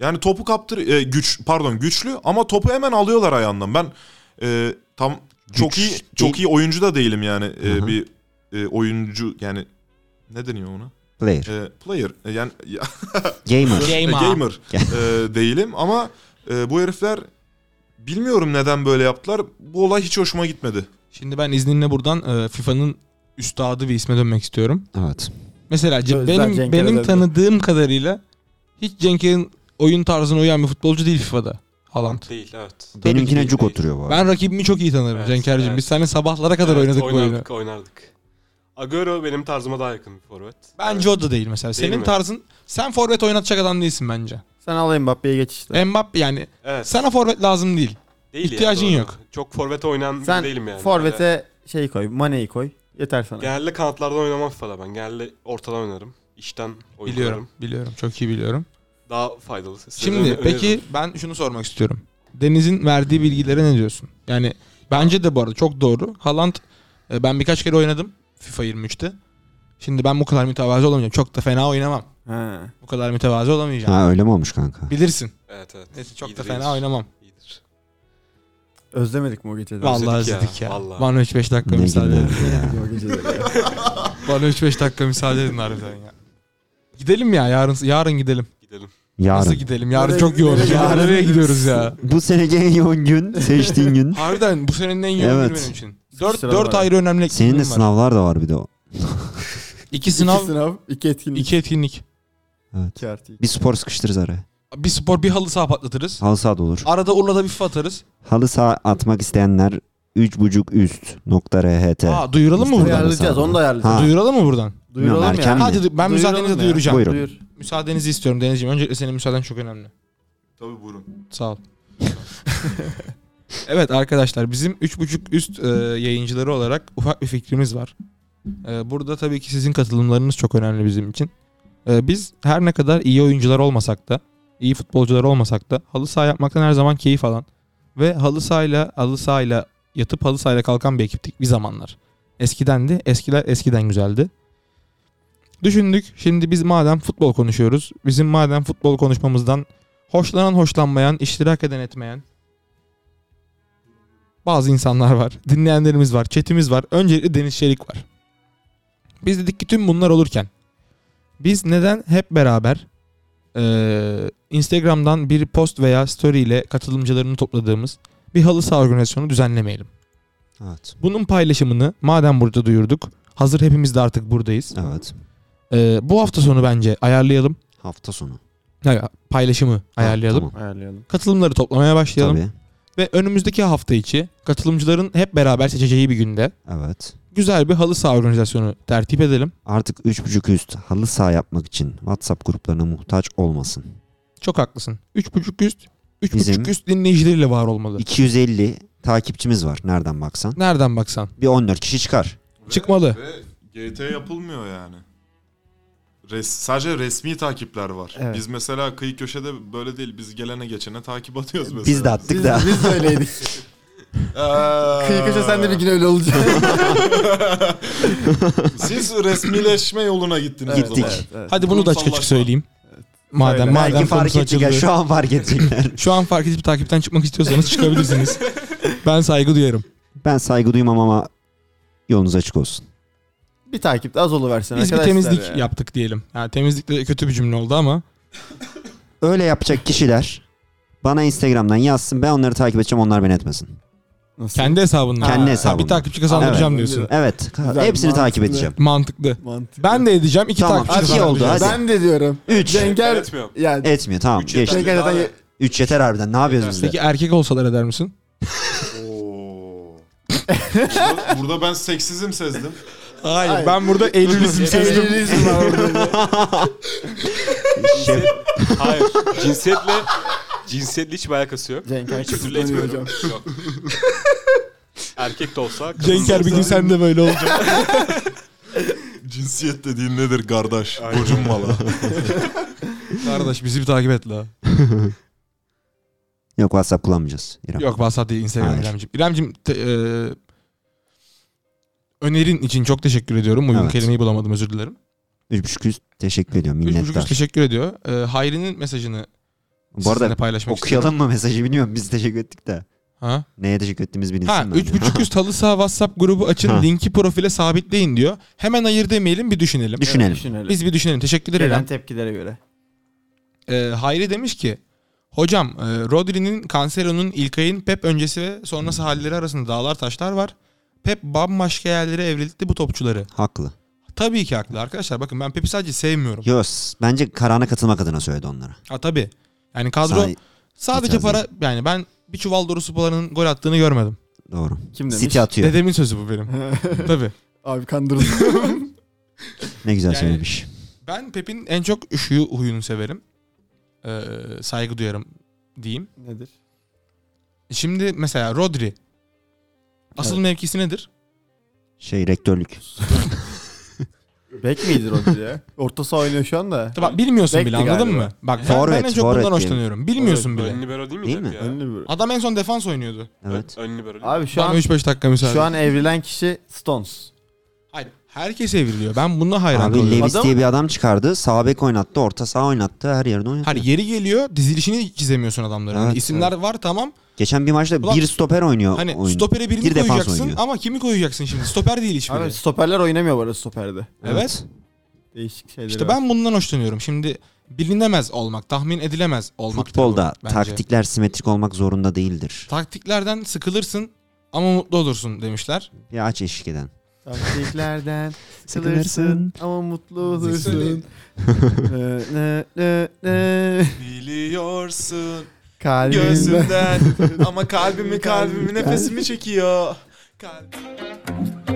S6: Yani topu kaptır e, güç pardon güçlü ama topu hemen alıyorlar ayağından. Ben e, tam çok
S3: Güç
S6: iyi
S3: değil.
S6: çok iyi oyuncu da değilim yani E,
S3: Hı hı.
S6: bir e, oyuncu yani ne deniyor ona?
S3: Player.
S6: e, player e, yani ya-
S3: Gamer.
S6: e,
S1: Gamer.
S6: gamer e, değilim ama e, bu herifler bilmiyorum neden böyle yaptılar. Bu olay hiç hoşuma gitmedi.
S1: Şimdi ben izninle buradan e, FIFA'nın üstadı bir isme dönmek istiyorum.
S3: Evet.
S1: Mesela Cenk-
S2: Özlem
S1: benim
S2: Cenk'e
S1: benim
S2: döndü.
S1: tanıdığım kadarıyla hiç Cenk'in oyun tarzına uyan bir futbolcu değil FIFA'da. Haaland.
S4: Değil evet.
S3: Benimkine
S4: değil,
S3: cuk
S4: değil.
S3: oturuyor bu arada.
S1: Ben rakibimi çok iyi tanırım
S4: Evet,
S1: Cenker'cim.
S4: evet.
S1: Biz seninle sabahlara kadar
S4: Evet,
S1: oynadık bu oyunu.
S4: oynardık, oynardık. Agüero benim tarzıma daha yakın bir forvet.
S1: Bence o da değil mesela.
S4: Değil
S1: Senin
S4: mi?
S1: tarzın sen forvet oynatacak adam değilsin bence.
S2: Sen al Mbappe'ye geç işte.
S1: Mbappe yani
S4: Evet.
S1: sana forvet lazım değil.
S4: Değil ya,
S1: ihtiyacın
S4: doğru.
S1: yok.
S4: Çok forvete oynayan
S2: Sen
S4: biri değilim yani.
S2: Forvet'e
S4: Öyle.
S2: şey koy, Mane'yi koy. Yeter sana.
S4: Genelde kanatlardan oynamam falan ben. Genelde ortadan oynarım. İşten oynuyorum.
S1: Biliyorum. Biliyorum. Çok iyi biliyorum.
S4: Daha faydalı. Size
S1: Şimdi
S4: öne-
S1: peki
S4: öneririm.
S1: ben şunu sormak istiyorum. Deniz'in verdiği bilgilere ne diyorsun? Yani bence de bu arada çok doğru. Haaland e, ben birkaç kere oynadım FIFA 23'te. Şimdi ben bu kadar mütevazı olamayacağım. Çok da fena oynamam.
S2: Ha.
S1: Bu kadar mütevazı olamayacağım.
S3: Ha öyle mi olmuş kanka?
S1: Bilirsin.
S4: Evet evet.
S1: Neyse çok da
S4: İyidir,
S1: fena
S4: iyidir.
S1: oynamam.
S4: İyidir.
S2: Özlemedik mi o geceleri?
S1: Vallahi
S4: ya,
S1: özledik ya.
S4: vallahi.
S1: Bana 3-5 dakika
S3: Ne
S1: müsaade edin.
S3: günlerdi ya.
S1: (laughs)
S2: O geceleri.
S1: (laughs) Bana 3-5 dakika müsaade edin harbiden ya. Gidelim ya yarın yarın gidelim.
S4: Gidelim.
S1: Nasıl
S3: Yarın.
S1: gidelim? Yarın çok yoğunuz.
S2: nereye
S1: Yarın
S2: gidiyoruz?
S1: nereye gidiyoruz ya?
S3: Bu seneki en
S1: (laughs)
S3: yoğun gün seçtiğin gün.
S1: Harbiden bu senenin en yoğun günü
S3: Evet.
S1: benim için. 4,
S2: Sıralar
S1: 4
S2: var.
S1: ayrı önemli
S3: Senin
S1: etkinliğim
S3: de
S1: var.
S3: sınavlar da var bir de. o.
S1: İki
S2: Sınav,
S1: sınav,
S2: iki sınav, iki etkinlik.
S1: iki etkinlik.
S3: Evet.
S2: İki artı iki.
S3: Bir spor sıkıştırırız araya.
S1: Bir spor bir halı saha patlatırız.
S3: Halı saha da olur.
S1: Arada Urla'da bir FIFA atarız.
S3: Halı saha atmak isteyenler 3.5 üst nokta rht.
S1: Aa duyuralım mı
S3: Biz
S1: buradan?
S3: de-
S2: Ayarlayacağız, onu da ayarlayacağız.
S3: Ha.
S1: Duyuralım mı buradan?
S2: Duyuralım
S3: Bilmiyorum, erken
S2: ya.
S3: mi?
S1: Hadi du- ben
S2: Duyuralım
S1: müsaadenizi
S2: ya.
S1: duyuracağım.
S3: Buyurun.
S2: Duyur.
S1: Müsaadenizi istiyorum Denizciğim. Öncelikle senin müsaaden çok önemli.
S6: Tabii buyurun.
S1: Sağ ol. evet arkadaşlar bizim 3.5 üst e, yayıncıları olarak ufak bir fikrimiz var. E, burada tabii ki sizin katılımlarınız çok önemli bizim için. E, biz her ne kadar iyi oyuncular olmasak da, iyi futbolcular olmasak da halı saha yapmaktan her zaman keyif alan ve halı sahayla halı sahayla yatıp halı sahayla kalkan bir ekiptik bir zamanlar. Eskiden de eskiler eskiden güzeldi. Düşündük şimdi biz madem futbol konuşuyoruz, bizim madem futbol konuşmamızdan hoşlanan hoşlanmayan, iştirak eden etmeyen bazı insanlar var. Dinleyenlerimiz var, chatimiz var. Öncelikle Deniz Çelik var. Biz dedik ki tüm bunlar olurken biz neden hep beraber eee, Instagram'dan bir post veya story ile katılımcılarını topladığımız bir halı saha organizasyonu düzenlemeyelim?
S3: Evet.
S1: Bunun paylaşımını madem burada duyurduk, hazır hepimiz de artık buradayız.
S3: Evet.
S1: Eee, Ee, bu hafta sonu bence ayarlayalım.
S3: Hafta sonu.
S1: Hayır, paylaşımı ayarlayalım.
S3: Tamam,
S2: Ayarlayalım.
S1: Katılımları toplamaya başlayalım.
S3: Tabii.
S1: Ve önümüzdeki hafta içi katılımcıların hep beraber seçeceği bir günde
S3: Evet.
S1: güzel bir halı saha organizasyonu tertip edelim.
S3: Artık 3.5 üst halı saha yapmak için WhatsApp gruplarına muhtaç olmasın.
S1: Çok haklısın. 3.5 üst, 3.5
S3: Bizim-
S1: üst dinleyicileriyle var olmalı.
S3: 250 takipçimiz var nereden baksan.
S1: Nereden baksan.
S3: Bir 14 kişi çıkar.
S1: Çıkmalı.
S6: Ve GT yapılmıyor yani. Res, sadece resmi takipler var.
S2: Evet.
S6: Biz mesela kıyı köşede böyle değil. Biz gelene geçene takip atıyoruz mesela.
S3: Biz de
S6: (laughs)
S3: attık
S2: Biz,
S3: da.
S2: biz de öyleydik.
S1: (laughs)
S6: Ee,
S2: Kıyı köşe sen de bir gün öyle olacaksın.
S6: (laughs) Siz resmileşme yoluna gittiniz.
S2: Evet,
S6: o zaman.
S2: evet, evet.
S1: Hadi bunu da açık açık
S6: Kurumsallaşma.
S1: söyleyeyim. Madem
S2: Öyle.
S1: madem
S3: Belki fark
S1: konusu açıldı.
S3: edecekler.
S1: Şu
S3: Şu an
S1: (laughs)
S3: fark edecekler.
S1: an, fark edip takipten çıkmak
S3: (laughs)
S1: istiyorsanız çıkabilirsiniz. ben saygı duyarım.
S3: ben saygı duymam ama yolunuz açık olsun.
S2: bir takipte az oluversin
S1: Biz bir
S2: arkadaşlar
S1: temizlik
S2: ya.
S1: yaptık diyelim. Yani temizlik de kötü bir cümle oldu ama
S3: Öyle yapacak kişiler bana Instagram'dan yazsın. Ben onları takip edeceğim. Onlar beni etmesin.
S2: Nasıl?
S1: kendi hesabından.
S3: Kendi
S1: Ha,
S3: hesabından.
S1: Bir takipçi kazandıracağım
S2: Evet.
S1: diyorsun.
S3: Evet.
S2: Güzel,
S3: hepsini takip
S2: mantıklı.
S3: edeceğim.
S1: Mantıklı.
S2: Mantıklı.
S1: Ben şey de edeceğim. iki
S3: Tamam,
S1: takipçi
S3: iki oldu,
S1: kazandıracağım.
S3: hadi.
S2: Ben de diyorum.
S3: 3.
S2: Cenker
S4: Öğretmiyorum.
S2: yani
S3: Etmiyor. Tamam.
S4: Üç
S3: Geçti.
S4: yeterli.
S2: Cenker zaten
S4: Daha-
S3: 3 yeter harbiden. Ne yapıyoruz biz de?
S1: Peki erkek olsalar eder misin?
S6: Oo. burada, burada ben seksizim sezdim.
S1: Hayır,
S2: Hayır.
S1: ben burada Eylül'üzüm sezdim.
S2: evliliğiniz var orada.
S3: Şef-
S4: Hayır. Cinsiyetle cinsiyetle hiçbir alakası yok.
S2: Cenker
S4: Hiçbir türlü
S2: kısıtlanıyor hocam.
S4: etmiyorum. Yok. Erkek de olsa. kadın da
S1: Cenker bir
S4: olsa-
S1: gün sen de böyle olacaksın.
S6: Cinsiyet dediğin nedir kardeş? Kocun mala.
S1: (laughs) Kardeş bizi bir takip et la.
S3: Yok WhatsApp kullanmayacağız. İrem.
S1: Yok WhatsApp değil Instagram
S3: Hayır.
S1: İremciğim. İremciğim te- e, önerin için çok teşekkür ediyorum. Uygun
S3: Evet.
S1: kelimeyi bulamadım özür dilerim.
S3: Üç buçuk yüz teşekkür ediyorum.
S1: Üç buçuk
S3: Minnettar.
S1: üç teşekkür ediyor. E, Hayri'nin mesajını
S3: Bu
S1: sizinle
S3: arada
S1: paylaşmak istiyorum.
S3: okuyalım mı mesajı bilmiyorum. Biz teşekkür ettik de.
S1: Ha?
S3: Neye teşekkür ettiğimiz bilinsin.
S1: Ha,
S3: bence.
S1: 3.5
S3: (laughs)
S1: üst halı saha WhatsApp grubu açın.
S3: Ha.
S1: Linki profile sabitleyin diyor. Hemen hayır demeyelim bir düşünelim.
S3: Düşünelim.
S2: Düşünelim.
S1: Biz bir düşünelim. Teşekkür ederim.
S2: Gelen tepkilere göre.
S1: Ee, Hayri demiş ki Hocam e, Rodri'nin Cancelo'nun İlkay'ın Pep öncesi ve sonrası halleri arasında dağlar taşlar var. Pep bambaşka yerlere evriltti bu topçuları.
S3: Haklı.
S1: Tabii ki haklı arkadaşlar. Bakın ben Pep'i sadece sevmiyorum.
S3: Yos. Bence Karan'a katılmak adına söyledi onlara.
S1: Ha tabii. Yani kadro
S3: Sahi-
S1: sadece
S3: itiraz
S1: para yani ben bir çuval dolusu paranın gol attığını görmedim.
S3: Doğru.
S2: Kim demiş? (laughs)
S3: City atıyor.
S1: Dedemin sözü bu benim. tabii.
S2: Abi
S1: (laughs)
S2: kandırdım.
S3: Ne güzel
S1: Yani-
S3: söylemiş.
S1: Ben Pep'in en çok şu huyunu severim. Ee, saygı duyarım diyeyim.
S2: Nedir?
S1: Şimdi mesela Rodri asıl mevkisi nedir?
S3: Şey rektörlük.
S2: Bek miydi Rodri ya? Orta saha oynuyor şu anda.
S1: Bak bilmiyorsun
S2: Bekti
S1: bile anladın
S2: galiba.
S1: mı? Bak ben,
S3: Forvet,
S1: ben en çok
S3: forvet
S1: bundan
S3: diyelim.
S1: hoşlanıyorum. Bilmiyorsun bile.
S4: Ön libero değil mi?
S3: Değil
S4: hep
S3: mi?
S4: Ya?
S2: Önlü bir-
S1: Adam en son defans oynuyordu.
S3: Evet.
S4: Ön, ön libero değil mi?
S2: Abi şu
S1: Bana
S2: an
S1: 3-5 dakika müsaade.
S2: şu an evrilen kişi Stones.
S1: Hayır, herkes evriliyor. Ben buna hayran
S3: Abi
S1: kalıyorum.
S3: Levis
S2: Adam-
S3: diye bir adam çıkardı. Sağ bek oynattı. Orta sağ oynattı. Her yerden oynattı.
S1: Hayır yeri geliyor dizilişini çizemiyorsun adamların.
S3: Evet,
S1: Yani isimler var tamam.
S3: Geçen bir maçta
S1: Ulan-
S3: bir stoper oynuyor.
S1: Hani
S3: oyun.
S1: stopere birini
S3: Bir defans
S1: koyacaksın
S3: oynuyor.
S1: ama kimi koyacaksın şimdi? Stoper değil hiçbiri.
S2: Abi stoperler oynamıyor bu arada stoperde.
S1: evet.
S2: Değişik şeyler
S1: İşte ben bundan hoşlanıyorum. Şimdi bilinemez olmak, tahmin edilemez olmak.
S3: Futbolda
S1: tabii bence.
S3: taktikler simetrik olmak zorunda değildir.
S1: Taktiklerden sıkılırsın ama mutlu olursun demişler.
S3: Ya aç eşlik eden.
S1: (laughs)
S2: Taktiklerden
S3: Sıkılırsın.
S2: sıkılırsın ama mutlu olursun.
S1: Sıkılırsın.
S2: Nı, nı, nı, nı.
S6: Biliyorsun
S2: Kalbimden.
S6: gözümden ama kalbimi kalbimi nefesimi çekiyor. Kalbim.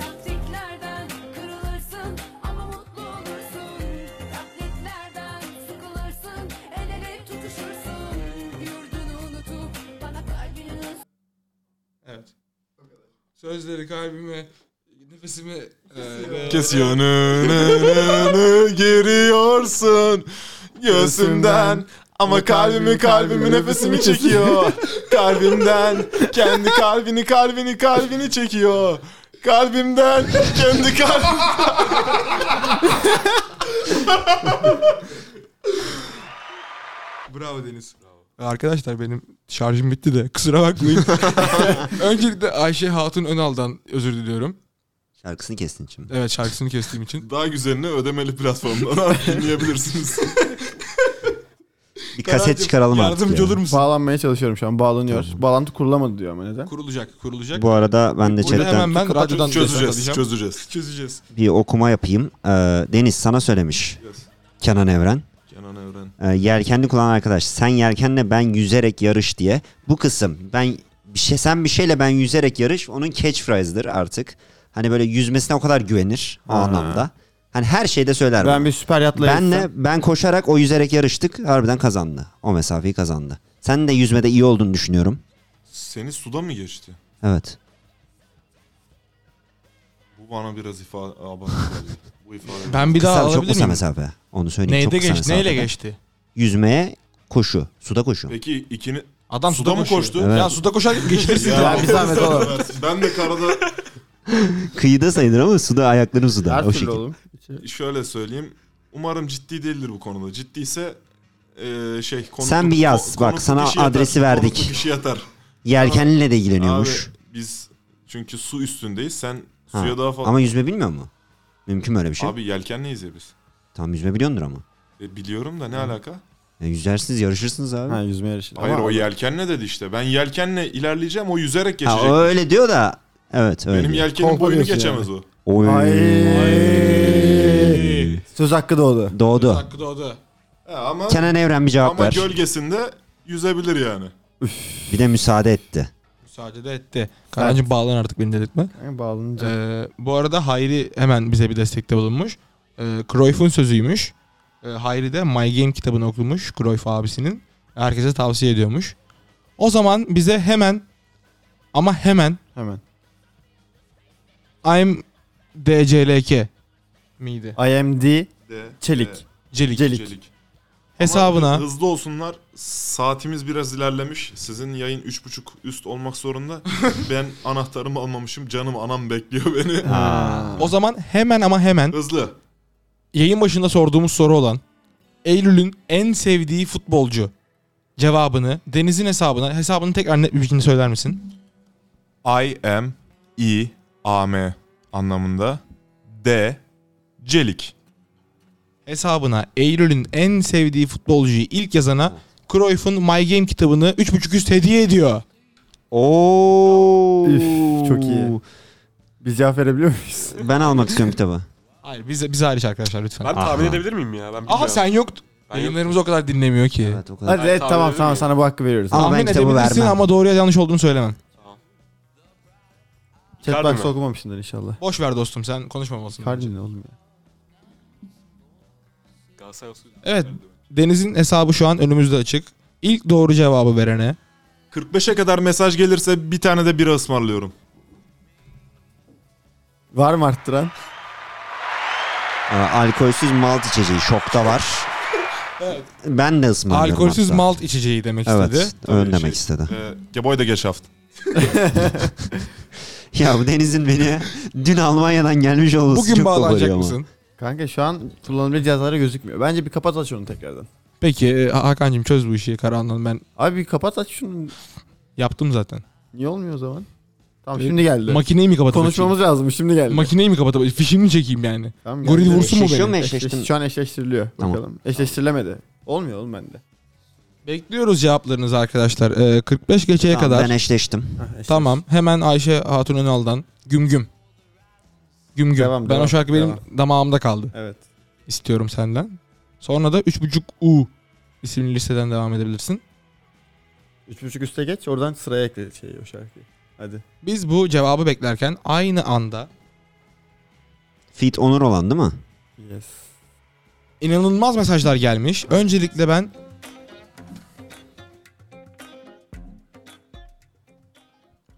S8: Taktiklerden kırılırsın ama mutlu olursun. Taklitlerden sıkılırsın, el ele tutuşursun. Yurdunu unutup bana kalbini
S1: Evet. Sözleri kalbime, nefesimi e,
S6: Kesiyor nı nı nı nı giriyorsun göğsümden ama kalbimi kalbimi nefesimi çekiyor kalbimden kendi kalbini kalbini kalbini çekiyor kalbimden kendi kalbini
S1: Bravo Deniz. Arkadaşlar benim şarjım bitti de kusura (laughs) bakmayın. Öncelikle Ayşe Hatun Önal'dan özür diliyorum.
S3: Şarkısını kestin şimdi.
S1: Evet şarkısını kestiğim için.
S6: daha güzelini ödemeli platformdan (laughs) dinleyebilirsiniz
S3: Bir kaset çıkaralım artık.
S1: Yardımcı
S3: ya.
S1: olur musun?
S2: Bağlanmaya çalışıyorum şu an. Bağlanıyor. Bağlantı kurulamadı diyor ama neden?
S1: Kurulacak, kurulacak.
S3: Bu arada ben de
S1: Burada
S3: chatten
S1: hemen ben radyodan
S6: çözeceğiz
S1: destek
S6: çözeceğiz
S1: çözeceğiz.
S3: bir okuma yapayım. Ee, Deniz sana söylemiş. Kenan Evren.
S6: Kenan Evren
S3: Ee, yelkenli kullanan arkadaş. Sen yelkenle ben yüzerek yarış diye. Bu kısım ben bir şey sen bir şeyle ben yüzerek yarış onun catchphrase'dir artık. Hani böyle yüzmesine o kadar güvenir o anlamda. Hani her şeyde söyler. bunu.
S2: Ben bir süper yatla
S3: Benle
S2: yazsam.
S3: ben koşarak o yüzerek yarıştık. Harbiden kazandı. O mesafeyi kazandı. Sen de yüzmede iyi olduğunu düşünüyorum.
S6: seni suda mı geçti
S3: Evet.
S6: bu bana biraz ifade abartı geldi. bu ifade
S1: Ben bir daha
S3: Kısa, şey çok
S1: alabilir
S3: kısa
S1: miyim?
S3: mesafe. Onu söyleyeyim.
S1: Neyde
S3: çok kısa
S1: geçti? Neyle
S3: mesafede.
S1: geçti?
S3: Yüzmeye koşu. Suda koşu.
S6: peki ikini
S1: Adam
S6: Suda
S1: suda,
S6: mı
S1: koşuyor.
S6: koştu?
S1: Ya
S3: (laughs) Evet.
S1: suda koşar geçirsin.
S6: Ya,
S1: ya.
S2: bir zahmet oğlum.
S6: ben de karada
S3: Kıyıda sayılır ama suda ayaklarım suda.
S2: Her
S3: o
S2: türlü
S3: şekilde.
S2: oğlum.
S6: Şöyle söyleyeyim. Umarım ciddi değildir bu konuda. Ciddiyse eee şey konuklu-
S3: Sen bir yaz.
S6: ko-
S3: Bak,
S6: konuklu
S3: sana
S6: kişi yatar.
S3: adresi verdik.
S6: Konuklu kişi yatar.
S3: Yelkenliyle de
S6: Abi,
S3: ilgileniyormuş.
S6: biz çünkü su üstündeyiz. Sen
S3: Ha,
S6: suya daha fazla...
S3: Ama yüzme bilmiyor mu? Mümkün mü öyle bir şey?
S6: Abi yelkenleyiz ya biz.
S3: Tam yüzme biliyordur ama.
S6: E, biliyorum da ne alaka?
S3: Ya yüzersiniz yarışırsınız abi.
S2: Ha yüzme yarışı.
S6: Hayır
S2: Ama
S6: o yelkenle dedi işte. Ben yelkenle ilerleyeceğim o yüzerek
S3: Ha,
S6: geçecek.
S3: o öyle diyor da. Evet öyle.
S6: Benim
S3: diyor.
S6: yelkenim
S2: Kompa
S6: boyunu
S2: diyorsun
S6: geçemez o.
S3: Oy.
S2: Ay. Söz hakkı doğdu.
S3: Doğdu.
S1: Hakkı doğdu.
S6: He, E, ama
S3: Kenan Evren bir cevap
S6: ama
S3: ver.
S6: gölgesinde yüzebilir yani.
S3: Bir de müsaade etti.
S1: Müsaade de etti. Karancığım bağlan artık beni delirtme.
S2: Yani bağlanınca.
S1: Ee, bu arada Hayri hemen bize bir destekte bulunmuş. Ee, Cruyff'un sözüymüş. Ee, Hayri de My Game kitabını okumuş Cruyff abisinin. Herkese tavsiye ediyormuş. O zaman bize hemen ama hemen
S2: Hemen.
S1: I'm DCLK miydi?
S2: IMD
S6: De,
S2: Çelik.
S1: Celik.
S6: de,
S2: Celik.
S6: Çelik.
S1: Hesabına.
S6: Ama hızlı olsunlar. Saatimiz biraz ilerlemiş. Sizin yayın 3.30 üst olmak zorunda. ben anahtarımı almamışım. Canım anam bekliyor beni.
S3: Aa.
S1: O zaman hemen ama hemen
S6: Hızlı.
S1: yayın başında sorduğumuz soru olan Eylül'ün en sevdiği futbolcu cevabını Deniz'in hesabına hesabını tekrar net bir biçimde söyler misin?
S6: I am E A M anlamında. D Celik.
S1: Hesabına Eylül'ün en sevdiği futbolcuyu ilk yazana Cruyff'un My Game kitabını 3.5 üst hediye ediyor.
S3: Oo.
S2: Üf, çok iyi. Biz cevap verebiliyor muyuz?
S3: (laughs) Ben almak istiyorum kitabı.
S1: Hayır biz, biz hariç arkadaşlar lütfen.
S4: Ben tahmin
S3: Aha.
S4: edebilir miyim ya? Ben
S1: Aha sen yok.
S4: Ben yok.
S1: Yayınlarımız o kadar dinlemiyor ki.
S3: Evet o kadar.
S2: Hadi evet,
S4: tahmin
S2: tamam tamam
S4: edemiyorum.
S2: sana bu hakkı veriyoruz.
S3: Ama ben
S1: Tahmin
S3: kitabı
S1: edebilirsin
S3: vermem.
S1: ama doğruya yanlış olduğunu söylemem.
S4: Icardi
S2: Chatbox
S4: mi?
S2: okumamışsındır inşallah.
S1: Boş ver dostum sen konuşmamalısın.
S2: Kardin ne oğlum ya?
S4: Galatasaray olsun.
S1: Evet. Deniz'in hesabı şu an önümüzde açık. İlk doğru cevabı verene
S6: 45'e kadar mesaj gelirse bir tane de bira ısmarlıyorum.
S2: Var mı arttıran?
S3: Aa, e, alkolsüz malt içeceği şokta var. Ben de ısmarlıyorum
S1: alkolsüz
S3: hatta.
S1: malt içeceği demek istedi.
S3: Evet.
S6: Tabii
S3: Ön
S6: şey.
S3: demek istedi. (laughs)
S6: Ee, Geboy da geç hafta.
S3: Ya bu Deniz'in beni dün Almanya'dan gelmiş olması
S1: Bugün
S3: çok
S1: bağlanacak
S3: koparıyor ama.
S1: mısın?
S2: Kanka şu an kullanılabilir cihazlara gözükmüyor. Bence bir kapat aç onu tekrardan.
S1: Peki e, Hakan'cığım çöz bu işi karanlığını ben
S2: Abi bir kapat aç şunu.
S1: yaptım zaten.
S2: Niye olmuyor o zaman? Tamam şimdi geldi.
S1: Makineyi mi kapatıp
S2: Konuşmamız lazım şimdi
S1: açayım?
S2: geldi.
S1: Makineyi mi kapatıp fişini mi çekeyim yani?
S2: Tamam,
S1: Goril
S2: geldi.
S1: vursun mu
S3: Eşleşiyor
S1: beni?
S3: mu
S2: Eşleş-
S3: eşleştin?
S2: Şu an eşleştiriliyor.
S3: Tamam.
S2: Bakalım. Eşleştirilemedi. Olmuyor oğlum bende.
S1: Bekliyoruz cevaplarınızı arkadaşlar. Ee, 45 geçeye
S3: Tamam,
S1: kadar.
S3: Ben eşleştim.
S2: Hah, eşleş-
S1: Tamam. Hemen Ayşe Hatun Önal'dan Güm Güm. Güm Güm.
S2: Devam,
S1: ben o
S2: devam,
S1: şarkı benim damağımda kaldı.
S2: Evet.
S1: istiyorum senden. Sonra da 3.5 U isimli listeden devam edebilirsin.
S2: 3.5 üste geç oradan sıraya ekle şeyi o şarkıyı. Hadi.
S1: Biz bu cevabı beklerken aynı anda
S3: Fit Onur olan değil mi?
S2: Yes.
S1: inanılmaz mesajlar gelmiş. Öncelikle ben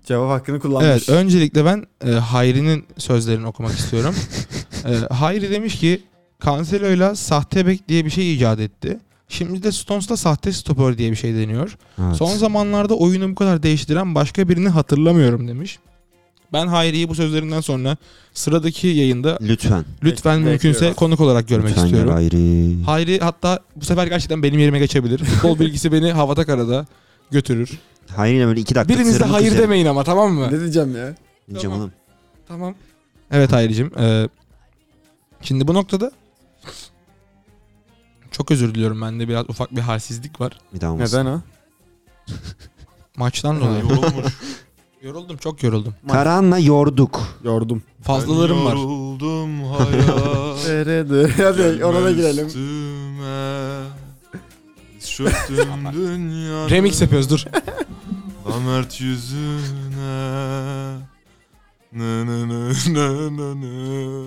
S2: Cevap hakkını kullanmış.
S1: evet öncelikle ben e, Hayri'nin sözlerini okumak
S3: (laughs)
S1: istiyorum. E, Hayri demiş ki Cancelo'yla sahte bek diye bir şey icat etti. Şimdi de Stones'la sahte stoper diye bir şey deniyor.
S3: Evet.
S1: Son zamanlarda oyunu bu kadar değiştiren başka birini hatırlamıyorum demiş. Ben Hayri'yi bu sözlerinden sonra sıradaki yayında
S3: Lütfen.
S1: lütfen
S2: Bekliyoruz.
S1: mümkünse konuk olarak görmek
S3: Lütfen
S1: istiyorum.
S3: gel ayrı.
S1: Hayri hatta bu sefer gerçekten benim yerime geçebilir.
S3: (laughs)
S1: Futbol bilgisi beni havada karada götürür.
S3: Hayriyle böyle iki dakika
S1: Biriniz de
S3: tırmık
S1: hayır
S3: üzerine.
S1: demeyin ama tamam mı?
S2: Ne diyeceğim ya?
S3: Diyeceğim
S1: Tamam.
S3: oğlum.
S1: Tamam. Evet Hayri'cim. Ee, şimdi bu noktada çok özür diliyorum. Bende biraz ufak bir halsizlik var.
S3: Bir daha olmasın.
S2: Neden o?
S1: Maçtan dolayı.
S6: Yorulmuş.
S1: (laughs) yoruldum. Çok yoruldum.
S3: Karan'la yorduk.
S2: Yordum.
S1: Fazlalarım var.
S6: Yoruldum hayat.
S2: (laughs) Hadi ona da girelim.
S6: Üstüme.
S1: (laughs)
S6: Çöktüm dünyanın.
S1: Remix yapıyoruz dur. (laughs)
S6: Namert yüzüne. Nı nı nı nı nı nı.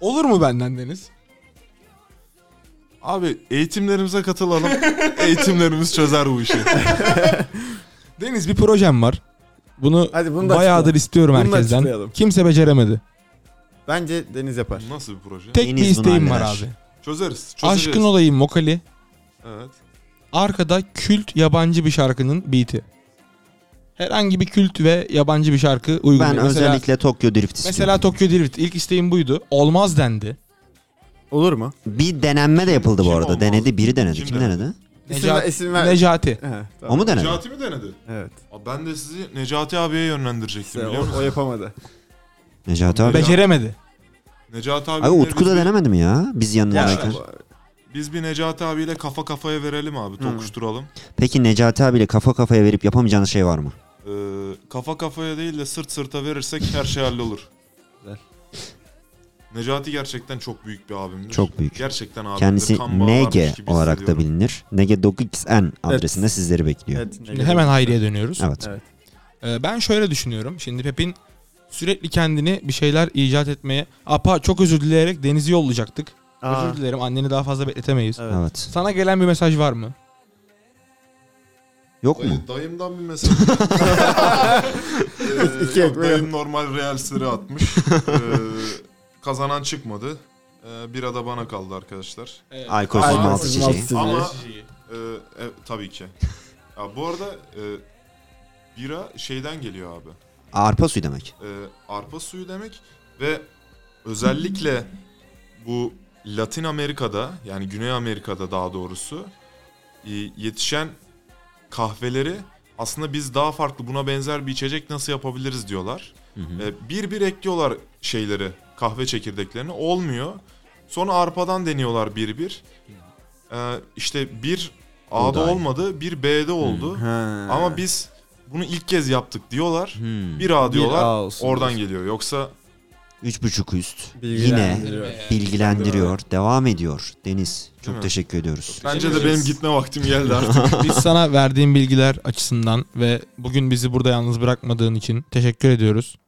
S1: Olur mu benden Deniz?
S6: Abi
S2: (laughs)
S6: eğitimlerimize katılalım. Eğitimlerimiz çözer bu işi.
S1: Deniz bir projem var. Bunu
S2: Hadi bunu da
S1: bayağıdır
S2: açıkla.
S1: istiyorum
S2: Bunu da
S1: herkesten.
S2: açıklayalım.
S1: Kimse beceremedi.
S2: Bence Deniz yapar.
S6: Nasıl bir proje?
S1: Tek
S3: Deniz
S1: bir
S3: bunu
S1: isteğim var
S3: halleder.
S1: abi.
S6: Çözeriz. Çözeriz.
S1: Aşkın olayım Mokali.
S6: Evet.
S1: Arkada kült yabancı bir şarkının beat'i. Herhangi bir kült ve yabancı bir şarkı uygun.
S3: Ben
S1: değil. mesela,
S3: özellikle Tokyo Drift istiyorum.
S1: mesela Tokyo Drift ilk isteğim buydu. Olmaz dendi.
S2: Olur mu?
S3: Bir denenme de yapıldı bu
S6: Kim
S3: arada.
S6: olmaz?
S3: Denedi biri denedi. Kim,
S6: Kim
S3: denedi?
S2: İsim, ver,
S1: Necati,
S2: isim ver.
S1: Necati.
S2: He, tamam.
S3: O mu denedi?
S6: Necati mi denedi?
S2: Evet.
S6: Abi ben de sizi Necati abiye yönlendirecektim
S2: İşte
S6: biliyor
S2: o,
S6: musun?
S2: o yapamadı.
S3: Necati abi.
S1: Beceremedi.
S6: Necati abi.
S3: Abi Utku da
S6: biz, bir-
S3: denemedi mi ya? Biz yanındayken.
S2: Ya,
S6: biz bir Necati abiyle kafa kafaya verelim abi. Tokuşturalım.
S3: Peki Necati abiyle kafa kafaya verip yapamayacağınız şey var mı?
S6: Ee, kafa kafaya değil de sırt sırta verirsek her şey hallolur.
S2: Güzel.
S6: Necati gerçekten çok büyük bir abimdir.
S3: Çok büyük.
S6: Gerçekten abimdir.
S3: Kendisi
S6: Kan bağı varmış
S3: NG
S6: gibi
S3: olarak da
S6: hissediyorum.
S3: bilinir. NG 9XN adresinde sizleri bekliyor.
S2: evet,
S1: Şimdi hemen Hayri'ye dönüyoruz.
S3: Evet.
S2: Evet.
S1: Ee, ben şöyle düşünüyorum. Şimdi Pep'in sürekli kendini bir şeyler icat etmeye... Apa çok özür dileyerek Deniz'i yollayacaktık.
S2: Aa,
S1: Özür dilerim anneni daha fazla bekletemeyiz.
S2: Evet.
S3: Evet.
S1: Sana gelen bir mesaj var mı?
S3: Yok mu?
S6: Dayı- dayımdan
S3: (laughs)
S6: bir mesaj. Ee,
S2: İki
S6: yok,
S2: ekmeği
S6: dayım normal
S3: (laughs)
S6: realsleri atmış. Ee, kazanan çıkmadı. Ee, bira da bana kaldı arkadaşlar.
S3: Alkolsüz
S6: Ama-
S3: malt içeceği.
S6: Ama e, e, tabii ki. Ya, bu arada e, bira şeyden geliyor abi.
S3: Arpa suyu demek.
S6: e, arpa suyu demek ve özellikle bu Latin Amerika'da yani Güney Amerika'da daha doğrusu e, yetişen kahveleri aslında biz daha farklı buna benzer bir içecek nasıl yapabiliriz diyorlar. E, bir bir ekliyorlar şeyleri kahve çekirdeklerini olmuyor. Sonra arpadan deniyorlar bir bir. E, işte bir A'da
S3: Buğday.
S6: olmadı bir B'de oldu.
S2: Ha.
S6: Ama biz bunu ilk kez yaptık diyorlar.
S3: Hmm.
S6: Bir A diyorlar.
S2: Bir A olsun
S6: oradan
S2: diyorsun.
S6: geliyor. Yoksa
S3: Üç buçuk üst. Yine
S2: Bilgilendiriyor.
S3: bilgilendiriyor. Devam ediyor. Deniz çok
S6: Değil mi?
S3: teşekkür ediyoruz.
S6: bence de benim gitme
S2: (laughs)
S6: vaktim geldi artık.
S1: Biz sana verdiğin bilgiler açısından ve bugün bizi burada yalnız bırakmadığın için teşekkür ediyoruz.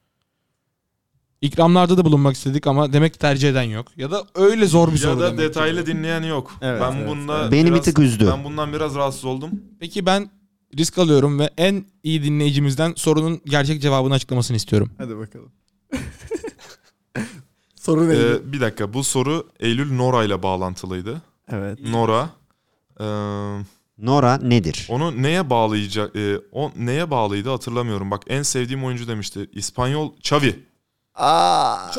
S1: İkramlarda da bulunmak istedik ama demek ki tercih eden yok. Ya da öyle zor bir soru.
S6: ya da
S1: demek ki.
S6: detaylı dinleyen yok.
S2: Evet,
S6: ben
S2: evet,
S6: bunda
S2: evet.
S3: Beni
S6: biraz-
S3: bir tık üzdü.
S6: Ben bundan biraz rahatsız oldum.
S1: Peki ben risk alıyorum ve en iyi dinleyicimizden sorunun gerçek cevabını açıklamasını istiyorum.
S2: Hadi bakalım. (laughs) Soru neydi?
S6: Ee, bir dakika bu soru Eylül Nora ile bağlantılıydı.
S2: evet.
S6: Nora ee,
S3: Nora nedir?
S6: onu neye bağlayacak ee, o neye bağlıydı hatırlamıyorum. Bak en sevdiğim oyuncu demişti. İspanyol Xavi.
S2: Aa,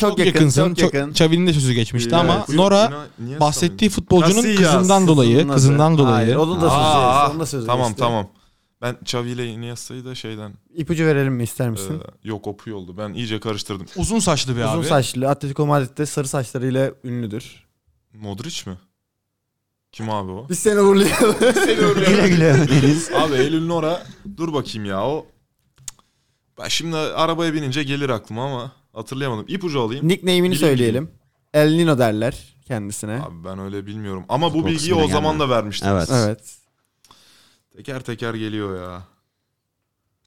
S2: çok,
S1: yakınsın.
S2: Çok yakın.
S1: Xavi'nin de sözü geçmişti
S6: Evet.
S1: ama
S6: Yok,
S1: Nora
S6: ina- niye
S1: bahsettiği futbolcunun
S6: Casillas.
S1: kızından dolayı,
S2: Kızının adı.
S1: kızından
S2: Hayır,
S1: dolayı.
S9: Onun da sözü.
S6: Aa,
S9: onun da sözü.
S6: Tamam
S9: geçti.
S6: tamam. Ben Xavi ile Iniesta'yı da şeyden
S2: İpucu verelim mi ister
S6: ee,
S2: misin?
S6: yok opuyor oldu. Ben iyice karıştırdım.
S1: Uzun saçlı bir
S2: Uzun
S1: Ee, abi.
S2: saçlı Atletico Madrid'de sarı saçlarıyla ünlüdür.
S6: Modric mi? Kim abi o?
S9: Biz seni
S2: (laughs)
S9: uğurlayalım.
S3: Güle güle Deniz.
S6: (laughs) Abi Eylül Nora dur bakayım ya o. Ben şimdi arabaya binince gelir aklıma ama hatırlayamadım. İpucu alayım.
S2: Nickname'ini
S6: Bilin-
S2: söyleyelim. El Nino derler kendisine.
S6: Abi ben öyle bilmiyorum. Ama bu
S3: Futbol
S6: bilgiyi o
S3: kısmına
S6: zaman
S3: gelme.
S6: da vermiştiniz.
S3: Evet.
S2: Evet.
S6: Teker teker geliyor ya.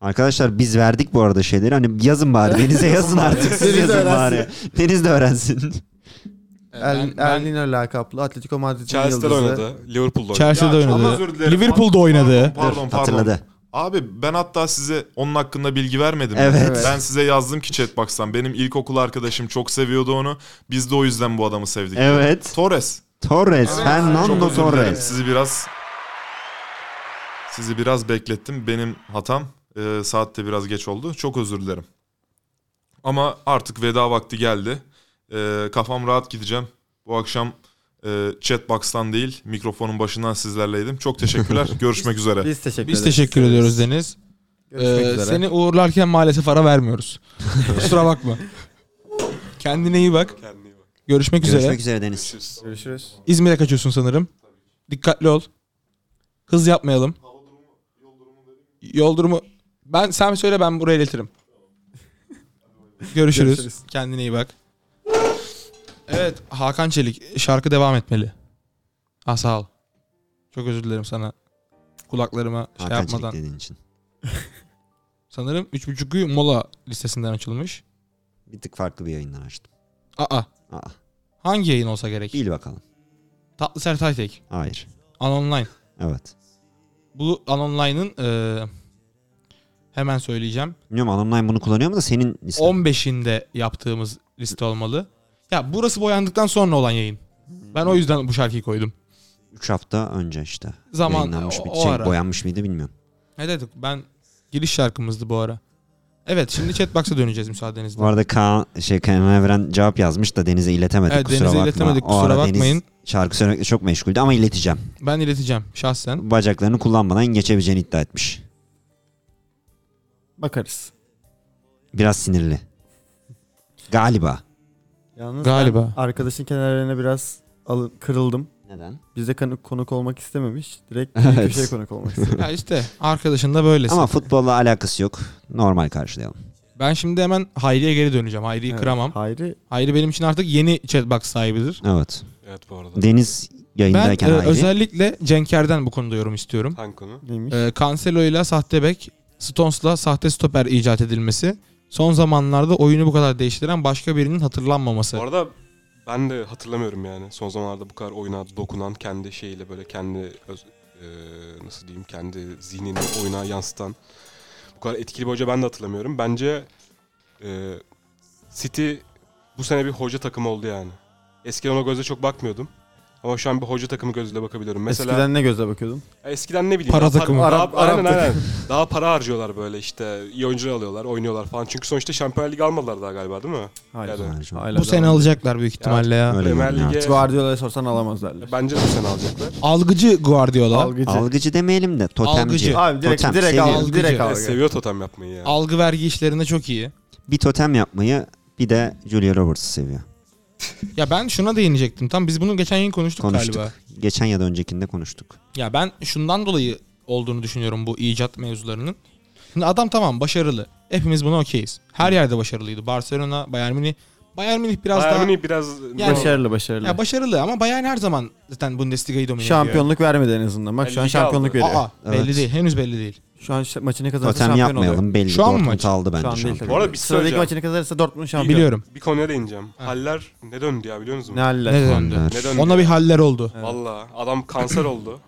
S3: Arkadaşlar biz verdik bu arada şeyleri. Hani yazın bari. Deniz'e yazın artık. Siz
S9: Deniz de
S3: yazın
S9: öğrensin.
S3: bari. Deniz de öğrensin. (laughs)
S2: El,
S1: ben-
S2: El Nino lakaplı Atletico Madrid'in
S4: Chelsea'de
S2: yıldızı.
S4: oynadı. Liverpool'da oynadı.
S1: Chelsea'de
S6: Ya, çok
S1: şey oynadı.
S6: özür dilerim.
S1: Liverpool'da
S6: Pardon,
S1: oynadı.
S6: Pardon pardon.
S3: Hatırladı.
S6: Abi ben hatta size onun hakkında bilgi vermedim.
S3: Evet.
S6: mi? Ben size yazdım ki chatbox'tan. Benim ilkokul arkadaşım çok seviyordu onu. Biz de o yüzden bu adamı sevdik.
S3: Evet.
S6: Torres.
S3: Torres.
S6: Çok
S3: Fernando
S6: özür dilerim.
S3: Torres.
S6: Sizi biraz sizi biraz beklettim. Benim hatam. Ee, saat de biraz geç oldu. Çok özür dilerim. Ama artık veda vakti geldi. Ee, kafam rahat gideceğim. Bu akşam e, chatbox'tan değil mikrofonun başından sizlerleydim.
S2: (laughs)
S6: Çok teşekkürler. Görüşmek üzere.
S2: Biz teşekkür
S1: Biz
S2: ederiz.
S1: teşekkür ediyoruz Deniz.
S2: Görüşmek
S1: Ee,
S2: üzere.
S1: Seni uğurlarken maalesef ara vermiyoruz. Kusura bakma. Kendine iyi bak.
S4: Kendine iyi bak.
S1: Görüşmek üzere.
S3: Görüşmek üzere Deniz.
S4: Görüşürüz.
S2: Görüşürüz.
S1: İzmir'e kaçıyorsun sanırım. Dikkatli ol. Hız yapmayalım. Yol durumu ben sen söyle ben buraya iletirim. Görüşürüz.
S2: Görüşürüz.
S1: Kendine iyi bak. Evet Hakan Çelik şarkı devam etmeli. Ah sağ ol. Çok özür dilerim sana. Kulaklarıma şey
S3: Hakan Çelik
S1: yapmadan.
S3: dediğin için.
S1: Sanırım 3.5'ü mola listesinden açılmış.
S3: Bir tık farklı bir yayından açtım.
S1: Aa
S3: Aa,
S1: hangi yayın olsa gerek?
S3: bil bakalım.
S1: Tatlı Sertay Tek.
S3: Hayır.
S1: Anonline.
S3: Evet.
S1: Bu Anonline'ın eee, hemen söyleyeceğim.
S3: Bilmiyorum Anonline bunu kullanıyor mu da senin listen.
S1: 15'inde yaptığımız liste olmalı. Ya burası boyandıktan sonra olan yayın. Ben o yüzden bu şarkıyı koydum.
S3: 3 hafta önce işte.
S1: Zaman,
S3: Yayınlanmış
S1: o-
S3: mıydı?
S1: o
S3: Şey,
S1: ara.
S3: boyanmış mıydı bilmiyorum.
S1: Ne dedik? Ben giriş şarkımızdı bu ara. Evet şimdi chatbox'a döneceğiz müsaadenizle.
S3: Bu arada Kaan, şey, Kaan Evren cevap yazmış da Deniz'e iletemedik
S1: Evet,
S3: kusura
S1: Deniz'e
S3: bakma.
S1: iletemedik,
S3: O
S1: kusura
S3: ara Deniz
S1: bakmayın.
S3: şarkı söylemekle çok meşguldü ama ileteceğim.
S1: Ben ileteceğim şahsen.
S3: Bacaklarını kullanmadan geçebileceğini iddia etmiş.
S2: Bakarız.
S3: Biraz sinirli. Galiba.
S2: Yalnız
S1: Galiba.
S2: ben arkadaşın kenarlarına biraz alın, kırıldım.
S3: Neden?
S2: Bize kanık konuk olmak istememiş.
S3: (laughs)
S2: Direkt
S3: Evet.
S2: bir köşeye konuk olmak istemiş.
S1: Ya işte arkadaşın da böylesin.
S3: Ama futbolla alakası yok. Normal karşılayalım.
S1: Ben şimdi hemen Hayri'ye geri döneceğim. Hayri'yi
S2: Evet.
S1: kıramam.
S2: Hayri
S1: Hayri benim için artık yeni chatbox sahibidir.
S3: Evet.
S4: Evet bu arada.
S3: Deniz
S1: Ben
S3: yayındayken
S1: e,
S3: ayrı.
S1: özellikle Cenker'den bu konuda yorum istiyorum.
S4: Hangi konu?
S2: neymiş?
S1: E, Cancelo'yla sahte bek, Stones'la sahte stoper icat edilmesi, son zamanlarda oyunu bu kadar değiştiren başka birinin hatırlanmaması.
S4: Bu arada ben de hatırlamıyorum yani. Son zamanlarda bu kadar oyuna dokunan kendi şeyiyle böyle kendi öz, e, e, nasıl diyeyim kendi zihnini oyuna yansıtan bu kadar etkili bir hoca ben de hatırlamıyorum. Bence e, City bu sene bir hoca takımı oldu yani. Eskiden ona gözle çok bakmıyordum. Ama şu an bir hoca takımı gözüyle bakabiliyorum. Mesela eskiden,
S2: Eskiden ne gözle bakıyordun?
S4: eskiden ne bileyim.
S1: Para
S4: ya, par-
S1: takımı.
S4: Daha,
S2: Arap-
S4: aynen,
S2: Arap
S4: aynen. (laughs) daha para harcıyorlar böyle işte. iyi oyuncular alıyorlar, oynuyorlar falan. Çünkü sonuçta Şampiyonlar Ligi almadılar daha galiba değil mi?
S2: Hayır.
S4: Yani.
S2: Hala
S1: Bu sene
S2: devam.
S1: alacaklar büyük ihtimalle ya.
S3: Öyle
S4: Premier
S3: görünüyor
S4: Lig'e
S2: Guardiola'ya sorsan alamaz derler.
S4: bence de bu sene alacaklar.
S1: Algıcı Guardiola.
S2: Algıcı.
S3: Algıcı demeyelim de totemci.
S1: Algıcı.
S2: Abi direkt
S3: Totem,
S2: direkt
S3: seviyorum.
S2: al, direkt
S1: Algıcı.
S4: E,
S2: al.
S4: seviyor totem yapmayı yani.
S1: Algı vergi işlerinde çok iyi.
S3: Bir totem yapmayı bir de Julia Roberts'ı seviyor.
S1: Ya ben şuna değinecektim. Tam biz bunu geçen yayın konuştuk,
S3: Konuştuk.
S1: galiba.
S3: Geçen ya da öncekinde konuştuk.
S1: Ya ben şundan dolayı olduğunu düşünüyorum bu icat mevzularının. Şimdi adam tamam başarılı. Hepimiz buna okeyiz. Her yerde başarılıydı. Barcelona, Bayern Münih. Bayern Münih biraz
S4: Bayern
S1: daha...
S4: Münih biraz
S1: Yani-
S2: Başarılı başarılı.
S1: Ya başarılı ama Bayern her zaman zaten Bundesliga'yı domine ediyor.
S2: şampiyonluk vermedi en azından. Bak şu an
S4: Ligi
S2: şampiyonluk
S4: aldı.
S2: veriyor.
S1: Aa, belli
S3: Evet.
S1: değil. Henüz belli değil.
S2: Şu an şa- maçını kazanırsa
S3: Totem
S2: şampiyon
S3: yapmayalım
S2: oluyor.
S3: belli.
S1: Şu an mı
S3: Dortmund
S1: maç?
S3: aldı
S2: Şu
S3: bence
S2: an değil tabii.
S3: şampiyon.
S4: Bu arada bir
S2: Sıradaki
S4: söyleyeceğim.
S2: maçını kazanırsa Dortmund şampiyon.
S1: Biliyorum.
S4: bir konuya değineceğim.
S1: Ha.
S4: Haller ne döndü ya biliyor musunuz?
S2: Ne haller.
S1: Ne döndü?
S4: Ne döndü?
S1: Ona bir haller oldu.
S2: Evet.
S4: Valla adam kanser oldu.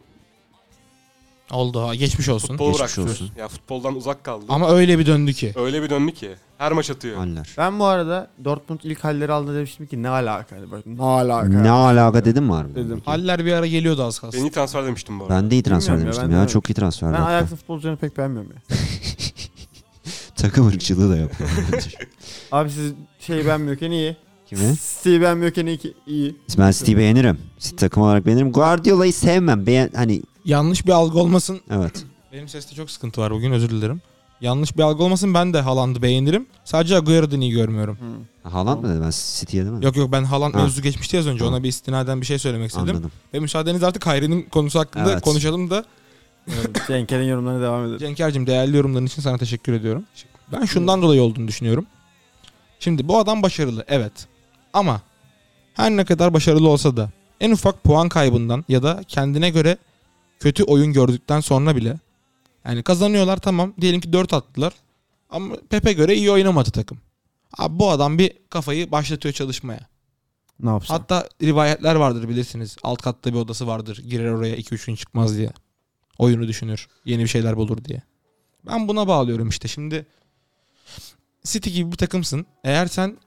S1: Oldu. ha, Geçmiş olsun.
S4: Futbol
S3: Geçmiş
S4: bıraktı.
S3: olsun.
S4: Ya futboldan uzak kaldı.
S1: Ama öyle bir döndü ki.
S4: Öyle bir döndü ki. Her maç atıyor.
S3: Haller.
S2: Ben bu arada Dortmund ilk halleri aldı demiştim ki ne alaka? Hani Böyle, ne alaka?
S3: Ne alaka dedim mi harbiden?
S2: Dedim.
S1: Haller bir ara geliyordu az
S4: Ben
S1: kalsın.
S4: iyi transfer demiştim bu arada.
S3: Ben de iyi transfer
S2: Bilmiyorum ya,
S3: demiştim
S2: ben
S3: ya.
S2: de-
S3: Çok iyi transfer.
S2: Ben
S3: yaptı.
S2: Ajax'ın futbolcularını pek beğenmiyorum ya.
S3: (laughs) Takım ırkçılığı
S2: (laughs)
S3: da yapıyor.
S2: Abi siz şeyi beğenmiyorken iyi.
S3: Kimi?
S2: Steve'i beğenmiyorken iyi. iyi.
S3: Ben City'yi beğenirim. City takım olarak beğenirim. Guardiola'yı sevmem. Beğen hani
S1: Yanlış bir algı olmasın.
S3: evet.
S1: Benim seste çok sıkıntı var bugün özür dilerim. Yanlış bir algı olmasın ben de Haaland'ı beğenirim. Sadece Agüero'dan iyi görmüyorum.
S2: Hı.
S3: Haaland mı dedi ben City'ye demedim.
S1: Yok yok ben Haaland
S3: Ha.
S1: mevzusu geçmişti ya az önce
S3: Ha.
S1: ona bir istinaden bir şey söylemek istedim.
S3: Anladım.
S1: Ve müsaadenizle artık Hayri'nin konusu hakkında
S3: Evet.
S1: konuşalım da
S2: Evet, Cenk'in yorumlarına devam edelim.
S1: Cenker'cim değerli yorumların için sana teşekkür ediyorum. Ben şundan dolayı olduğunu düşünüyorum. Şimdi bu adam başarılı evet. Ama her ne kadar başarılı olsa da en ufak puan kaybından ya da kendine göre kötü oyun gördükten sonra bile yani kazanıyorlar tamam diyelim ki 4 attılar ama Pepe göre iyi oynamadı takım. Abi bu adam bir kafayı başlatıyor çalışmaya.
S2: Ne yapsın?
S1: Hatta rivayetler vardır bilirsiniz. Alt katta bir odası vardır. Girer oraya 2-3 gün çıkmaz diye. Oyunu düşünür. Yeni bir şeyler bulur diye. Ben buna bağlıyorum işte. Şimdi City gibi bir takımsın. Eğer sen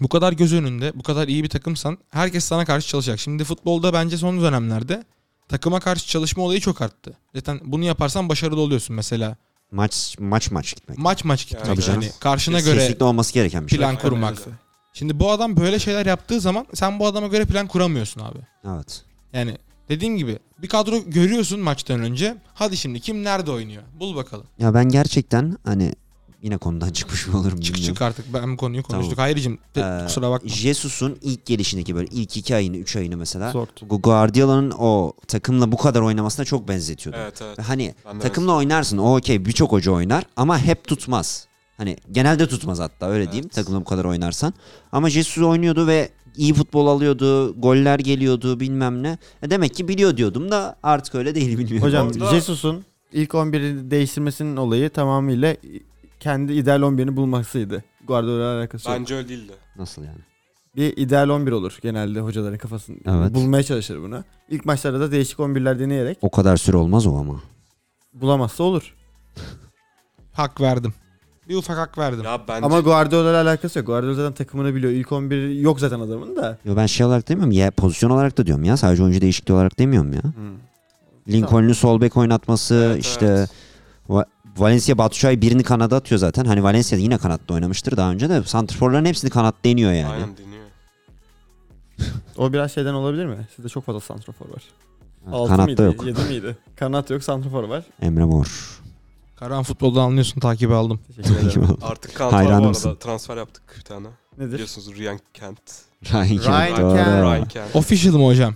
S1: bu kadar göz önünde, bu kadar iyi bir takımsan herkes sana karşı çalışacak. Şimdi futbolda bence son dönemlerde takıma karşı çalışma olayı çok arttı. Zaten bunu yaparsan başarılı oluyorsun mesela.
S3: Maç maç maç gitmek.
S1: Maç maç gitmek.
S4: Tabii
S3: canım.
S1: Yani karşına göre
S3: Kesinlikle olması gereken bir şey.
S1: plan kurmak. Şimdi bu adam böyle şeyler yaptığı zaman sen bu adama göre plan kuramıyorsun abi.
S3: Evet.
S1: Yani dediğim gibi bir kadro görüyorsun maçtan önce. Hadi şimdi kim nerede oynuyor? Bul bakalım.
S3: Ya ben gerçekten hani yine konudan (laughs) çıkmış mı olurum
S1: Çık
S3: bilmiyorum.
S1: çık artık. Ben bu konuyu konuştuk.
S3: Tamam.
S1: Hayırcığım
S3: Ee,
S1: kusura bakma.
S3: Jesus'un ilk gelişindeki böyle ilk iki ayını, üç ayını mesela
S2: Zortu.
S3: bu Guardiola'nın o takımla bu kadar oynamasına çok benzetiyordum.
S4: Evet evet.
S3: Ve Hani
S4: Ben de
S3: takımla oynarsın o okey birçok hoca oynar ama hep tutmaz. Hani genelde tutmaz hatta öyle diyeyim takımla bu kadar oynarsan. Ama Jesus oynuyordu ve iyi futbol alıyordu, goller geliyordu bilmem ne. E demek ki biliyor diyordum da artık öyle değil bilmiyorum.
S2: Hocam
S4: Orada-
S2: Jesus'un ilk 11'i değiştirmesinin olayı tamamıyla kendi ideal 11'ini bulmasıydı. Guardiola alakası yok.
S4: Bence öyle değildi.
S3: Nasıl yani?
S2: Bir ideal 11 olur genelde hocaların kafasında.
S3: Evet.
S2: Bulmaya çalışır bunu. İlk maçlarda da değişik 11'ler deneyerek
S3: O kadar süre olmaz o ama.
S2: bulamazsa olur.
S1: Hak verdim. Bir ufak hak verdim.
S4: Ya bence
S2: Ama Guardiola alakası yok. Guardiola zaten takımını biliyor. İlk 11 yok zaten adamın da.
S3: Yo ben şey olarak demiyorum ya pozisyon olarak da diyorum ya sadece oyuncu değişikliği olarak demiyorum ya. Lincoln'u sol bek oynatması
S4: Evet,
S3: işte
S4: evet.
S3: Va- Valencia Batuşay birini kanada atıyor zaten. Hani Valencia yine kanatta oynamıştır daha önce de santrforların hepsini kanat deniyor yani.
S4: aynen deniyor.
S2: O biraz şeyden olabilir mi? Sizde çok fazla santrafor var.
S3: Evet,
S2: Altı mıydı?
S3: kanatta yok.
S2: 7
S3: (laughs)
S2: miydi? Kanat yok, santrafor var.
S3: Emre Mor.
S1: Karan futboldan anlıyorsun takibi aldım.
S2: Teşekkür ederim.
S4: Artık kanatlar bu
S3: Hayranım
S4: arada
S3: mısın?
S4: transfer yaptık bir tane.
S2: Nedir?
S4: Biliyorsunuz Ryan Kent.
S3: Ryan Kent,
S2: Ryan
S3: doğru.
S2: Kent.
S4: Ryan Kent.
S1: Official mı hocam?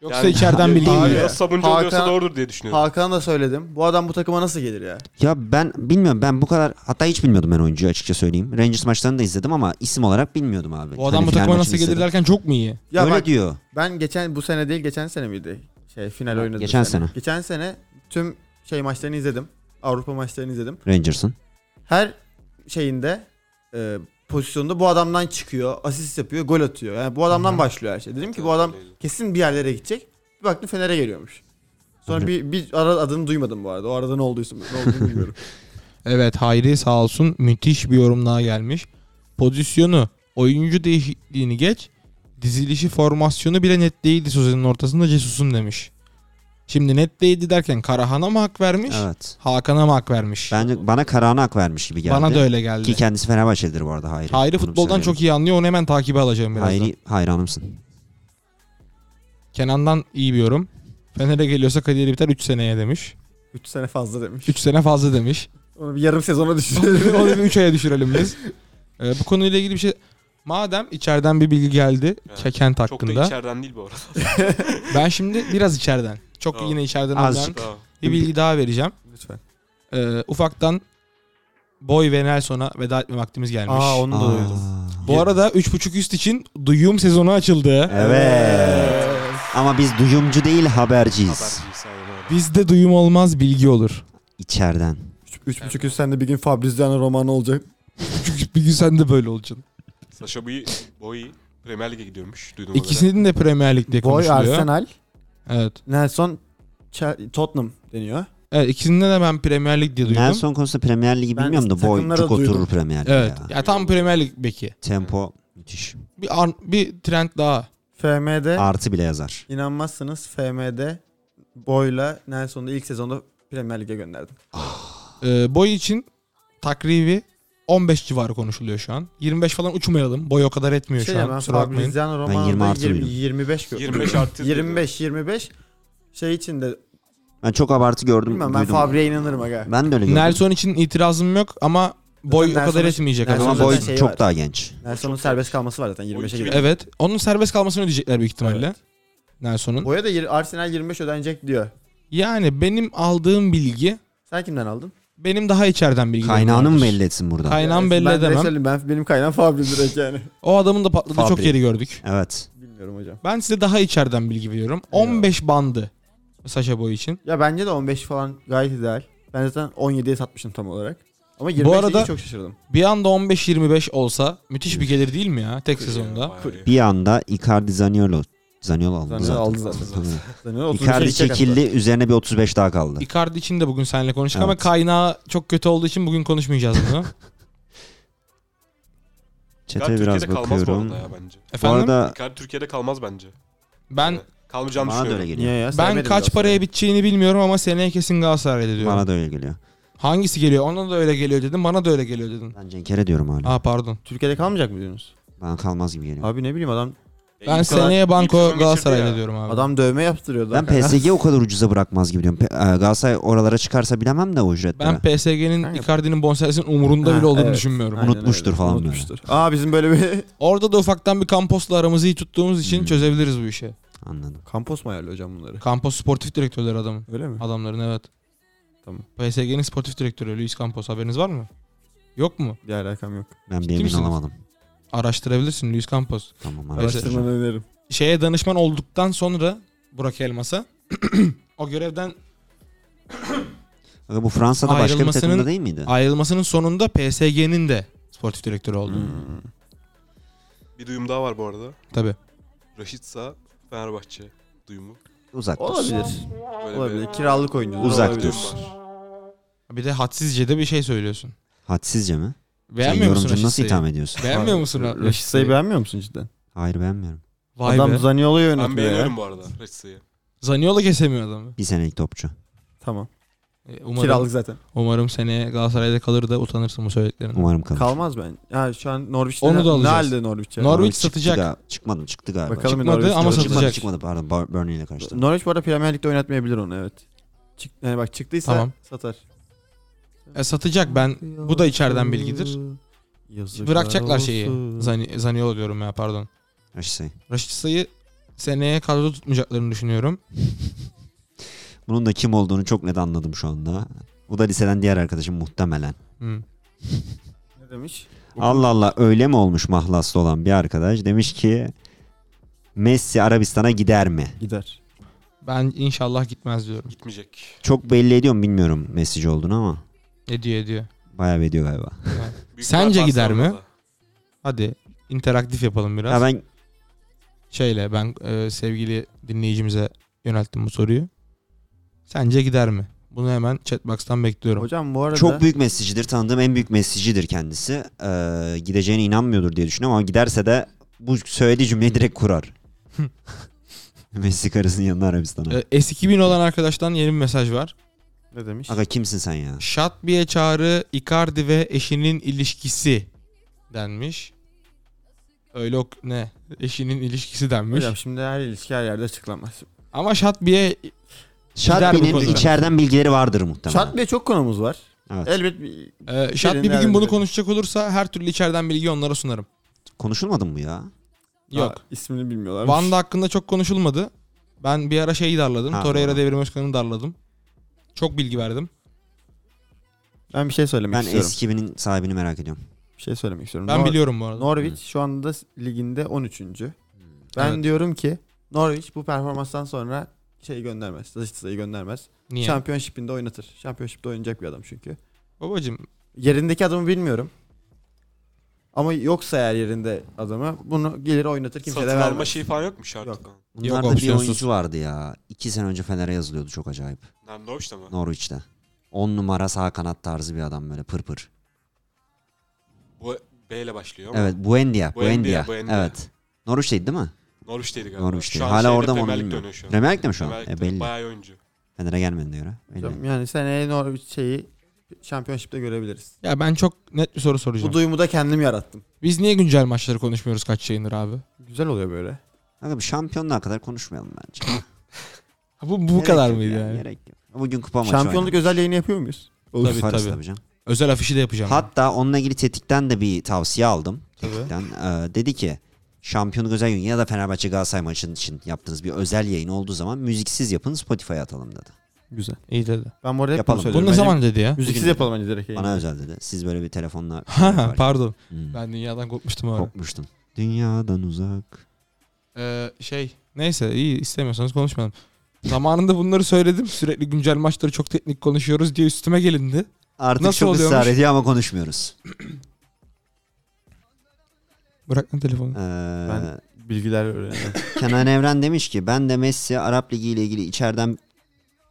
S1: Yoksa
S4: Yani-
S1: içeriden bilgi mi?
S4: Abi
S2: ya.
S4: ya Sabuncu
S2: Hakan-
S4: oluyorsa doğrudur diye düşünüyorum.
S2: Hakan da söyledim. Bu adam bu takıma nasıl gelir ya?
S3: Ya ben bilmiyorum ben bu kadar hatta hiç bilmiyordum ben oyuncuyu açıkça söyleyeyim. Rangers maçlarını da izledim ama isim olarak bilmiyordum abi.
S1: Bu adam
S3: Hani
S1: bu
S3: final
S1: takıma
S3: maçını
S1: nasıl gelir
S3: izledim.
S1: derken çok mu iyi?
S2: Ya
S3: Öyle
S2: bak
S3: diyor.
S2: ben geçen bu sene değil geçen sene miydi? Şey final oynadı.
S3: geçen sene.
S2: Geçen sene tüm şey maçlarını izledim. Avrupa maçlarını izledim.
S3: Rangers'ın.
S2: Her şeyinde e, pozisyonda bu adamdan çıkıyor, asist yapıyor, gol atıyor. Yani bu adamdan başlıyor her şey. Dedim ki bu adam kesin bir yerlere gidecek. Bir baktım Fener'e geliyormuş. Sonra bir, bir ara adını duymadım bu arada. O arada ne olduysa ne olduğunu bilmiyorum.
S1: Evet Hayri sağ olsun müthiş bir yorum daha gelmiş. Pozisyonu, oyuncu değişikliğini geç, dizilişi, formasyonu bile net değildi sözünün ortasında Cesus'un demiş. Şimdi net değildi derken Karahan'a mı hak vermiş,
S3: Evet.
S1: Hakan'a mı hak vermiş?
S3: Bence bana Karahan'a hak vermiş gibi geldi.
S1: Bana da öyle geldi.
S3: Ki kendisi Fenerbahçelidir bu arada Hayri.
S1: Hayri futboldan çok iyi anlıyor. Onu hemen takibe alacağım birazdan.
S3: Hayri hayranımsın.
S1: Kenan'dan iyi bir yorum. Fener'e geliyorsa kariyeri biter 3 seneye demiş.
S2: 3 sene fazla demiş.
S1: 3 sene fazla demiş.
S2: Onu bir yarım sezona düşürelim.
S4: (laughs)
S1: Onu bir 3 aya düşürelim biz. Ee, bu konuyla ilgili bir şey... Madem içeriden bir bilgi geldi
S4: Evet.
S1: Kekent
S4: Çok
S1: hakkında.
S4: da içeriden değil bu arada.
S1: Ben şimdi biraz içeriden. Çok
S4: Tamam.
S1: yine içeriden
S3: Azıcık.
S1: olmayan bir bilgi daha vereceğim.
S2: (laughs) Lütfen.
S1: Ee, ufaktan Boy ve Nelson'a veda etme vaktimiz gelmiş.
S2: Aa onu da
S3: Aa.
S2: duydum.
S1: Bu arada 3.5 üst için duyum sezonu açıldı.
S3: Evet. Ama biz duyumcu değil haberciyiz.
S4: Haberciyiz aynen öyle.
S1: Bizde duyum olmaz bilgi olur.
S3: İçeriden.
S2: 3,5 üst sende bir gün Fabriziano romanı olacak.
S1: Çünkü bir gün sen de böyle olacaksın.
S4: Sasha Boy, Boy Premier Lig'e gidiyormuş duyduğuma (laughs) göre.
S1: İkisinin de Premier Lig'de
S2: Boy
S1: konuşuluyor.
S2: Arsenal.
S1: Evet.
S2: Nelson Chel- Tottenham deniyor.
S1: Evet ikisinde de ben Premier Lig diye duydum.
S3: Nelson konusunda Premier Ligi
S2: Ben
S3: bilmiyorum da boy
S2: takımlara
S3: çok
S2: duydum.
S3: oturur Premier Lig'e
S1: Evet.
S3: ya.
S1: Ya tam Premier Lig beki.
S3: Tempo müthiş.
S1: Bir an, bir trend daha.
S2: FM'de
S3: Artı bile yazar.
S2: inanmazsınız FM'de Boy'la Nelson'u ilk sezonda Premier Lig'e gönderdim.
S1: Ee, boy için takribi 15 civarı konuşuluyor şu an. 25 falan uçmayalım. Boy o kadar etmiyor
S2: Şey
S1: şu
S2: ya
S1: an.
S2: ben
S1: Kusura bakmayın.
S2: Fabriziano
S3: Ben
S2: romanı
S3: 20 artı
S2: 20,
S3: duydum.
S2: 25 gördüm.
S4: 25 artı
S2: 25 25 şey için de
S3: Ben çok abartı gördüm.
S2: bilmem ben
S3: duydum.
S2: Fabri'ye inanırım aga.
S3: Ben de öyle gördüm.
S1: Nelson için itirazım yok ama boy o
S2: Nelson
S1: kadar
S2: için-
S1: etmeyecek.
S2: Nelson
S1: ama
S3: Ama
S2: zaten
S3: boy
S2: şey
S3: çok
S2: var.
S3: daha genç.
S2: Nelson'un serbest kalması var zaten 25'e
S4: iki
S2: girer.
S1: Evet. Onun serbest kalmasını ödeyecekler büyük ihtimalle.
S2: Evet.
S1: Nelson'un.
S2: Boya da yir- Arsenal 25 ödenecek diyor.
S1: Yani benim aldığım bilgi
S2: Sen kimden aldın?
S1: benim daha içeriden bilgi.
S3: Kaynağını mı belli etsin buradan?
S1: Kaynağım
S2: Yani
S1: belli
S2: ben direkt
S1: edemem.
S2: söyleyeyim, ben, benim kaynağım Fabri direkt yani. (laughs)
S1: O adamın da patladığı çok
S3: Fabri.
S1: yeri gördük.
S3: Evet.
S2: Bilmiyorum hocam.
S1: Ben size daha içeriden bilgi veriyorum. 15 bandı Saşa Boy için.
S2: Ya bence de 15 falan gayet ideal. Ben zaten 17'ye satmıştım tam olarak. Ama 25'e
S1: arada-
S2: çok şaşırdım.
S1: Bir anda 15-25 olsa müthiş bir gelir değil mi ya tek sezonda?
S4: Bayağı iyi.
S3: Bir anda Icardi Zaniolo. Zaniolo aldı
S2: Zaniolo
S3: zaten.
S2: aldı zaten.
S3: Tabii.
S2: Yani 35'e
S3: Icardi
S1: şey
S2: gidecek
S3: çekildi. Üzerine bir 35 daha kaldı.
S1: Icardi için de bugün seninle konuştuk ama
S3: Evet.
S1: kaynağı çok kötü olduğu için bugün konuşmayacağız bunu.
S2: (laughs)
S3: Çete
S4: Icardi
S3: biraz
S4: Türkiye'de kalmaz bu
S3: bakıyorum.
S4: arada ya bence.
S3: Bu
S1: Efendim
S3: arada
S4: Icardi Türkiye'de kalmaz bence.
S1: ben
S4: Yani kalmayacağını
S3: bana da öyle
S4: düşünüyorum.
S2: hatta. Niye
S3: geliyor.
S2: ya?
S1: ben
S2: Sevmedim
S1: kaç
S2: biraz.
S1: paraya biteceğini bilmiyorum ama seneye kesin Galatasaray'da diyorum.
S3: Bana da öyle geliyor.
S1: Hangisi geliyor? Ona da öyle geliyor dedin. Bana da öyle geliyor dedin.
S3: Ben Cenkere diyorum hala.
S1: Aa pardon.
S2: Türkiye'de kalmayacak mı diyorsunuz?
S3: Bana kalmaz gibi geliyor.
S2: Abi ne bileyim adam
S4: E,
S1: Ben
S4: iyi bir sezon- iyi
S1: seneye
S4: bir
S1: Banko
S4: sezon geçirdi
S1: Galatasaray'da
S4: ya.
S1: diyorum abi.
S2: adam dövme yaptırıyordu.
S3: Ben
S2: hakikaten.
S3: PSG o kadar ucuza bırakmaz gibi diyorum. Pe- e, Galatasaray oralara çıkarsa bilemem de o ücretlere.
S1: ben PSG'nin
S2: Kanka-
S1: Icardi'nin bonservisinin umurunda
S2: Ha,
S1: bile olduğunu
S2: evet.
S1: düşünmüyorum.
S2: Aynen
S3: Unutmuştur
S2: öyle,
S3: falan böyle.
S2: Unutmuştur. Aa bizim böyle bir... (laughs)
S1: Orada da ufaktan bir Campos'la aramızı iyi tuttuğumuz için
S3: Hmm.
S1: çözebiliriz bu işi.
S3: Anladım.
S2: Kampos mu ayarlıyor hocam bunları?
S1: Campos sportif direktörleri adamın.
S2: Öyle mi?
S1: Adamların evet.
S2: Tamam.
S1: PSG'nin sportif direktörü Luis Campos haberiniz var mı? Yok mu?
S2: Bir alakam yok.
S3: Ben bir
S1: Ciddi
S3: emin
S1: misiniz?
S3: olamadım.
S1: Araştırabilirsin Luis Campos.
S3: Tamam
S1: Araştırma.
S3: araştıracağım.
S2: Araştırmanı öneririm.
S1: Şeye danışman olduktan sonra Burak Elmas'a (clears throat) o görevden
S3: Aga Bu Fransa'da başka bir
S1: Ayrılmasının-
S3: takımda değil miydi?
S1: ayrılmasının sonunda PSG'nin de sportif direktörü oldu.
S2: Hmm.
S4: Bir duyum daha var bu arada.
S1: Tabii.
S4: Raşit Sağ, Fenerbahçe duyumu.
S3: Uzak dursun.
S2: Olabilir.
S4: Böyle
S2: Olabilir. Kiralık oynuyor.
S3: Uzak
S4: bir
S2: Olabilir.
S4: duyum
S3: dur.
S4: var.
S1: Bir de hadsizce de bir şey söylüyorsun.
S3: Hadsizce mi? Sen
S1: Beğenmiyor musun
S3: yorumcunu nasıl
S1: Raşit'i?
S3: itham ediyorsun?
S1: Beğenmiyor musun Ra-
S2: Raşit Say'ı beğenmiyor musun cidden?
S3: Hayır beğenmiyorum.
S1: Vay be.
S2: adam Zaniolo'yu
S4: Ben
S2: yönetiyor ya.
S4: beğeniyorum bu arada Raşit Sağ'ı.
S1: Zaniolo kesemiyor adamı.
S3: Bir senelik topçu.
S2: Tamam.
S1: E, Umarım,
S2: Kiralık zaten.
S1: umarım seneye Galatasaray'da kalır da utanırsın bu söylediklerinden.
S3: Umarım kalır.
S2: Kalmaz ben. Ya şu an Norwich'te
S1: Onu da
S2: ne- ne
S1: alacağız.
S2: halde Norwich ya?
S1: Nor- Norwich
S3: çıktı
S1: satacak.
S3: ga- Çıkmadı çıktı galiba.
S2: Bakalım
S1: Çıkmadı
S2: Norwich
S1: ama
S2: çıkacak.
S3: çıkmadı,
S1: satacak.
S3: çıkmadı pardon Bar- Burnley ile karşılaştı.
S2: Norwich bu arada Premier Lig'de oynatmayabilir onu evet. Çık, yani bak çıktıysa
S1: Tamam.
S2: satar.
S1: E, satacak ben. Bu da içeriden bilgidir.
S2: Yazıklar
S1: Bırakacaklar şeyi.
S2: olsun.
S1: Zani, Zaniolo diyorum ya pardon.
S3: Raşit
S1: Raşit Say'ı seneye kadro tutmayacaklarını düşünüyorum.
S3: Bunun da kim olduğunu çok net anladım şu anda. Bu da liseden diğer arkadaşım muhtemelen.
S1: Hı.
S2: Ne demiş?
S3: Allah Allah öyle mi olmuş mahlaslı olan bir arkadaş? Demiş ki Messi Arabistan'a gider mi?
S2: Gider.
S1: Ben inşallah gitmez diyorum.
S4: Gitmeyecek.
S3: Çok belli ediyorum bilmiyorum Messi'ci olduğunu ama
S1: Ediyor ediyor.
S3: bayağı ediyor galiba.
S4: Büyük
S1: Sence
S4: ihtimal
S1: gider mi?
S4: Barcelona'da.
S1: Hadi interaktif yapalım biraz.
S3: Ya ben
S1: Şeyle ben e, sevgili dinleyicimize yönelttim bu soruyu. Sence gider mi? Bunu hemen chatbox'tan bekliyorum.
S2: Hocam bu arada
S3: Çok büyük mesajcıdır. Tanıdığım en büyük mesajcıdır kendisi. Ee, gideceğine inanmıyordur diye düşünüyorum ama giderse de bu söylediği cümleyi
S1: (laughs)
S3: direkt kurar. Messi karısının yanına Arabistan'a.
S1: Ee, S2000 olan arkadaştan yeni bir mesaj var.
S2: ne demiş?
S3: Aga kimsin sen ya?
S1: Şatbi'ye çağrı Icardi ve eşinin ilişkisi denmiş. Öyle ok ne? Eşinin ilişkisi denmiş.
S2: Hocam şimdi her ilişki her yerde açıklanmaz.
S1: Ama Şatbi'ye bu
S3: Şatbi'nin
S1: konuda.
S3: içeriden bilgileri vardır muhtemelen.
S2: Şart Bey çok konumuz var.
S3: Evet.
S2: Elbet bir
S1: e, Şatbi bir gün
S2: nerede
S1: bunu
S2: dedi?
S1: konuşacak olursa her türlü içeriden bilgi onlara sunarım.
S3: Konuşulmadı mı bu ya?
S1: Yok.
S2: Aa, ismini bilmiyorlar.
S1: Van'da hakkında çok konuşulmadı. Ben bir ara şeyi darladım.
S3: Ha,
S1: Torreira
S3: ha.
S1: Devrim Özkan'ı darladım. Çok bilgi verdim.
S2: Ben bir şey söylemek
S3: Ben
S2: istiyorum.
S3: S2000'in sahibini merak ediyorum.
S2: Bir şey söylemek istiyorum.
S1: Ben
S2: Nor-
S1: biliyorum bu arada.
S2: Norwich şu anda liginde 13. Ben
S1: Evet.
S2: diyorum ki Norwich bu performanstan sonra şey göndermez. Zajitsa'yı göndermez.
S1: Niye?
S2: Championship'inde oynatır. Championship'te oynayacak bir adam çünkü.
S1: Babacım
S2: Yerindeki adamı bilmiyorum. Ama yoksa eğer yerinde adamı bunu gelir oynatır kimse de
S4: Satın alma
S2: vermez.
S4: şeyi falan yokmuş artık. Yok.
S1: Yok,
S3: Bunlarda bir
S1: opsiyonsuz.
S3: oyuncu vardı ya. İki sene önce Fener'e yazılıyordu çok acayip.
S4: Nerede o işte mi?
S3: Norwich'te. 10 numara sağ kanat tarzı bir adam böyle pır pır.
S4: Bu B ile başlıyor ama.
S3: Evet Buendia. Buendia.
S4: Buendia, Buendia.
S3: Evet. Norwich'teydi değil mi?
S4: Norwich'teydi galiba.
S3: Norwich'teydi.
S4: Şu an
S3: Hala
S4: şeyde
S3: orada mı onu
S4: Premier Lig'de
S3: bilmiyorum.
S4: oynuyor şu an.
S3: Premier Lig'de mi şu an?
S4: Premier
S3: E,
S4: Lig'de
S3: belli.
S4: Bayağı iyi oyuncu.
S3: Fener'e gelmediğine göre. Belli.
S2: Hocam Yani seneye Norwich şeyi Championship'te görebiliriz.
S1: ya ben çok net bir soru
S2: Bu
S1: soracağım.
S2: duyumu da kendim yarattım.
S1: Biz niye güncel maçları konuşmuyoruz kaç yayındır abi?
S2: Güzel oluyor böyle.
S3: Aga bir şampiyonluğa kadar konuşmayalım bence.
S1: Ha, Bu bu
S3: Gerek
S1: kadar
S3: yok
S1: mıydı
S3: ya,
S1: yani?
S3: Gerek yok. Bugün kupa maçı
S2: Şampiyonluk özel yayını yapıyor muyuz?
S3: oynadık.
S1: Tabii,
S3: Yaparız
S1: tabii.
S3: canım.
S1: Özel afişi de yapacağım.
S3: Hatta onunla ilgili tetikten de bir tavsiye aldım.
S1: Tabii.
S3: Tetikten, e, dedi ki şampiyonluk özel yayını ya da Fenerbahçe Galatasaray maçının için yaptığınız bir özel yayın olduğu zaman müziksiz yapın Spotify'a atalım dedi.
S2: Güzel.
S1: İyi dedi.
S2: Ben bu arada hep
S3: Yapalım.
S2: bunu
S3: Bunu
S1: Bunu
S2: söylüyorum.
S1: ne
S2: Bence
S1: zaman dedi ya?
S2: Müziksiz yapalım hani direkt yayını.
S3: Bana özel dedi. Siz böyle
S1: (laughs)
S3: bir telefonla şey
S1: Ha, pardon.
S3: Hmm.
S1: Ben dünyadan kopmuştum abi.
S3: kopmuştum. Dünyadan uzak.
S1: Ee, şey neyse iyi istemiyorsanız konuşmayalım. Zamanında bunları söyledim. Sürekli güncel maçları çok teknik konuşuyoruz diye üstüme gelindi.
S3: Artık
S1: Nasıl
S3: çok ısrar
S1: oluyormuş?
S3: ediyor ama konuşmuyoruz.
S1: Bırak lan telefonu.
S3: Ee,
S2: Ben- Bilgiler öğrenelim.
S3: Kenan Evren demiş ki ben de Messi Arap Ligi ile ilgili içeriden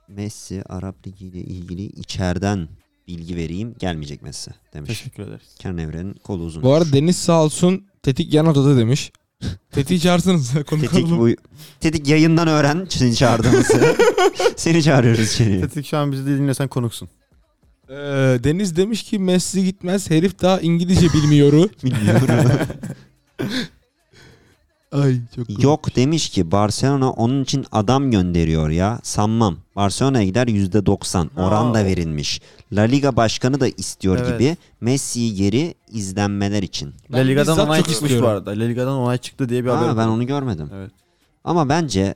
S3: Messi Arap Ligi ile ilgili içeriden bilgi vereyim. Gelmeyecek Messi demiş.
S2: Teşekkür ederiz.
S3: Kenan Evren'in kolu uzun.
S1: Bu arada Deniz sağ olsun tetik yan odada demiş. (laughs) Tetiği çağırsanız (laughs) konuk
S3: Tetik,
S1: olalım.
S3: bu, tetik yayından öğren seni çağırdığımızı. seni çağırıyoruz içeriye.
S2: Tetik şu an bizi de dinlesen konuksun.
S1: Ee, Deniz demiş ki Messi gitmez herif daha İngilizce
S2: (laughs)
S1: bilmiyoru.
S3: Bilmiyorum.
S1: Ay çok
S3: Yok demiş ki Barcelona onun için adam gönderiyor ya. Sanmam. Barcelona'ya gider %90. Oran da verilmiş. La Liga başkanı da istiyor
S2: Evet.
S3: gibi. Messi'yi geri izlenmeler için.
S1: Ben
S2: La Liga'dan
S1: bizzat
S2: onay
S1: çok
S2: çıkmış
S1: istiyorum.
S2: bu arada. La Liga'dan onay çıktı diye bir haber.
S3: Aa, ben
S2: okudum.
S3: onu görmedim.
S2: Evet.
S3: Ama bence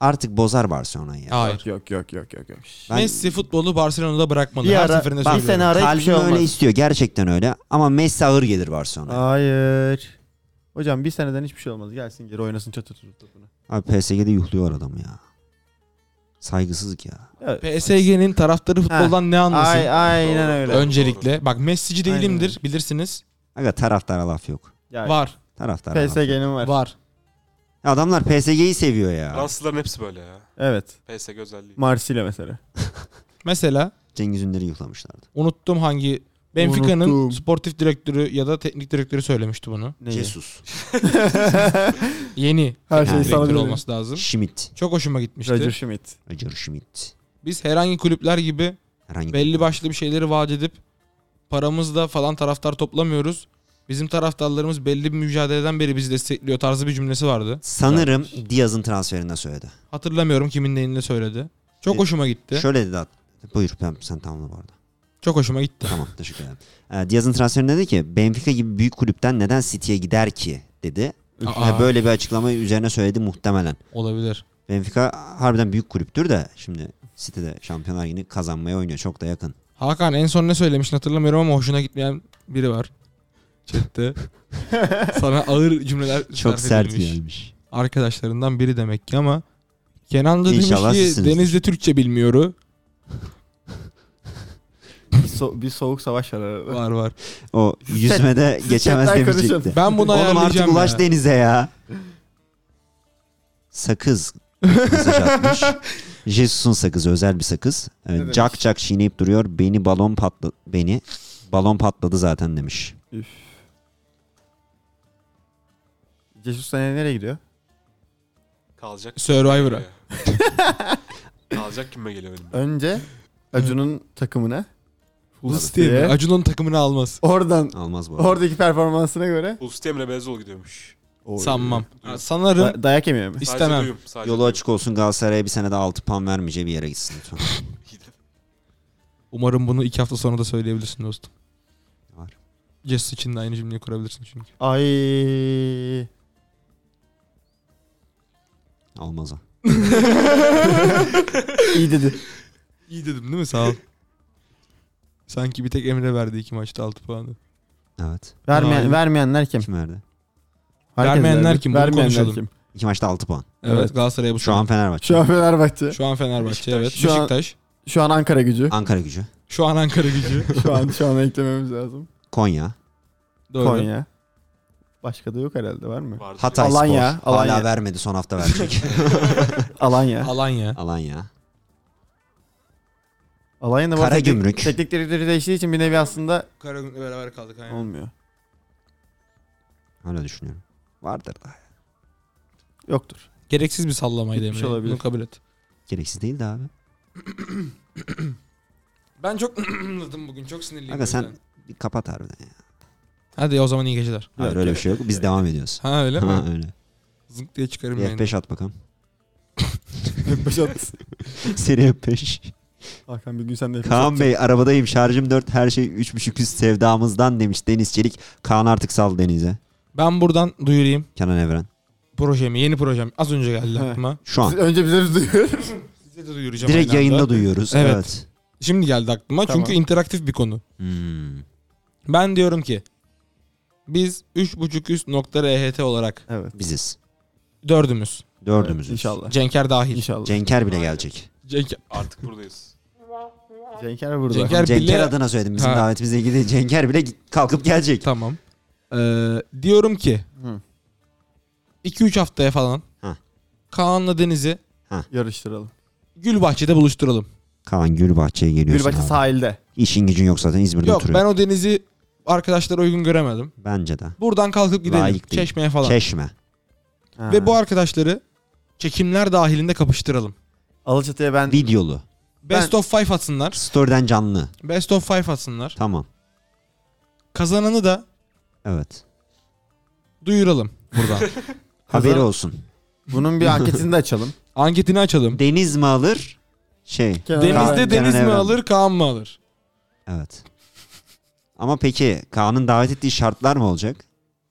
S3: artık bozar Barcelona'yı. ya.
S1: Hayır.
S2: Yok yok yok yok yok.
S3: Ben-
S1: Messi futbolu Barcelona'da bırakmadı.
S2: Bir
S1: Her
S2: ara-
S1: seferinde
S2: bir
S1: söylüyorum.
S2: sene ara- hiçbir
S3: Kalbim
S2: şey olmaz.
S3: öyle istiyor. Gerçekten öyle. Ama Messi ağır gelir Barcelona'ya.
S2: Hayır. Hocam bir seneden hiçbir şey olmaz. Gelsin geri oynasın çatır tutup topunu.
S3: Abi PSG'de yuhluyor adam ya. Saygısızlık ya.
S2: Evet.
S1: PSG'nin taraftarı futboldan ne anlasın?
S2: Ay, aynen öyle.
S1: Öncelikle. Bak Messi'ci
S2: Aynen
S1: değilimdir bilirsiniz.
S3: Aga taraftara laf yok.
S2: Ya,
S1: Var.
S3: Taraftara laf yok.
S2: PSG'nin var.
S1: Var.
S3: Adamlar PSG'yi seviyor ya.
S4: Fransızların hepsi böyle ya.
S2: Evet.
S4: PSG özelliği.
S2: Marsilya mesela.
S1: Mesela
S3: Cengiz Ünder'i yuhlamışlardı.
S1: Unuttum hangi Benfica'nın
S2: Unuttum.
S1: sportif direktörü ya da teknik direktörü söylemişti bunu.
S2: Neyi?
S3: Jesus.
S1: Yeni
S2: Her
S3: Yani
S2: şey sana
S1: direktör
S2: dönüyor.
S1: olması lazım.
S3: Schmidt.
S1: Çok hoşuma gitmişti.
S2: Roger Schmidt.
S3: Roger Schmidt.
S1: Biz herhangi kulüpler gibi
S3: Herhangi
S1: belli başlı bir şeyleri vaat edip paramızla falan taraftar toplamıyoruz. Bizim taraftarlarımız belli bir mücadeleden beri bizi destekliyor tarzı bir cümlesi vardı.
S3: Sanırım Diaz'ın transferinde söyledi.
S1: Hatırlamıyorum kimin neyini söyledi. Çok
S3: E,
S1: hoşuma gitti.
S3: Şöyle dedi. at- Buyur ben- sen tamamla bu arada.
S1: Çok hoşuma gitti.
S3: Tamam teşekkür ederim. Ee, Diaz'ın transferinde dedi ki Benfica gibi büyük kulüpten neden City'ye gider ki dedi.
S1: Aa.
S3: Ve böyle bir açıklama üzerine söyledi muhtemelen.
S1: Olabilir.
S3: Benfica harbiden büyük kulüptür de şimdi City'de Şampiyonlar Ligi'ni kazanmaya oynuyor. Çok da yakın.
S1: Hakan en son ne söylemiştin hatırlamıyorum ama hoşuna gitmeyen biri var. Chatte. Sana ağır cümleler
S3: Çok
S1: sarf
S3: sert
S1: edilmiş.
S3: gelmiş.
S1: arkadaşlarından biri demek ki ama Kenan da demiş
S3: İnşallah
S1: ki
S3: sizsiniz.
S1: Denizli Türkçe bilmiyoru.
S2: Bir, so- (laughs) bir soğuk savaş var arada.
S1: Var
S3: (laughs)
S1: var.
S3: O
S1: (laughs)
S3: yüzmede
S2: siz
S3: geçemez
S2: chatten konuşun.
S3: demeyecekti.
S1: Ben bunu
S3: Oğlum artık
S1: ayarlayacağım
S3: ulaş
S1: ya.
S2: (laughs)
S3: denize ya. Sakız mesaj atmış. Jesus'un sakızı özel bir sakız. Ee,
S2: Evet.
S3: Cak cak çiğneyip duruyor. Beni balon patladı. Beni balon patladı zaten demiş.
S2: Üf. Jesus seneye nereye gidiyor?
S4: Kalacak. (laughs)
S1: Survivor'a.
S4: Kalacak kime geliyor benim?
S2: Önce Acun'un takımına.
S1: Full Steam.
S2: Diye.
S1: Acun'un takımını almaz.
S2: Oradan
S3: Almaz bu arada.
S2: oradaki performansına göre.
S4: Ulus Emre Bezoğlu gidiyormuş.
S1: Sanmam.
S4: Duyuyorum.
S1: Sanırım
S2: Da- dayak yemiyor mu?
S4: Sadece
S1: istemem.
S4: duyum, sadece
S3: Yolu
S4: duyum.
S3: açık olsun Galatasaray'a bir sene daha 6 puan vermeyeceği bir yere gitsin lütfen. (laughs)
S1: Umarım bunu iki hafta sonra da söyleyebilirsin dostum.
S3: Var.
S1: Jess için de aynı cümleyi kurabilirsin çünkü.
S2: Ay.
S3: Almaz o.
S2: İyi dedi.
S1: İyi dedim değil mi? Sağ ol. (laughs) Sanki bir tek Emre verdi iki maçta 6 puanı.
S3: Evet.
S1: Hayır.
S2: Vermeyen, vermeyenler kim?
S3: Kim verdi?
S2: Herkes
S1: Vermeyenler
S2: verdi.
S1: kim? Bunu
S2: Vermeyenler
S1: konuşalım.
S2: kim?
S3: İki maçta 6 puan.
S1: Evet,
S2: Evet.
S1: Galatasaray'a bu
S3: Şu an Fenerbahçe.
S2: Şu an Fenerbahçe.
S1: Şu an Fenerbahçe evet.
S2: Şu an-
S1: Beşiktaş.
S2: Şu an Ankara gücü.
S3: Ankara gücü.
S1: Şu an Ankara
S3: (laughs)
S1: gücü.
S2: şu an şu an eklememiz lazım.
S3: Konya.
S1: Doğru.
S2: Konya. Başka da yok herhalde var mı?
S4: Vardı
S3: Hatay
S2: Alanya,
S3: Spor. Hala
S2: Alanya.
S3: vermedi son
S2: (laughs)
S3: hafta verecek.
S2: Alanya.
S1: Alanya.
S3: Alanya.
S2: Alanya'da bu arada
S3: Karagümrük.
S2: tek- Teknik direktörü değiştiği için bir nevi aslında
S1: Karagümrük'le beraber kaldık. Aynen.
S2: olmuyor.
S3: Öyle düşünüyorum. Vardır da.
S2: Yoktur.
S1: Gereksiz bir sallamaydı
S2: Gitmiş
S1: Emre.
S2: olabilir.
S1: Bunu kabul et.
S3: Gereksiz değil de abi.
S1: Ben çok (clears throat) anladım bugün. Çok sinirliyim.
S3: Aga sen bir kapat harbiden ya.
S1: Hadi o zaman iyi geceler.
S3: Hayır öyle bir şey yok. Biz devam ediyoruz.
S1: Ha öyle mi?
S3: (laughs) Ha öyle.
S1: Zınk diye çıkarım
S3: Bir
S1: yani.
S3: F5
S1: (laughs)
S3: at bakalım.
S2: Başat.
S3: Seri F5.
S2: Hakan bir gün sen de
S3: Kaan Bey arabadayım şarjım 4 her şey 3.5 üst sevdamızdan demiş Deniz Çelik. Kaan artık sal Deniz'e.
S1: Ben buradan duyurayım
S3: Kenan Evren.
S1: projemi, yeni projem. Az önce geldi
S2: He.
S1: aklıma.
S3: Şu an.
S2: Önce bize duyuyor.
S1: (laughs) Size de duyuracağım.
S3: Direkt
S1: aynı anda.
S3: yayında duyuyoruz.
S1: Evet.
S3: Evet.
S1: Şimdi geldi aklıma
S2: Tamam.
S1: çünkü interaktif bir konu.
S3: Hmm.
S1: Ben diyorum ki biz 3.5 üst nokta RHT olarak
S2: Evet.
S3: Biziz.
S1: dördümüz.
S3: Dördümüzüz.
S2: İnşallah.
S1: Cenker
S3: (laughs)
S1: dahil.
S2: İnşallah.
S3: Cenker bile gelecek.
S1: Cenker,
S4: Artık buradayız.
S2: Cenker burada.
S1: Cenker-
S3: Cenker
S1: bile-
S3: adına söyledim. Bizim
S1: Ha.
S3: davetimizle ilgili Cenker bile kalkıp gelecek.
S1: Tamam. Ee, diyorum ki
S2: Hı.
S1: 2-3 haftaya falan
S3: Ha.
S1: Kaan'la Deniz'i
S2: Yarıştıralım.
S1: Gülbahçe'de buluşturalım.
S3: Kaan Gülbahçe'ye geliyorsun
S2: Gülbaşı
S3: abi.
S2: sahilde.
S3: İşin gücün yok zaten İzmir'de
S1: Yok
S3: oturuyor.
S1: ben o Deniz'i arkadaşlara uygun göremedim.
S3: Bence de.
S1: Buradan kalkıp gidelim
S3: Layık değil.
S1: Çeşme'ye falan.
S3: Çeşme.
S1: Ve bu arkadaşları çekimler dahilinde kapıştıralım.
S2: Alaçatı'ya ben
S3: Videolu.
S1: Best of 5 atsınlar.
S3: Story'den canlı.
S1: Best of 5 atsınlar.
S3: Tamam.
S1: Kazananı da
S3: Evet.
S1: duyuralım buradan.
S3: (laughs) Haberi olsun.
S2: bunun bir anketini de (laughs) açalım.
S1: Anketini açalım.
S3: Deniz mi alır? Şey.
S2: Kenan
S1: Deniz'de
S2: Evren.
S1: Deniz
S3: Kaan- Kenan
S1: mi
S3: Evren.
S1: alır, Kaan mı alır?
S3: Evet. Ama peki Kaan'ın davet ettiği şartlar mı olacak?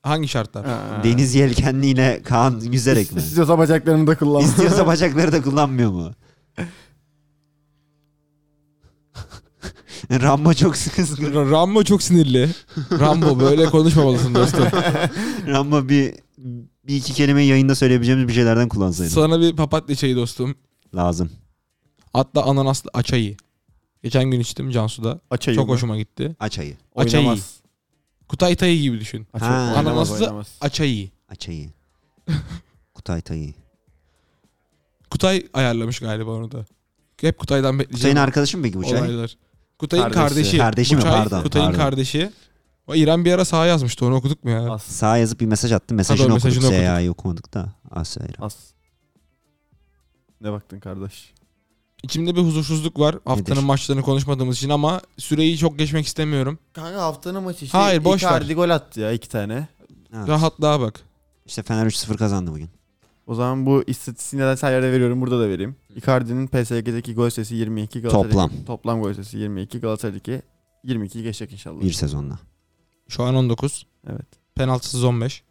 S1: Hangi şartlar?
S2: Ha.
S3: Deniz yelkenliğine Kaan yüzerek
S1: (laughs)
S3: mi?
S2: İstiyorsa bacaklarını da kullan. (laughs)
S3: İstiyorsa bacakları da kullanmıyor mu? (laughs) Rambo çok sıkı sıkı.
S1: R- Rambo çok sinirli. Rambo böyle
S3: (laughs)
S1: konuşmamalısın dostum.
S3: Rambo bir, bir iki kelime yayında söyleyebileceğimiz bir şeylerden kullansaydı.
S1: Sana bir papatya çayı dostum.
S3: Lazım.
S1: Hatta ananaslı açayı. Geçen gün içtim Cansu'da.
S2: Açayım.
S1: Çok hoşuma gitti.
S3: Açayı.
S1: Açayı.
S2: Oynamaz.
S1: Kutay Tayı gibi düşün.
S2: Açayı.
S3: Ha.
S2: Oynamaz,
S1: Ananaslı-
S2: oynamaz.
S1: Açayı.
S3: Açayı.
S1: (laughs)
S3: Kutay Tayı.
S1: Kutay ayarlamış galiba onu da. Hep Kutay'dan bekleyeceğim
S3: Kutay'ın arkadaşı mı peki bu çay?
S1: olaylar. Kutay'ın
S2: Kardeşi.
S1: kardeşi.
S3: Kardeşi mi?
S1: Buçay,
S3: Pardon,
S1: Kutay'ın
S3: pardon.
S1: kardeşi. O İrem bir ara sağa yazmıştı onu okuduk mu ya?
S2: As.
S3: Sağ yazıp bir mesaj attı. Mesajını
S1: doğru,
S3: okuduk.
S1: mesajını okuduk.
S3: SYA'yı okumadık da. Asya İrem.
S2: As. Ne baktın kardeş?
S1: İçimde bir huzursuzluk var. Haftanın
S3: Nedir?
S1: maçlarını konuşmadığımız için ama süreyi çok geçmek istemiyorum.
S2: Kanka haftanın maçı
S1: işte Hayır, boş Icardi
S2: gol attı ya iki tane.
S3: Evet.
S1: Rahatlığa bak.
S3: İşte Fener 3-0 kazandı bugün.
S2: O zaman bu istatistiğini neden her yerde veriyorum burada da vereyim. Icardi'nin PSG'deki gol sayısı 22.
S3: Toplam.
S2: Toplam gol sayısı 22. Galatasaray'daki 22'yi geçecek inşallah.
S3: Bir sezonda.
S1: Şu an 19.
S2: Evet.
S1: Penaltısız 15.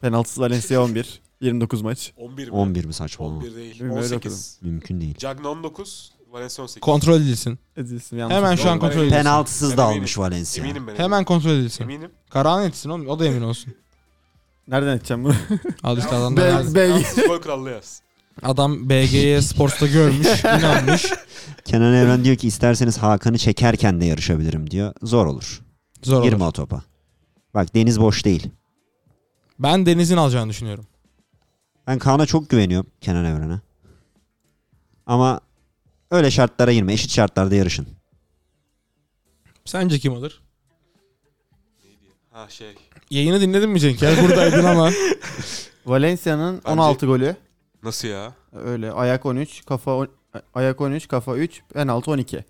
S2: Penaltısız Valencia 11. 29 maç.
S4: 11 mi?
S3: 11 mi saçmalama?
S4: 11 değil.
S2: Bilmiyorum, öyle okudum.
S4: 18.
S3: Mümkün değil.
S4: Cagney 19, Valencia 18.
S1: Kontrol edilsin.
S2: Edilsin yanlış.
S1: Hemen şu an
S4: Yok,
S1: kontrol
S4: ben-
S1: edilsin.
S3: Penaltısız da
S4: Eminim.
S3: almış Valencia.
S4: Eminim ben.
S1: Hemen kontrol edilsin. (laughs)
S4: Eminim.
S1: Karahan etsin oğlum. O da emin
S2: (laughs)
S1: olsun.
S2: Nereden edeceğim bunu?
S1: Al işte adam da
S2: Bel-
S1: nerede?
S2: Belge.
S4: Yalnız Gol krallığı yaz.
S1: Adam BG'ye Sports'ta
S3: (laughs)
S1: görmüş, inanmış.
S3: Kenan Evren diyor ki isterseniz Hakan'ı çekerken de yarışabilirim diyor. Zor olur.
S1: Zor olur.
S3: Girme o topa. Bak deniz boş değil.
S1: Ben Deniz'in alacağını düşünüyorum.
S3: Ben Kaan'a çok güveniyorum Kenan Evren'e. Ama Öyle şartlara girme. Eşit şartlarda yarışın.
S1: Sence kim olur?
S4: Ha şey.
S1: Yayını dinledin mi Cenk? Yani buradaydın
S2: (laughs)
S1: ama.
S2: Valencia'nın
S4: Bence-
S2: 16 golü.
S4: Nasıl ya?
S2: Öyle ayak 13, kafa on- ayak 13, kafa 3, penaltı 12.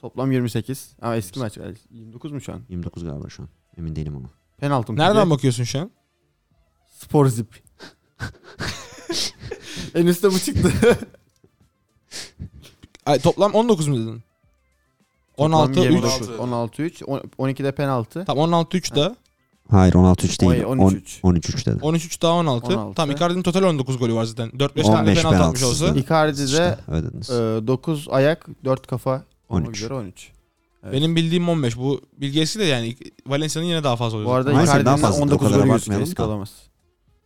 S2: Toplam 28. Aa eski maç. Ay, 29 mu şu an?
S3: 29 galiba şu an. Emin değilim ama.
S2: Penaltı mı?
S1: Nereden bakıyorsun şu an? (laughs)
S2: Spor zip. en üstte bu çıktı.
S1: Ay, toplam 19 mu dedin? 16
S2: (laughs) Toplam
S1: 3.
S2: 29, 16 3, 12'de penaltı.
S1: Tamam 16 3 daha.
S3: Hayır 16-3 değil.
S2: Oy, 13 3.
S3: 13-3 dedi.
S1: 13 3 daha 16.
S2: 16.
S1: Tamam Icardi'nin total 19 golü var zaten. 4 5 tane
S3: 15
S1: penaltı atmış
S3: penaltısı.
S1: olsa.
S2: Icardi'de
S3: İşte, öyle dediniz.
S1: e,
S2: 9 ayak, 4 kafa,
S3: 13.
S2: 13. 13. Evet.
S1: Benim bildiğim 15. Bu bilgisi de yani Valencia'nın yine daha fazla oluyor.
S2: Bu arada
S3: Maalesef daha
S2: Icardi'nin
S3: fazla, o
S2: 19
S3: kadara
S2: golü gözüküyor.
S3: bakmayalım
S2: Eski
S3: da.
S2: olamaz.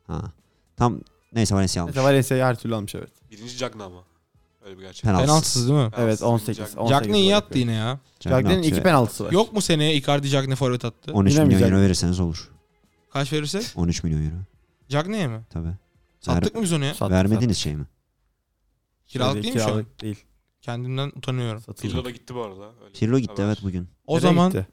S3: Ha. Tam neyse Valencia almış.
S2: Mesela Valencia'yı her türlü almış evet.
S4: Birinci Cagna ama. Öyle bir gerçek.
S3: Penaltı.
S1: Penaltısız değil mi?
S2: Evet
S4: Penaltısız
S2: 18.
S4: Cagna.
S2: 18
S1: Jack ne
S2: gol
S1: iyi
S2: yapıyor.
S1: attı yine ya.
S2: Jack'ın
S3: şey.
S2: iki penaltısı var.
S1: Yok mu seneye Icardi Jack ne forvet attı?
S3: 13
S2: Yine mi
S3: milyon
S2: güzel?
S3: euro verirseniz olur.
S1: Kaç verirsek?
S3: 13 milyon euro.
S1: Jack neye mi?
S3: Tabii.
S1: Sattık mı biz onu ya?
S2: Sattık,
S3: Vermediğiniz şey mi?
S1: Kiralık değil mi şu an?
S2: Kiralık değil.
S1: Kendimden utanıyorum.
S2: Satıldı.
S4: Pirlo da gitti bu arada. Öyle
S3: Pirlo gitti
S4: haber.
S3: evet bugün.
S1: O
S2: Nereye
S1: zaman
S2: gitti?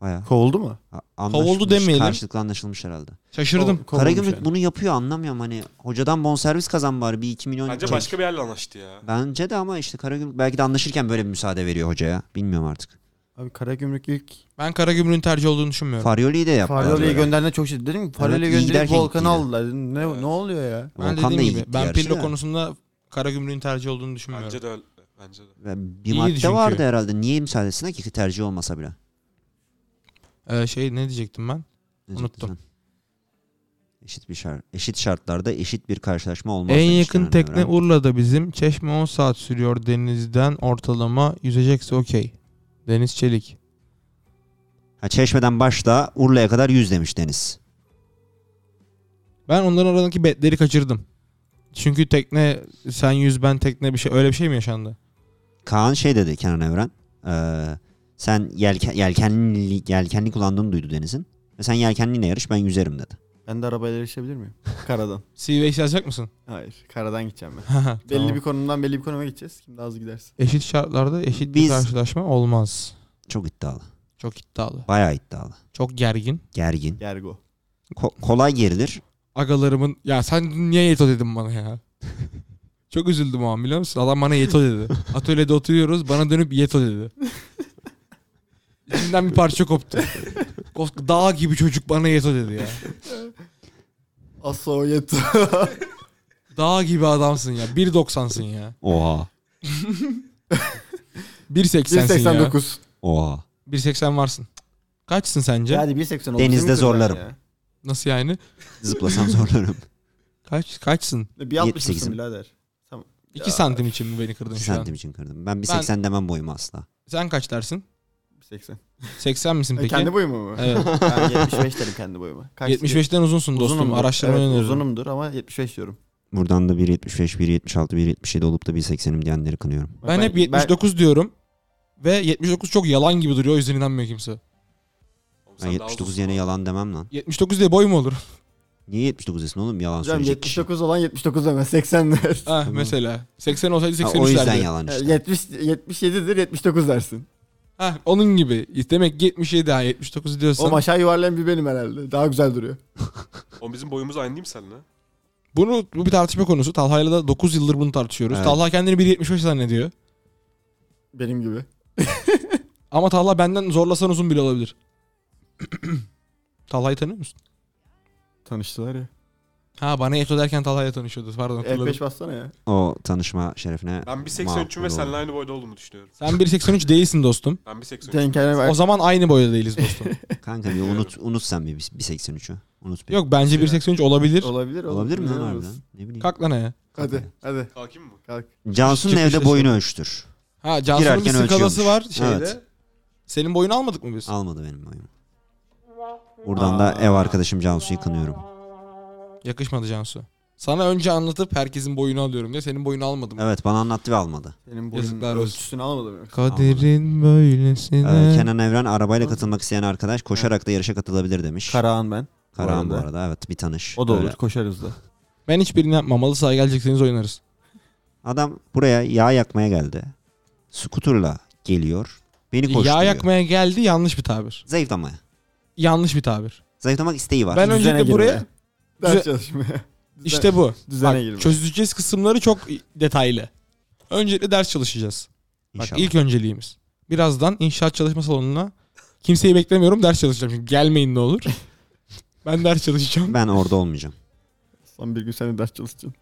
S3: Bayağı.
S2: kovuldu mu?
S3: a- anlaşılmış,
S1: Kovuldu demeyelim.
S3: Karşılıklı anlaşılmış herhalde.
S1: şaşırdım.
S2: Kovulmuş
S3: Karagümrük
S2: yani.
S3: bunu yapıyor anlamıyorum hani hocadan bonservis kazan bari bir 2 milyon.
S4: Bence
S3: çek.
S4: başka bir yerle anlaştı ya.
S3: Bence de ama işte Karagümrük belki de anlaşırken böyle bir müsaade veriyor hocaya. Bilmiyorum artık.
S2: Abi Karagümrük ilk
S1: Ben Karagümrük'ün tercih olduğunu düşünmüyorum.
S3: Faryoli'yi de yaptı.
S2: Faryoli'yi gönderdiğinde çok şey dedim. ki, Faryoli'yi
S3: iyi
S2: gönderip
S3: giderken gitti
S2: Volkan'ı
S3: yine.
S2: aldılar. Dedim, Ne,
S4: Evet.
S2: ne oluyor ya?
S1: Ben
S3: Volkan da iyi
S1: dediğim gibi
S3: gitti
S1: ben
S3: gerçi
S1: Pirlo
S3: de.
S1: konusunda Karagümrük'ün tercih olduğunu düşünmüyorum.
S4: Bence de öyle. Bence de.
S3: Ve Bir
S1: İyiydi
S3: madde
S1: çünkü.
S3: vardı herhalde. Niye müsaadesine ki tercih olmasa bile. Ne
S1: Ee, şey ne diyecektim ben?
S3: diyecektin
S1: Unuttum.
S3: sen? Eşit bir şart, eşit şartlarda eşit bir karşılaşma olmaz.
S1: En
S3: demişler
S1: yakın
S3: hani
S1: tekne
S3: Evren.
S1: Urla'da bizim. Çeşme 10 saat sürüyor denizden ortalama. Yüzecekse okey. Deniz Çelik.
S3: Ha, Çeşmeden başla Urla'ya kadar 100 demiş Deniz.
S1: Ben onların aradaki betleri kaçırdım. Çünkü tekne sen yüz ben tekne bir şey öyle bir şey mi yaşandı?
S3: Kaan şey dedi Kenan Evren. Ee, sen yelken, yelkenli, yelkenli kullandığını duydu Deniz'in. Ve sen yelkenliyle yarış ben yüzerim dedi.
S2: Ben de arabayla erişebilir miyim? (laughs) Karadan.
S1: CV'yi yazacak mısın? (laughs)
S2: Hayır. Karadan gideceğim ben.
S1: Tamam.
S2: Belli bir konumdan belli bir konuma gideceğiz. Kim daha hızlı giderse.
S1: Eşit şartlarda eşit bir
S3: Biz-
S1: karşılaşma olmaz.
S3: Çok iddialı.
S1: Çok iddialı.
S3: Bayağı iddialı.
S1: Çok gergin.
S3: Gergin.
S2: Gergo.
S3: Ko- kolay gerilir.
S1: Agalarımın ya sen niye yeto dedin bana ya? (laughs) Çok üzüldüm o an biliyor musun? Adam bana yeto dedi. Atölyede oturuyoruz bana dönüp yeto dedi. İçinden bir parça koptu. Kos- Dağ gibi çocuk bana yeto dedi ya.
S2: (laughs) Asoyeto.
S1: Dağ gibi adamsın ya. 1.90'sın ya.
S3: Oha.
S1: 1.80'sin ya.
S2: 189.
S3: Oha.
S1: 1.80 varsın. Kaçsın sence?
S2: Hadi 189.
S3: Denizde zorlarım.
S1: Nasıl yani? (laughs)
S3: Zıplasam zorlarım.
S1: Kaç kaçsın?
S2: 1.68'im
S3: 78'im.
S2: birader.
S1: 2 santim için mi beni kırdın
S3: 2
S1: şu an?
S3: santim için kırdım. Ben bir 80 demem boyuma asla.
S1: Sen kaç dersin?
S2: 180.
S1: 80 misin
S2: E,
S1: peki?
S2: kendi boyumu mu?
S1: Evet.
S2: (laughs) Ben 75 derim kendi boyuma. Kaç
S1: 75'ten uzunsun dostum.
S2: Uzunumdur.
S1: Araştırma
S2: evet,
S1: öneririm.
S2: Uzunumdur ama 75 diyorum.
S3: Buradan da 1.75, 1.76, 1.77 olup da 1.80'im diyenleri kınıyorum.
S1: Ben, hep 79 diyorum. Ve 79 çok yalan gibi duruyor. O yüzden inanmıyor kimse.
S4: Oğlum
S3: Ben
S4: sen daha
S3: 79
S4: uzunsun
S3: yine
S4: oğlum.
S3: yalan demem lan.
S1: 79 diye boy mu olur?
S3: Niye 79 desin oğlum yalan
S2: Hocam
S3: söyleyecek kişi.
S2: 79 olan 79 demez. 80 der.
S1: ha mesela. 80 olsaydı
S3: Ha,
S1: 83
S3: o yüzden
S1: derdi.
S3: yalan işte.
S2: 70, 77'dir 79 dersin.
S1: Ha, onun gibi. Demek ki 77 ha 79 diyorsan.
S2: O aşağı yuvarlayan bir benim herhalde. Daha güzel duruyor.
S4: Oğlum bizim boyumuz aynı değil mi seninle?
S1: Bunu bu bir tartışma konusu. Talha'yla da 9 yıldır bunu tartışıyoruz.
S3: Evet.
S1: Talha kendini 1.75 zannediyor.
S2: Benim gibi.
S1: Ama Talha benden zorlasan uzun bile olabilir. (clears throat) Talha'yı tanıyor musun?
S2: Tanıştılar ya.
S1: Ha bana Eto derken Talha'yla tanışıyordu. Pardon hatırladım.
S2: F5 bassana ya.
S3: O tanışma şerefine
S4: Ben 1.83'üm ve seninle aynı boyda olduğumu düşünüyorum.
S1: Sen 1.83 değilsin dostum.
S4: Ben 1.83'üm.
S2: Tenkene bak.
S1: O zaman aynı boyda değiliz (laughs) dostum.
S3: Kanka bir unut, unut sen bir 1.83'ü. Unut bir.
S1: Yok bence 1.83 olabilir.
S2: Olabilir.
S3: Olabilir mi lan
S2: Olmaz.
S3: harbiden? Ne bileyim.
S1: Kalk lan ya.
S2: Hadi hadi
S4: Kalkayım mı?
S2: kalk.
S3: Cansu'nun
S1: Çıkmış
S3: evde
S1: işte
S3: boyunu ölçtür.
S1: Ha Cansu'nun bir
S3: Girerken
S1: skalası var şeyde.
S3: Evet.
S1: Senin boyunu almadık mı biz?
S3: Almadı benim boyumu. Buradan da ev arkadaşım Cansu'yu kınıyorum.
S1: Yakışmadı Cansu. Sana önce anlatıp herkesin boyunu alıyorum diye senin boyunu almadım.
S3: Evet bana anlattı ve almadı.
S2: Senin
S1: Yazıklar
S2: boyunun
S1: olsun.
S2: ölçüsünü almadım yoksa.
S1: Kaderin
S3: Ee,
S1: böylesine.
S3: Kenan Evren arabayla katılmak isteyen arkadaş koşarak da yarışa katılabilir demiş.
S2: Karahan ben.
S3: Karahan bu
S2: Bu arada.
S3: arada evet bir tanış.
S2: O da olur.
S3: Öyle.
S2: Koşarız da.
S1: Ben hiçbirini yapmam. Halı sahaya gelecekseniz oynarız.
S3: Adam buraya yağ yakmaya geldi. Skuturla geliyor. Beni koşturuyor.
S1: Yağ yakmaya geldi yanlış bir tabir.
S3: Zayıflamaya.
S1: Yanlış bir tabir.
S3: Zayıflamak isteği var.
S1: Ben
S2: Düzene
S1: öncelikle
S2: girmeye.
S1: buraya
S2: Ders
S1: Düzen-
S2: çalışmaya.
S1: (laughs) işte bu.
S2: Düzene
S1: Bak,
S2: girme.
S1: çözeceğiz kısımları çok detaylı. Öncelikle ders çalışacağız. Bak
S3: İnşallah.
S1: ilk önceliğimiz. Birazdan inşaat çalışma salonuna kimseyi beklemiyorum ders çalışacağım. Çünkü gelmeyin ne
S3: (laughs)
S1: olur. ben ders çalışacağım.
S3: Ben orada olmayacağım.
S2: Son bir gün sen de ders çalışacaksın.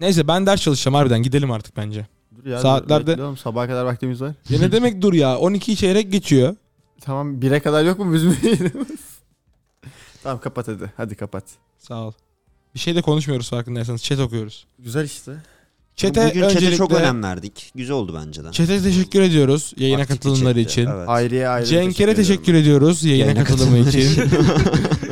S1: Neyse ben ders çalışacağım harbiden gidelim artık bence.
S2: Dur ya,
S1: Saatlerde-
S2: bekle oğlum, sabaha kadar vaktimiz var.
S1: Ya ne demek dur ya 12 çeyrek geçiyor.
S2: Tamam 1'e kadar yok mu bizim yayınımız? (laughs) tamam kapat hadi. Hadi kapat.
S1: Sağ ol. Bir şey de konuşmuyoruz farkındaysanız. Chat okuyoruz.
S2: Güzel işte.
S1: Chat'e
S3: Bugün çete
S1: öncelikle
S3: çok önem verdik. Güzel oldu bence de.
S1: Chat'e teşekkür ediyoruz yayına
S3: Aktif bir
S1: katılımları
S3: chatti,
S1: için.
S3: Evet.
S2: Ayrıya ayrı
S1: Cenk'e teşekkür ediyoruz yayına,
S3: Yayına
S1: katılımı
S3: katılımları
S1: için.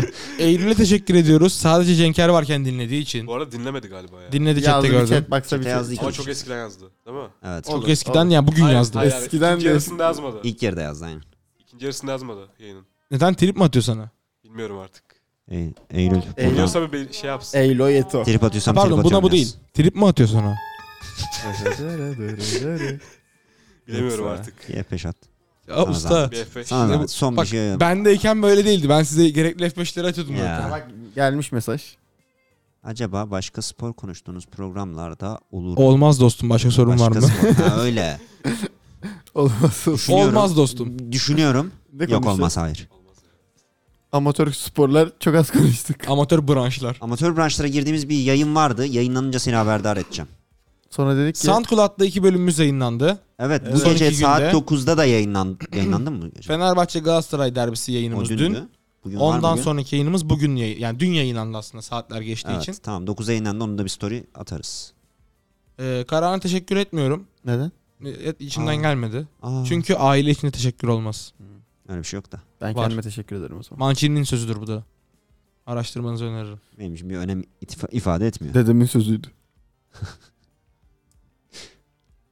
S1: (laughs) Eylül'e teşekkür ediyoruz. Sadece Cenker varken dinlediği için.
S4: Bu arada dinlemedi galiba ya.
S1: Dinledi chatte
S2: Yazdı bir
S1: gördüm.
S2: chat box'a bir
S3: Chat'e
S2: chat.
S3: yazdı iki
S4: Ama
S3: kişi.
S4: çok eskiden yazdı. Değil mi?
S3: Evet.
S1: Çok
S2: Olur,
S1: eskiden
S2: olur.
S1: ya bugün
S4: Hayır,
S1: yazdı.
S4: hayır,
S2: Eskiden
S4: İkinci
S2: de-
S4: yarısında yazmadı.
S3: İlk yarıda yazdı aynen.
S4: İkinci yarısında yazmadı yayının.
S1: Neden trip mi atıyor sana?
S4: Bilmiyorum artık.
S3: Ey- E, Eylül.
S2: Eylül.
S3: Buna-
S4: Biliyorsa bir bir şey yapsın.
S2: Eylo Yeto.
S3: Trip atıyorsam
S1: Pardon buna
S3: trip
S1: bu
S3: atıyorum
S1: değil.
S3: yaz.
S1: Trip mi atıyor sana?
S4: Bilemiyorum
S2: Yoksa-
S4: artık.
S3: Bir F5 at.
S1: Ya
S3: Sana
S1: usta.
S3: zahmet.
S4: Bir F5.
S3: Sana zahmet. Son
S1: Bak
S3: bir şey.
S1: bendeyken böyle değildi. Ben size gerekli F5'leri atıyordum.
S3: Ya.
S1: zaten.
S2: Bak (laughs) gelmiş mesaj.
S3: Acaba başka spor konuştuğunuz programlarda olur mu?
S1: Olmaz dostum. Başka sorun
S3: Başka
S1: var mı?
S3: spor- Ha, öyle.
S2: Olmaz. olsun.
S1: (laughs)
S3: Düşünüyorum.
S1: Olmaz dostum.
S3: Düşünüyorum.
S2: Ne
S3: Yok
S2: konuşacağız?
S3: olmaz hayır.
S2: Amatör sporlar çok az konuştuk.
S1: Amatör branşlar.
S3: Amatör branşlara girdiğimiz bir yayın vardı. Yayınlanınca seni haberdar edeceğim.
S2: Sonra dedik ki
S1: SoundCloud'da iki bölümümüz yayınlandı.
S3: Evet, bu
S1: Evet.
S3: gece
S1: Sonraki
S3: saat
S1: günde-
S3: 9'da da yayınlandı.
S1: (clears throat)
S3: Yayınlandı mı? gece?
S1: Fenerbahçe Galatasaray derbisi
S3: O
S1: yayınımız dün.
S3: dündü. Bugün var
S1: Ondan
S3: bugün.
S1: sonraki yayınımız bugün yayın. Yani dün yayınlandı aslında saatler geçtiği
S3: Evet,
S1: için.
S3: tamam 9'a yayınlandı. Onu da bir story atarız.
S1: Ee, Karahan'a teşekkür etmiyorum.
S2: neden?
S1: E, İçimden
S3: Aa.
S1: gelmedi.
S3: Aa, Çünkü
S1: Çünkü aile içinde teşekkür olmaz.
S3: öyle bir şey yok da.
S2: Ben
S1: Var.
S2: kendime teşekkür ederim o zaman.
S1: Mancini'nin sözüdür bu da. Araştırmanızı öneririm.
S3: Benim için bir önem itifa- ifade etmiyor.
S2: Dedemin sözüydü.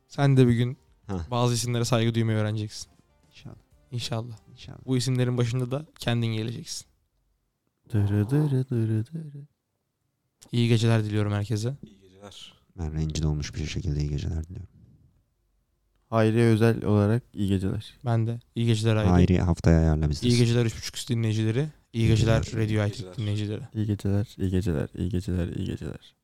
S1: Sen de bir gün
S3: Heh.
S1: bazı isimlere saygı duymayı öğreneceksin.
S3: İnşallah.
S1: İnşallah.
S3: inşallah.
S1: Bu isimlerin başında da kendin geleceksin.
S2: Dırı dırı dırı dırı.
S1: İyi geceler diliyorum herkese.
S4: İyi geceler.
S3: Ben rencide olmuş bir şekilde iyi geceler diliyorum.
S2: Hayriye özel olarak iyi geceler.
S1: Ben de. iyi geceler Aydın.
S3: Hayri haftaya ayarla bizde.
S1: İyi geceler 3.5 üstü dinleyicileri. İyi
S3: İyi
S1: geceler
S3: geceler.
S1: Radio
S4: İyi
S1: Erkek
S4: geceler.
S1: dinleyicileri.
S2: İyi geceler, iyi geceler, iyi geceler, iyi geceler.